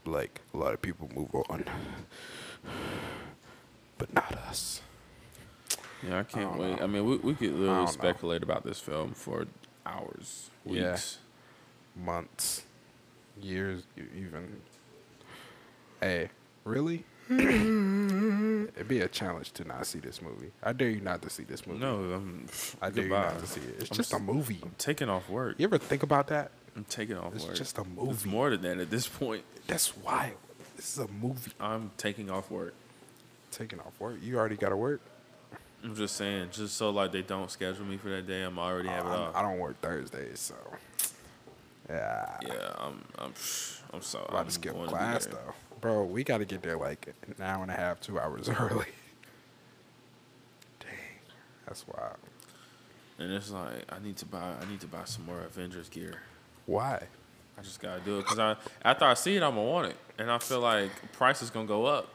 Speaker 2: like a lot of people move on, but not us.
Speaker 1: Yeah, I can't
Speaker 2: don't
Speaker 1: wait. I mean, we we could literally
Speaker 2: know.
Speaker 1: speculate about this film for hours,
Speaker 2: Yeah.
Speaker 1: weeks.
Speaker 2: Months, years, e- even. Hey, really? It'd be a challenge to not see this movie. I dare you not to see this movie.
Speaker 1: No, I'm.
Speaker 2: I dare you
Speaker 1: goodbye.
Speaker 2: not to see it. It's
Speaker 1: I'm
Speaker 2: just a
Speaker 1: s-
Speaker 2: movie.
Speaker 1: I'm taking off work.
Speaker 2: You ever think about that?
Speaker 1: I'm taking off
Speaker 2: It's
Speaker 1: work.
Speaker 2: just a
Speaker 1: It's
Speaker 2: movie.
Speaker 1: more than that at this point.
Speaker 2: That's wild. This is a movie.
Speaker 1: I'm taking off work.
Speaker 2: Taking off work. You already got to work.
Speaker 1: I'm just saying, just so like they don't schedule me for that day, I'm already have it
Speaker 2: I'm-
Speaker 1: off.
Speaker 2: I don't work Thursdays, so yeah.
Speaker 1: yeah, I'm. I'm. I'm so.
Speaker 2: I'm about
Speaker 1: I'm
Speaker 2: to skip
Speaker 1: going be
Speaker 2: class
Speaker 1: there.
Speaker 2: though, bro. We got to get there like an hour and a half, two hours early. Dang, that's wild.
Speaker 1: And it's like I need to buy. I need to buy some more Avengers gear.
Speaker 2: Why?
Speaker 1: I just gotta do it because I after I see it, I'm gonna want it, and I feel like price is gonna go up.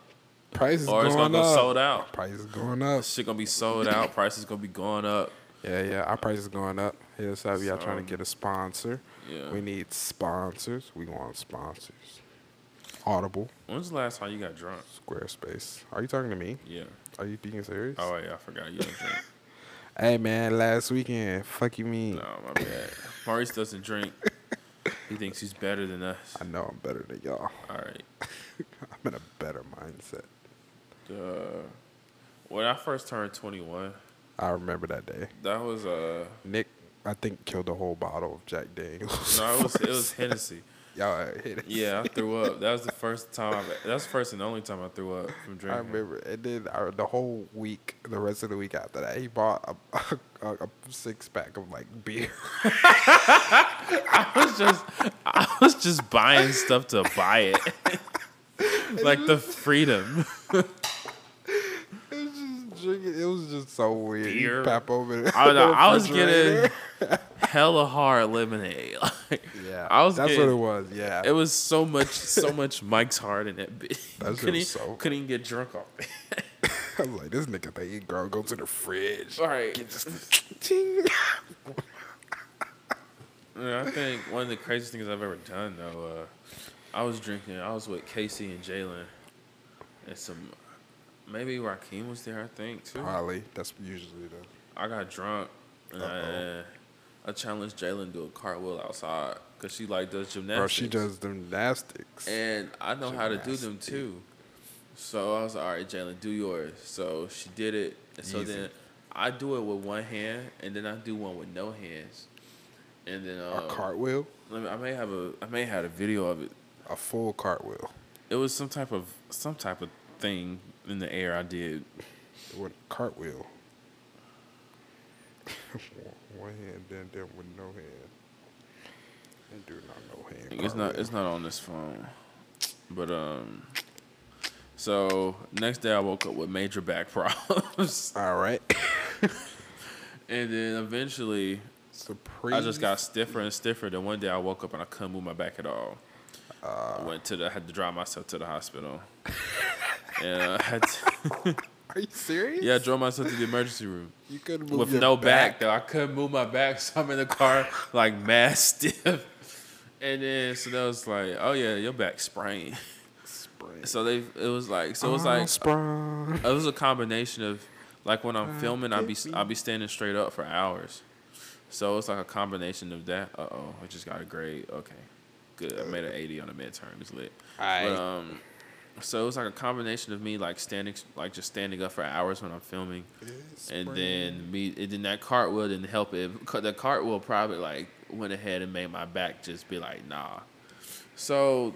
Speaker 2: Price is
Speaker 1: Or it's
Speaker 2: going
Speaker 1: gonna go
Speaker 2: up.
Speaker 1: sold out.
Speaker 2: Price is going up.
Speaker 1: Shit gonna be sold out. Price is gonna be going up.
Speaker 2: Yeah, yeah. Our price is going up. Yeah, so we are trying to
Speaker 1: So-
Speaker 2: get a sponsor.
Speaker 1: Yeah.
Speaker 2: We need sponsors. We want sponsors. Audible,
Speaker 1: When's the last time you got drunk?
Speaker 2: Squarespace. Are you talking to me?
Speaker 1: Yeah.
Speaker 2: Are you being serious?
Speaker 1: Oh yeah, I forgot you don't drink.
Speaker 2: Hey man, last weekend, fuck you mean?
Speaker 1: no, my bad. Maurice doesn't drink. He thinks he's better than us.
Speaker 2: I know I'm better than y'all.
Speaker 1: All right.
Speaker 2: I'm in a better mindset.
Speaker 1: Uh, when I first turned 21,
Speaker 2: I remember that day.
Speaker 1: that was uh
Speaker 2: Nick, I think killed a whole bottle of Jack Daniels.
Speaker 1: no, it was it was Hennessy.
Speaker 2: y'all hit it.
Speaker 1: Yeah, I threw up. That was the first time. I, that's the first and only time I threw up from
Speaker 2: I
Speaker 1: drinking.
Speaker 2: remember, and then I, the whole week, the rest of the week after that, he bought a, a, a six pack of like beer.
Speaker 1: I was just I was just buying stuff to buy it. like the freedom.
Speaker 2: It was just drinking. It was just so weird. You
Speaker 1: Beer.
Speaker 2: Pop over the
Speaker 1: I, don't know, I was
Speaker 2: refrigerator.
Speaker 1: getting hella hard lemonade. Like,
Speaker 2: Yeah,
Speaker 1: I was
Speaker 2: That's
Speaker 1: getting,
Speaker 2: what it was. Yeah,
Speaker 1: It was so much, so much Mike's hard in that bitch.
Speaker 2: That shit
Speaker 1: couldn't, e-
Speaker 2: was so-
Speaker 1: couldn't even get drunk off it.
Speaker 2: I was like, this nigga think he girl go to the fridge.
Speaker 1: All right.
Speaker 2: Get this- Ting.
Speaker 1: Yeah, I think one of the craziest things I've ever done though, uh, I was drinking. I was with Casey and Jalen, and some maybe Rakeem was there. I think too.
Speaker 2: Probably. That's usually the.
Speaker 1: I got drunk and I,
Speaker 2: Uh-oh.
Speaker 1: I challenged Jalen to do a cartwheel outside because she like does gymnastics.
Speaker 2: Bro, she does gymnastics.
Speaker 1: And I know how to do them
Speaker 2: Gymnastics.
Speaker 1: too. So I was like, all right, Jalen, do yours. So she did it. And so
Speaker 2: Easy.
Speaker 1: then I do it with one hand and then I do one with no hands. And then
Speaker 2: a
Speaker 1: uh,
Speaker 2: cartwheel,
Speaker 1: let me, I may have a I may have a video of it.
Speaker 2: a full cartwheel.
Speaker 1: It was some type of some type of thing in the air I did.
Speaker 2: What cartwheel? One hand, then then with no hand. And do not no hand.
Speaker 1: It's not.
Speaker 2: cartwheel.
Speaker 1: It's not on this phone. But um. So next day I woke up with major back problems,
Speaker 2: All right.
Speaker 1: and then eventually
Speaker 2: Supreme.
Speaker 1: I just got stiffer and stiffer. And one day I woke up and I couldn't move my back at all.
Speaker 2: Uh.
Speaker 1: I went to the. I had to drive myself to the hospital. and I had to,
Speaker 2: Are you serious?
Speaker 1: yeah, I drove myself to the emergency room
Speaker 2: You couldn't move
Speaker 1: with
Speaker 2: your
Speaker 1: no back. though. I couldn't move my back, so I'm in the car like mad stiff. And then so that was like, oh yeah, your back sprained.
Speaker 2: Sprain.
Speaker 1: So they it was like so it
Speaker 2: Oh.
Speaker 1: was like
Speaker 2: Sprain.
Speaker 1: it was a combination of like when I'm filming I'll be I'll be standing straight up for hours. So it's like a combination of that. Uh oh, I just got a grade. Okay. Good. I made an eighty on the midterm. It's lit.
Speaker 2: Aight.
Speaker 1: But, um so it was like a combination of me like standing like just standing up for hours when I'm filming. And then me and then that cartwheel didn't help it. Ca- The cartwheel probably like went ahead and made my back just be like, nah. So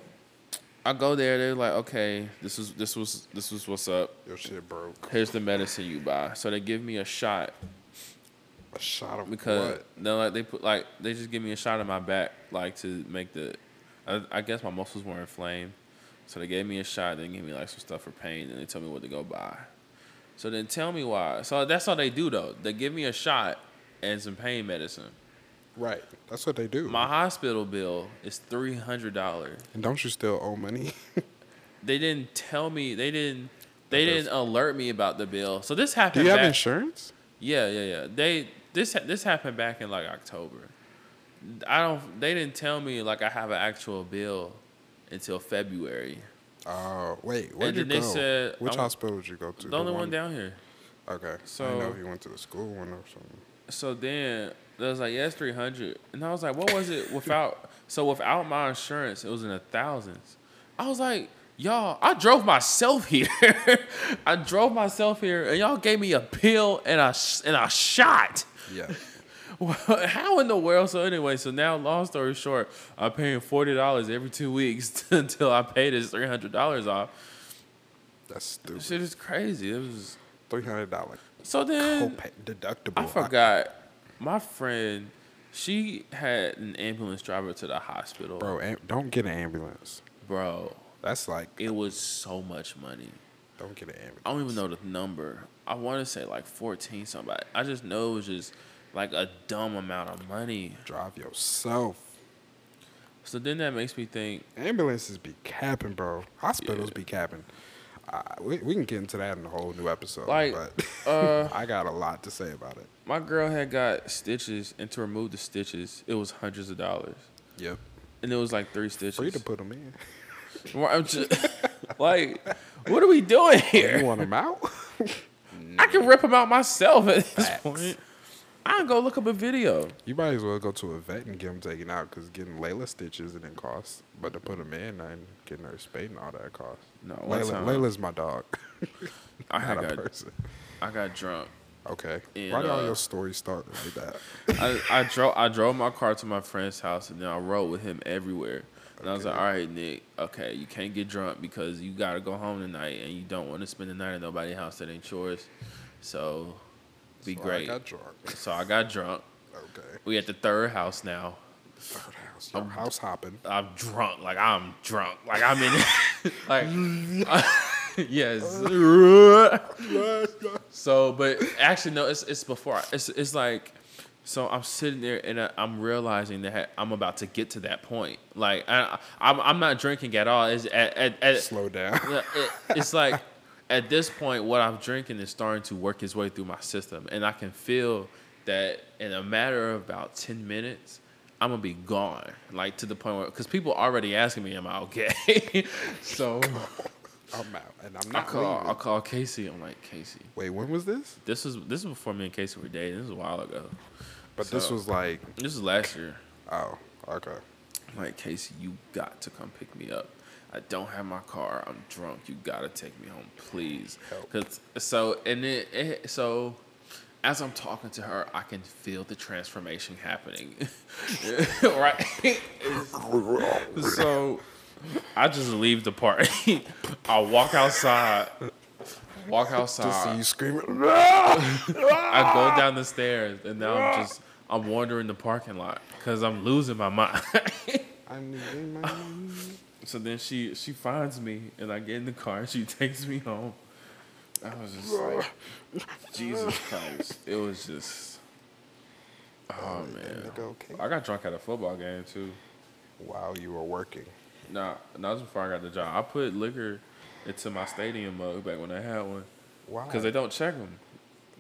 Speaker 1: I go there, they're like, okay, this is this was this was what's up.
Speaker 2: Your shit broke.
Speaker 1: Here's the medicine you buy. So they give me a shot
Speaker 2: A shot of
Speaker 1: because
Speaker 2: what?
Speaker 1: they like they put like they just give me a shot in my back like to make the I, I guess my muscles were inflamed. So they gave me a shot, then gave me like some stuff for pain, and they told me what to go buy. So then tell me why. So that's all they do though. They give me a shot and some pain medicine.
Speaker 2: Right. That's what they do.
Speaker 1: My hospital bill is three hundred dollars.
Speaker 2: and don't you still owe money?
Speaker 1: They didn't tell me. They didn't. They didn't alert me about the bill. So this
Speaker 2: do
Speaker 1: happened.
Speaker 2: you have
Speaker 1: back-
Speaker 2: insurance?
Speaker 1: Yeah, yeah, yeah. They this ha- this happened back in like October. I don't. They didn't tell me like I have an actual bill until February.
Speaker 2: Oh wait, where'd you
Speaker 1: then they
Speaker 2: go?
Speaker 1: said- I
Speaker 2: Which
Speaker 1: went-
Speaker 2: hospital did you go to?
Speaker 1: The only one down here.
Speaker 2: Okay, so
Speaker 1: So-
Speaker 2: I didn't know if you went to the school one or something.
Speaker 1: So then they was like, "Yes, three hundred, and I was like, "What was it without?" so without my insurance, it was in the thousands. I was like, "Y'all, I drove myself here. I drove myself here, and y'all gave me a pill and a sh- and a shot."
Speaker 2: Yeah,
Speaker 1: Well, How in the world? So anyway, so now, long story short, I'm paying forty dollars every two weeks until I pay this three hundred dollars off.
Speaker 2: that's stupid.
Speaker 1: Shit is crazy. It was
Speaker 2: Three hundred dollars
Speaker 1: so then
Speaker 2: copay deductible.
Speaker 1: I forgot my friend. She had an ambulance driver to the hospital, bro.
Speaker 2: bro. Am- don't get an ambulance. That's like
Speaker 1: it was so much money.
Speaker 2: don't get an ambulance.
Speaker 1: I don't even know the number. I want to say like fourteen somebody. I just know it was just like a dumb amount of money.
Speaker 2: Drive yourself.
Speaker 1: So then that makes me think.
Speaker 2: Ambulances be capping, bro. Hospitals be capping. Uh, we, we can get into that in a whole new episode.
Speaker 1: Like,
Speaker 2: but
Speaker 1: uh,
Speaker 2: I got a lot to say about it.
Speaker 1: My girl had got stitches, and to remove the stitches, it was hundreds of dollars,
Speaker 2: Yep.
Speaker 1: and it was like three stitches.
Speaker 2: Free to put them in.
Speaker 1: Well, I'm just- like, what are we doing
Speaker 2: You
Speaker 1: here?
Speaker 2: want them out?
Speaker 1: I can rip them out myself at this
Speaker 2: Facts.
Speaker 1: point. I can go look up a video.
Speaker 2: you might as well go to a vet and get them taken out because getting Layla stitches it didn't cost, but to put them in and getting her spayed and all that cost.
Speaker 1: No, one
Speaker 2: Layla,
Speaker 1: time-
Speaker 2: Layla's my dog,
Speaker 1: I had
Speaker 2: not a
Speaker 1: got,
Speaker 2: person.
Speaker 1: I got drunk.
Speaker 2: Okay.
Speaker 1: And,
Speaker 2: Why do all
Speaker 1: uh,
Speaker 2: your stories start like that?
Speaker 1: I, I drove I drove my car to my friend's house and then I rode with him everywhere. And I was like,
Speaker 2: Okay.
Speaker 1: all right, Nick, okay, you can't get drunk because you gotta go home tonight and you don't want to spend the night at nobody's house that ain't yours. So, be
Speaker 2: So
Speaker 1: great.
Speaker 2: I got drunk.
Speaker 1: so I got drunk.
Speaker 2: Okay.
Speaker 1: We at the third house now.
Speaker 2: Third house. Your house hopping.
Speaker 1: I'm drunk. Like I'm drunk. Like I'm in. like yes. so, but actually, no. It's it's before. I, it's it's like. So I'm sitting there and I, I'm realizing that I'm about to get to that point. Like I, I'm I'm not drinking at all. It's at, at, at,
Speaker 2: Slow down.
Speaker 1: yeah, it- it's like at this point, what I'm drinking is starting to work its way through my system, and I can feel that in a matter of about ten minutes, I'm gonna be gone. Like to the point where, because people already asking me, "Am I okay?" so
Speaker 2: I'm out. And I'm
Speaker 1: I
Speaker 2: not
Speaker 1: call, I
Speaker 2: leaving.
Speaker 1: call Casey. I'm like, Casey,
Speaker 2: Wait, when was this?
Speaker 1: this is this is before me and Casey were dating. This is a while ago.
Speaker 2: But this
Speaker 1: So-
Speaker 2: was like,
Speaker 1: This is last year.
Speaker 2: oh, okay.
Speaker 1: I'm like, Casey, you got to come pick me up. I don't have my car. I'm drunk. You gotta take me home, please.
Speaker 2: Help.
Speaker 1: 'Cause- so and then it, so, as I'm talking to her, I can feel the transformation happening. right. so, I just leave the party. I walk outside. Walk
Speaker 2: Just see
Speaker 1: outside.
Speaker 2: you screaming. "No!"
Speaker 1: I go down the stairs, and now I'm just I'm wandering the parking lot because I'm losing my mind.
Speaker 2: I'm leaving my money.
Speaker 1: So then she she finds me and I get in the car and she takes me home. I was just like, Jesus Christ! It was just, oh man.
Speaker 2: nigga okay?
Speaker 1: I got drunk at a football game too.
Speaker 2: While you were working.
Speaker 1: Nah, nah, that was before I got the job. I put liquor into my stadium mug back when I had one
Speaker 2: Why?
Speaker 1: because they don't check them.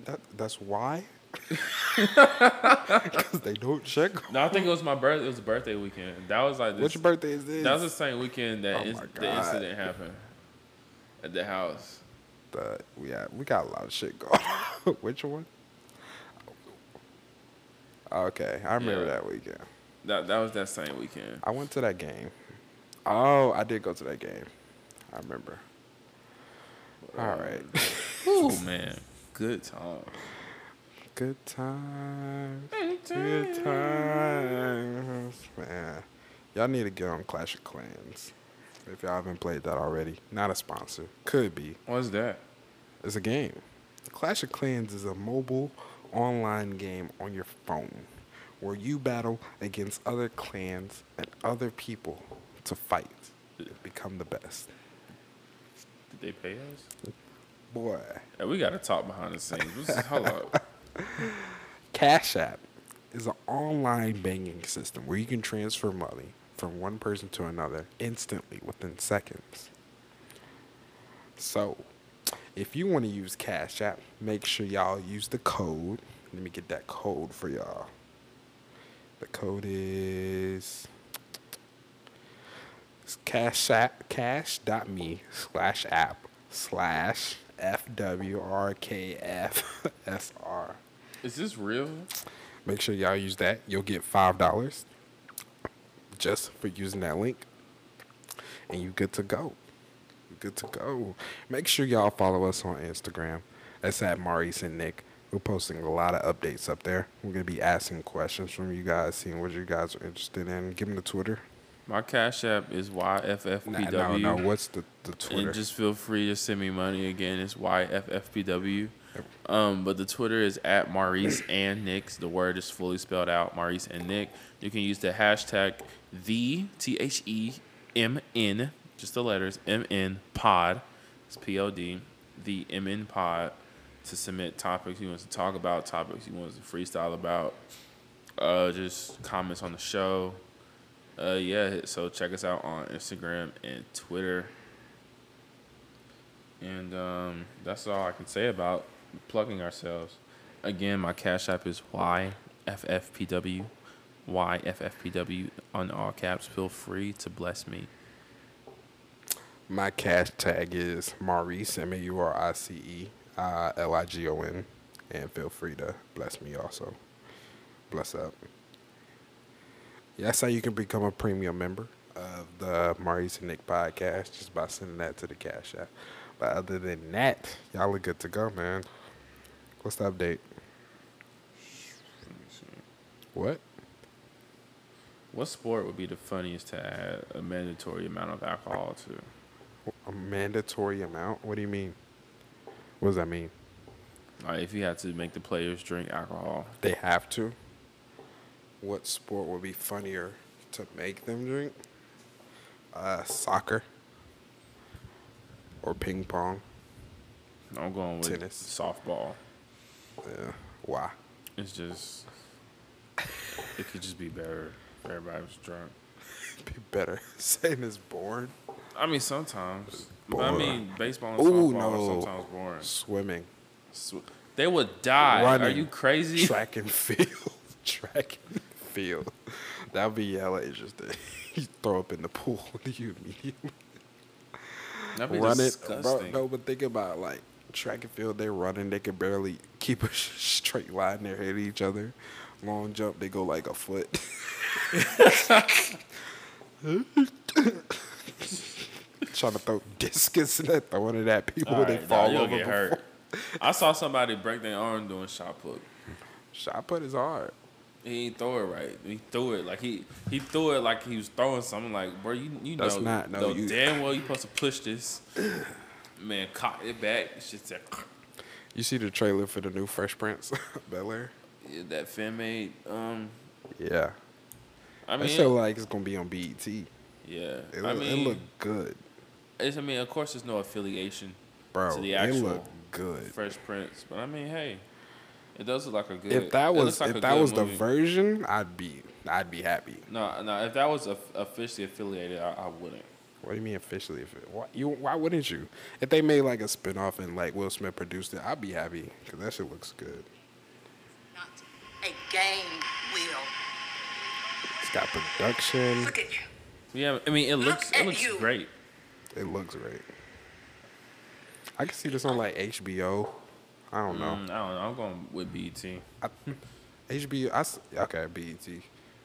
Speaker 2: that, that's why? Because they don't check.
Speaker 1: No, I think it was my birth. It was birthday weekend. That was like this,
Speaker 2: Which birthday is this?
Speaker 1: that was the same weekend that
Speaker 2: Oh
Speaker 1: ins-
Speaker 2: my
Speaker 1: the
Speaker 2: God.
Speaker 1: incident happened at the house.
Speaker 2: the, Uh, we, got, we got a lot of shit going on. Which one? Okay, I remember
Speaker 1: Yeah.
Speaker 2: that weekend.
Speaker 1: That that was that same weekend.
Speaker 2: I went to that game. Oh, I did go to that game. I remember. All right.
Speaker 1: Oh man, good time.
Speaker 2: Good times. Good times. Man. Y'all need to get on Clash of Clans. If y'all haven't played that already. Not a sponsor. Could be.
Speaker 1: What's that?
Speaker 2: It's a game. Clash of Clans is a mobile online game on your phone where you battle against other clans and other people to fight and become the best.
Speaker 1: Did they pay us?
Speaker 2: Boy,
Speaker 1: Hey, we gotta talk behind the scenes. This is, hold up.
Speaker 2: Cash App is an online banking system where you can transfer money from one person to another instantly within seconds. So, if you want to use Cash App, make sure y'all use the code Let me get that code for y'all. The code is it's cash app, cash.me slash app slash FWRKFSR.
Speaker 1: Is this real?
Speaker 2: Make sure y'all use that. You'll get $5 just for using that link. And you good to go. You good to go. Make sure y'all follow us on Instagram. That's at Maurice and Nick. We're posting a lot of updates up there. We're going to be asking questions from you guys, seeing what you guys are interested in. Give them the Twitter.
Speaker 1: My cash app is YFFPW.
Speaker 2: No, no, no. What's the, the Twitter?
Speaker 1: And just feel free to send me money again. It's YFFPW. Um, but the Twitter is at Maurice and Nick's. The word is fully spelled out, Maurice and Nick. You can use the hashtag the T H E M N, just the letters M N pod. It's P O D, the M N pod to submit topics you want to talk about, topics you want to freestyle about, uh, just comments on the show. Uh, yeah, so check us out on Instagram and Twitter. And um, that's all I can say about plugging ourselves. Again, my Cash App is YFFPW. YFFPW on all caps. Feel free to bless me.
Speaker 2: My cash tag is Maurice, M A U R I C E uh, L I G O N. And feel free to bless me also. Bless up. Yeah, That's how you can become a premium member of the Maurice and Nick podcast just by sending that to the Cash App. But other than that, y'all are good to go, man. What's the update? What?
Speaker 1: What sport would be the funniest to add a mandatory amount of alcohol to?
Speaker 2: A mandatory amount? What do you mean? What does that mean?
Speaker 1: Like if you had to make the players drink alcohol,
Speaker 2: They have to. What sport would be funnier to make them drink? Uh, soccer or ping pong.
Speaker 1: I'm going with
Speaker 2: Tennis.
Speaker 1: softball.
Speaker 2: Yeah. Why?
Speaker 1: It's just it could just be better. if Everybody was drunk.
Speaker 2: Be better saying it's boring.
Speaker 1: I mean, sometimes. But I
Speaker 2: Boring.
Speaker 1: mean, baseball and
Speaker 2: Ooh,
Speaker 1: softball
Speaker 2: no.
Speaker 1: are sometimes boring.
Speaker 2: Swimming,
Speaker 1: Sw- They would die. Are
Speaker 2: Running.
Speaker 1: you crazy?
Speaker 2: track and field, track and field. That would be hella interesting. you throw up in the pool, you immediately
Speaker 1: That'd be
Speaker 2: run it. Bro,
Speaker 1: disgusting.
Speaker 2: no, but think about it, like track and field. They running. They can barely keep a straight line. They're hitting each other. Long jump. They go like a foot. Trying to throw discus and that throwing it at people.
Speaker 1: All
Speaker 2: they
Speaker 1: right,
Speaker 2: fall
Speaker 1: nah, you'll
Speaker 2: over.
Speaker 1: get
Speaker 2: before-
Speaker 1: hurt. I saw somebody break their arm doing shot put.
Speaker 2: Shot put is hard.
Speaker 1: He ain't throw it right. He threw it like he he threw it like he was throwing something. Like bro, you you
Speaker 2: That's
Speaker 1: know,
Speaker 2: not- no,
Speaker 1: know
Speaker 2: you-
Speaker 1: damn well you supposed to push this. Man, cock it back. It's just that
Speaker 2: You see the trailer for the new Fresh Prince, Bel Air.
Speaker 1: yeah, that fan made. Um,
Speaker 2: Yeah,
Speaker 1: I
Speaker 2: I,
Speaker 1: mean,
Speaker 2: feel like it's gonna be on BET. It,
Speaker 1: yeah.
Speaker 2: look,
Speaker 1: I
Speaker 2: it
Speaker 1: mean,
Speaker 2: look good,
Speaker 1: it's, I mean, of course, there's no affiliation
Speaker 2: bro.
Speaker 1: to the
Speaker 2: it
Speaker 1: actual
Speaker 2: look good.
Speaker 1: Fresh Prince, but I mean, hey, it does look like a good.
Speaker 2: If that
Speaker 1: it
Speaker 2: was
Speaker 1: looks like a
Speaker 2: if that
Speaker 1: good
Speaker 2: was the
Speaker 1: movie.
Speaker 2: version, I'd be I'd be happy.
Speaker 1: no, no, if that was of- officially affiliated, I, I wouldn't.
Speaker 2: What do you mean officially? If it, why, you why wouldn't you? If they made like a spinoff and like Will Smith produced it, I'd be happy because that shit looks good.
Speaker 5: not a game wheel.
Speaker 2: It's got production.
Speaker 5: Look at you.
Speaker 1: Yeah, I mean, it
Speaker 5: Look
Speaker 1: looks it
Speaker 5: at
Speaker 1: looks
Speaker 5: you.
Speaker 1: great.
Speaker 2: It looks great. I can see this on like HBO. I don't know.
Speaker 1: Mm, I don't know. I'm going with E BET.
Speaker 2: HBO. I s- okay BET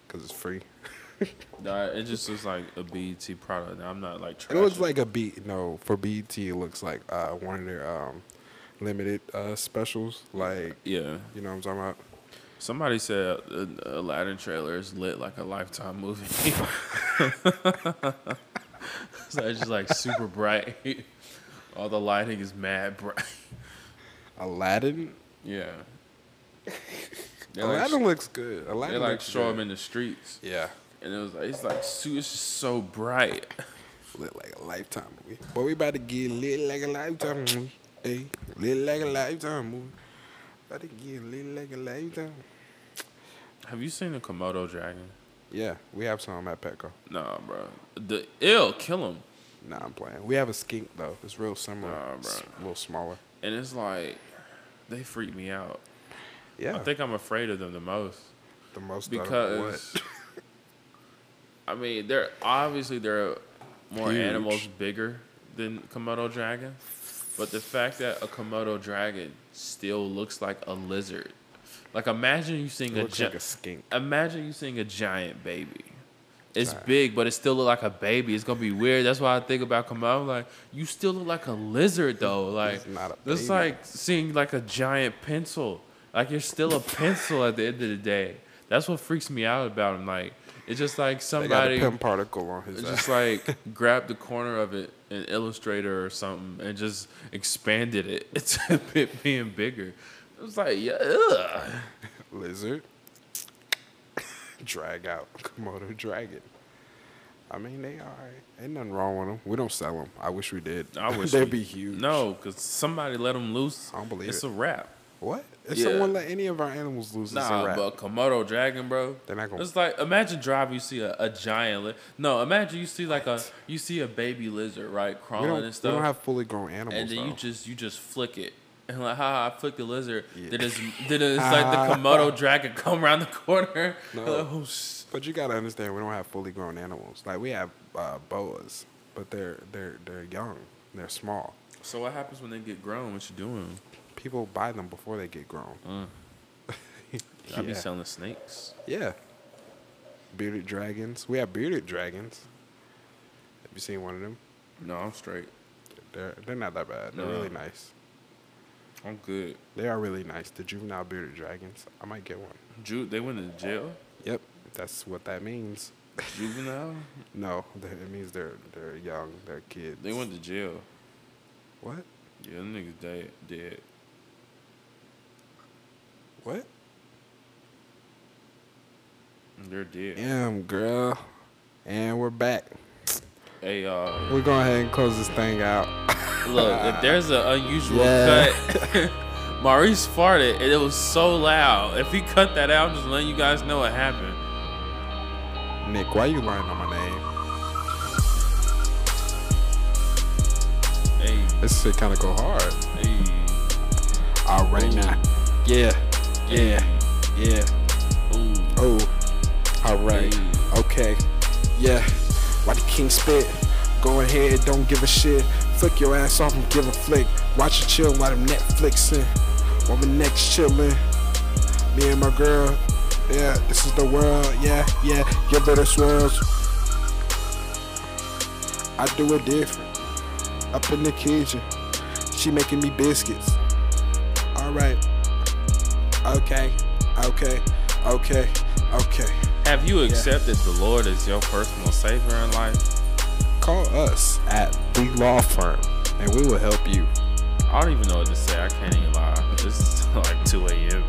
Speaker 2: because it's free.
Speaker 1: Nah, it just looks like a BET product. I'm not like.
Speaker 2: It
Speaker 1: Trash
Speaker 2: looks like a B. No, for BET, it looks like uh, one of their um, limited uh, specials. Like
Speaker 1: Yeah,
Speaker 2: you know what I'm talking about.
Speaker 1: somebody said uh, Aladdin trailer is lit like a lifetime movie. so it's just like super bright. All the lighting is mad bright.
Speaker 2: Aladdin.
Speaker 1: Yeah. They like,
Speaker 2: Aladdin looks good.
Speaker 1: they
Speaker 2: Aladdin
Speaker 1: like
Speaker 2: looks
Speaker 1: show
Speaker 2: good.
Speaker 1: him in the streets,
Speaker 2: Yeah,
Speaker 1: and it was like it's like su- it's just so bright.
Speaker 2: lit like a lifetime movie. But we about to get lit like a lifetime movie. Hey, lit like a lifetime movie. About to get lit like a lifetime.
Speaker 1: Have you seen the Komodo dragon?
Speaker 2: Yeah, we have some at Petco.
Speaker 1: Nah, bro. The ill kill him.
Speaker 2: Nah, I'm playing. We have a skink though. It's real similar.
Speaker 1: Nah,
Speaker 2: It's
Speaker 1: bruh.
Speaker 2: a little smaller.
Speaker 1: And it's like, they freak me out.
Speaker 2: Yeah.
Speaker 1: I think I'm afraid of them the most
Speaker 2: the most out of
Speaker 1: because
Speaker 2: what?
Speaker 1: I mean they're obviously they're more
Speaker 2: Huge.
Speaker 1: animals bigger than Komodo dragon, but the fact that a Komodo dragon still looks like a lizard, like imagine you seeing
Speaker 2: It
Speaker 1: a,
Speaker 2: looks
Speaker 1: gi-
Speaker 2: like a skink.
Speaker 1: Imagine you seeing a giant baby. It's big, but it still look like a baby. It's gonna be weird. That's why I think about Komodo. I'm like, you still look like a lizard, though. Like,
Speaker 2: It's not a
Speaker 1: that's
Speaker 2: baby.
Speaker 1: like seeing like a giant pencil. Like you're still a pencil at the end of the day. That's what freaks me out about him. Like, it's just like
Speaker 2: They got
Speaker 1: somebody
Speaker 2: a pimp particle on his.
Speaker 1: just
Speaker 2: eye.
Speaker 1: like grabbed the corner of it in Illustrator or something and just expanded it to it being bigger. It was like, yeah, ugh.
Speaker 2: lizard. Drag out Komodo dragon. I mean, they all right. Ain't nothing wrong with them. We don't sell them. I wish we did.
Speaker 1: I wish
Speaker 2: they'd
Speaker 1: we-
Speaker 2: be huge.
Speaker 1: No, because somebody let them loose.
Speaker 2: I don't believe
Speaker 1: it's
Speaker 2: it.
Speaker 1: a wrap.
Speaker 2: What? If
Speaker 1: Yeah.
Speaker 2: someone let any of our animals lose, it's a
Speaker 1: Nah,
Speaker 2: wrap.
Speaker 1: but Komodo dragon, bro.
Speaker 2: They're not gonna-
Speaker 1: It's like imagine drive. You see a, a giant. Li- no, imagine you see like a you see a baby lizard right
Speaker 2: we,
Speaker 1: crawling
Speaker 2: don't,
Speaker 1: and
Speaker 2: we
Speaker 1: stuff.
Speaker 2: don't have fully grown animals.
Speaker 1: and then you
Speaker 2: though.
Speaker 1: just you just flick it and like ha ha, I flicked the lizard.
Speaker 2: Yeah.
Speaker 1: Then it's then it's like the Komodo dragon come around the corner.
Speaker 2: No.
Speaker 1: Like, oh, s-
Speaker 2: But you gotta understand, we don't have fully grown animals. Like we have uh, boas, but they're they're they're young, they're small.
Speaker 1: so what happens when they get grown? What you doing?
Speaker 2: People buy them before they get grown.
Speaker 1: I Mm. be
Speaker 2: Yeah.
Speaker 1: selling snakes.
Speaker 2: Yeah, bearded dragons. We have bearded dragons. Have you seen one of them?
Speaker 1: No, I'm straight.
Speaker 2: They're they're not that bad. They're really
Speaker 1: No.
Speaker 2: nice.
Speaker 1: I'm good.
Speaker 2: They are really nice. The juvenile bearded dragons. I might get one.
Speaker 1: Ju- they went to jail.
Speaker 2: Yep, that's what that means.
Speaker 1: Juvenile.
Speaker 2: No, that- it means they're they're young. They're kids.
Speaker 1: They went to jail.
Speaker 2: what?
Speaker 1: Yeah, them niggas dead. dead.
Speaker 2: What?
Speaker 1: They're dead.
Speaker 2: Damn, girl. And we're back.
Speaker 1: Hey, uh,
Speaker 2: We're going ahead and close this thing out.
Speaker 1: look, if there's an unusual
Speaker 2: Yeah.
Speaker 1: cut, Maurice farted and it was so loud. If he cut that out, I'm just letting you guys know what happened.
Speaker 2: Nick, why you lying on my name?
Speaker 1: Hey,
Speaker 2: This shit kind of go hard.
Speaker 1: hey,
Speaker 2: All right now. Yeah. Yeah. Yeah.
Speaker 1: ooh,
Speaker 2: Oh. All right.
Speaker 1: Hey.
Speaker 2: Okay. Yeah. Why the king spit? Go ahead, don't give a shit. Flick your ass off and give a flick. Watch it chill while I'm Netflixing. While my next chillin'. Me and my girl. Yeah, this is the world. Yeah, yeah. Give it a swirl. I do it different. Up in the kitchen. She making me biscuits. All right. Okay. Okay. Okay. Okay.
Speaker 1: have you accepted the Lord as your personal savior in life?
Speaker 2: Call us at the law firm and we will help you.
Speaker 1: I don't even know what to say. I can't even lie. It's like 2 a.m.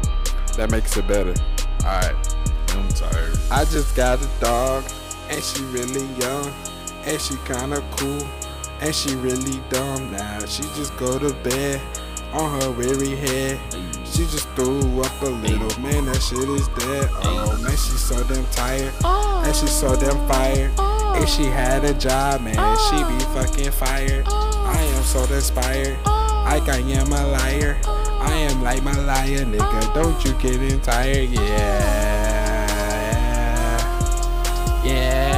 Speaker 2: That makes it better. All right.
Speaker 1: I'm tired.
Speaker 2: I just got a dog and she really young and she kind of cool and she really dumb now. She just go to bed on her weary head. She just threw up a little. Man, that shit is dead. Oh, man, she's so damn tired. And she's so damn fired. If she had a job, man, she be fucking fired. I am so inspired. Like I am a liar. I am like my liar, nigga. Don't you get tired? Yeah. Yeah.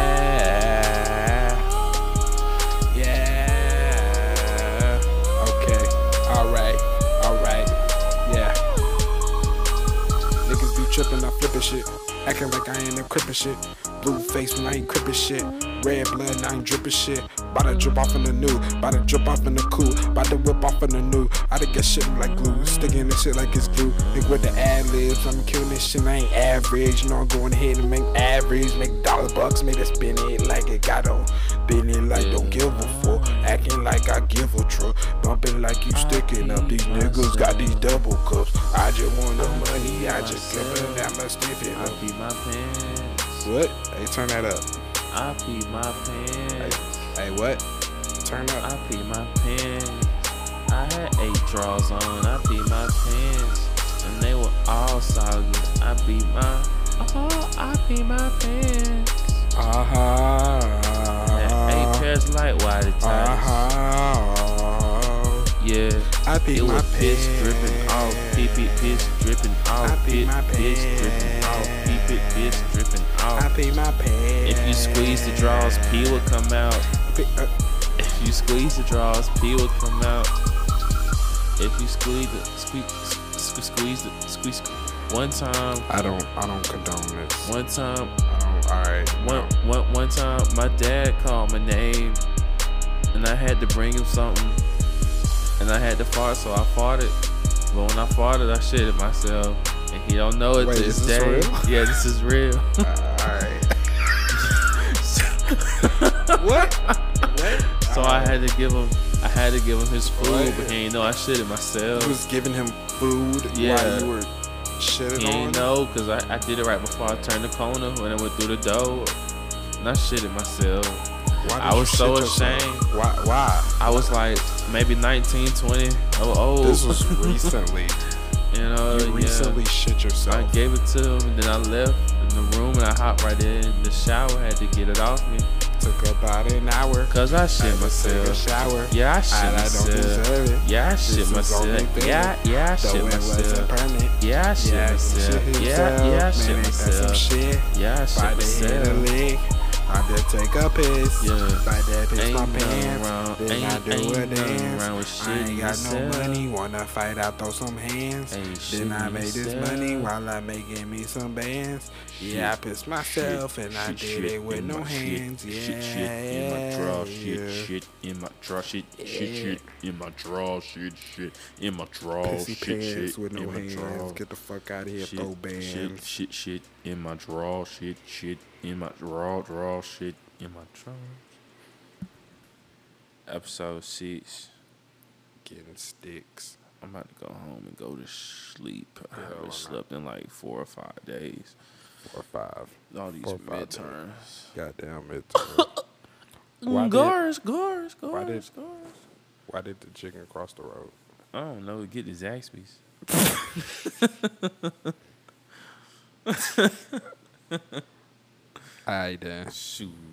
Speaker 2: Yeah. Okay. Alright. Alright. Yeah. Niggas be tripping, I flipping shit. Acting like I ain't a crippin' shit. Blue face when I ain't crippin' shit. Red blood and I ain't drippin' shit. Bout to drip off in the new. Bout to drip off in the cool. Bout to whip off in the new. I done get shit like glue. Sticking this shit like it's glue. Nigga with the ad libs. I'm killing this shit. I ain't average. You know I'm going ahead and make average. Make dollar bucks. Made it spin it like it got on. Been it like don't give a fuck. Acting like I give a truck. Bumping like you sticking up. These niggas got these double cups. I just want the money. I just give it that much stiffing
Speaker 1: I
Speaker 2: up.
Speaker 1: pee my pants.
Speaker 2: What? Hey, turn that up.
Speaker 1: I pee my pants.
Speaker 2: Hey, what? Turn up.
Speaker 1: I pee my pants. I had eight draws on. I pee my pants, and they were all soggy. I pee my, oh, I pee my pants.
Speaker 2: Uh-huh.
Speaker 3: Uh-huh.
Speaker 1: That eight pairs light wide tight.
Speaker 2: Uh-huh.
Speaker 1: yeah.
Speaker 3: I pee
Speaker 1: it
Speaker 3: my
Speaker 1: was piss dripping
Speaker 3: pants.
Speaker 1: out, peep it, piss dripping out,
Speaker 3: I pee
Speaker 1: pit,
Speaker 3: my
Speaker 1: piss dripping out, peep it, piss dripping
Speaker 3: I
Speaker 1: out.
Speaker 3: pee my pants.
Speaker 1: If you squeeze the draws, pee will come out.
Speaker 3: Pee- uh,
Speaker 1: If you squeeze the draws, pee will come out. If you squeeze the squeeze squeeze, squeeze the squeeze one time,
Speaker 2: I don't. I don't condone this.
Speaker 1: one time,
Speaker 2: I don't, all right.
Speaker 1: one one one time, my dad called my name, and I had to bring him something, and I had to fart, so I farted. But when I farted, I shitted myself, and he don't know it
Speaker 2: Wait,
Speaker 1: to this
Speaker 2: is this
Speaker 1: day.
Speaker 2: real?
Speaker 1: Yeah, this is real.
Speaker 2: All right. what? What?
Speaker 1: so I had to give him, I had to give him his food,
Speaker 2: Right.
Speaker 1: but he ain't know I shitted myself.
Speaker 2: You was giving him food
Speaker 1: Yeah.
Speaker 2: while you were shitting
Speaker 1: He
Speaker 2: on
Speaker 1: ain't
Speaker 2: him.
Speaker 1: know because I, I did it right before I turned the corner when I went through the door. And I shitted myself.
Speaker 2: Why
Speaker 1: I
Speaker 2: did you
Speaker 1: was so
Speaker 2: shit yourself?
Speaker 1: ashamed.
Speaker 2: Why? Why?
Speaker 1: I was like maybe 19, 20. Oh, oh.
Speaker 2: This was recently.
Speaker 1: you know,
Speaker 2: you
Speaker 1: yeah.
Speaker 2: recently shit
Speaker 1: I
Speaker 2: yourself.
Speaker 1: gave it to him and then I left in the room and I hopped right in the shower. Had to get it off me
Speaker 2: Took about an hour.
Speaker 1: because I
Speaker 2: I
Speaker 1: shit
Speaker 2: had to Take a
Speaker 1: myself.
Speaker 2: shower.
Speaker 1: Yeah, I shit
Speaker 2: And I don't
Speaker 1: myself.
Speaker 2: deserve it.
Speaker 1: Yeah, I
Speaker 2: This
Speaker 1: shit
Speaker 2: is only
Speaker 1: myself.
Speaker 2: fair.
Speaker 1: Yeah, yeah, I
Speaker 2: Though
Speaker 1: shit
Speaker 2: it wasn't
Speaker 1: myself.
Speaker 2: permanent.
Speaker 1: Yeah, I shit
Speaker 2: Yeah, he shit
Speaker 1: myself. Yeah, yeah, I
Speaker 2: himself.
Speaker 1: shit
Speaker 2: Man, ain't that some
Speaker 1: myself.
Speaker 2: shit?
Speaker 1: Yeah, I
Speaker 2: By
Speaker 1: shit
Speaker 2: the head of
Speaker 1: myself.
Speaker 2: the leg. I did take a piss.
Speaker 1: Yeah.
Speaker 2: By that piss
Speaker 1: Ain't
Speaker 2: my
Speaker 1: nothing wrong-
Speaker 2: pants. Then I
Speaker 1: ain't-
Speaker 2: do
Speaker 1: ain't
Speaker 2: a
Speaker 1: nothing wrong with
Speaker 2: dance. I
Speaker 1: shitting
Speaker 2: ain't got
Speaker 1: yourself.
Speaker 2: no money. Wanna fight? I throw some hands.
Speaker 1: Ain't
Speaker 2: then I
Speaker 1: shitting
Speaker 2: made this
Speaker 1: yourself.
Speaker 2: money while I making me some bands. Yeah, I pissed myself and I did it with
Speaker 1: in
Speaker 2: no
Speaker 1: my
Speaker 2: hands.
Speaker 1: Shit,
Speaker 2: Yeah.
Speaker 1: shit, shit in my draw. Shit,
Speaker 2: yeah.
Speaker 1: shit in my draw. Shit, shit, shit in my draw. Shit, shit in my draw.
Speaker 3: Pissy
Speaker 1: Shit,
Speaker 3: pants
Speaker 1: shit
Speaker 3: with no
Speaker 1: in my
Speaker 3: hands.
Speaker 1: draw.
Speaker 3: Get the fuck out of here, throw
Speaker 1: Shit, shit,
Speaker 3: bands.
Speaker 1: shit, shit in my draw. Shit, shit in my draw. Draw shit in my draw. Episode six.
Speaker 2: Getting sticks.
Speaker 1: I'm about to go home and go to sleep. I haven't slept in like four or five days.
Speaker 2: Or five.
Speaker 1: All these
Speaker 2: Four or five days.
Speaker 1: midterms.
Speaker 2: Goddamn uh, it. Why did-
Speaker 1: Gars, gars,
Speaker 2: why did-
Speaker 1: gars, gars.
Speaker 2: Why did the chicken cross the road?
Speaker 1: I don't know. Get his Zaxby's.
Speaker 2: I did.
Speaker 1: Shoot.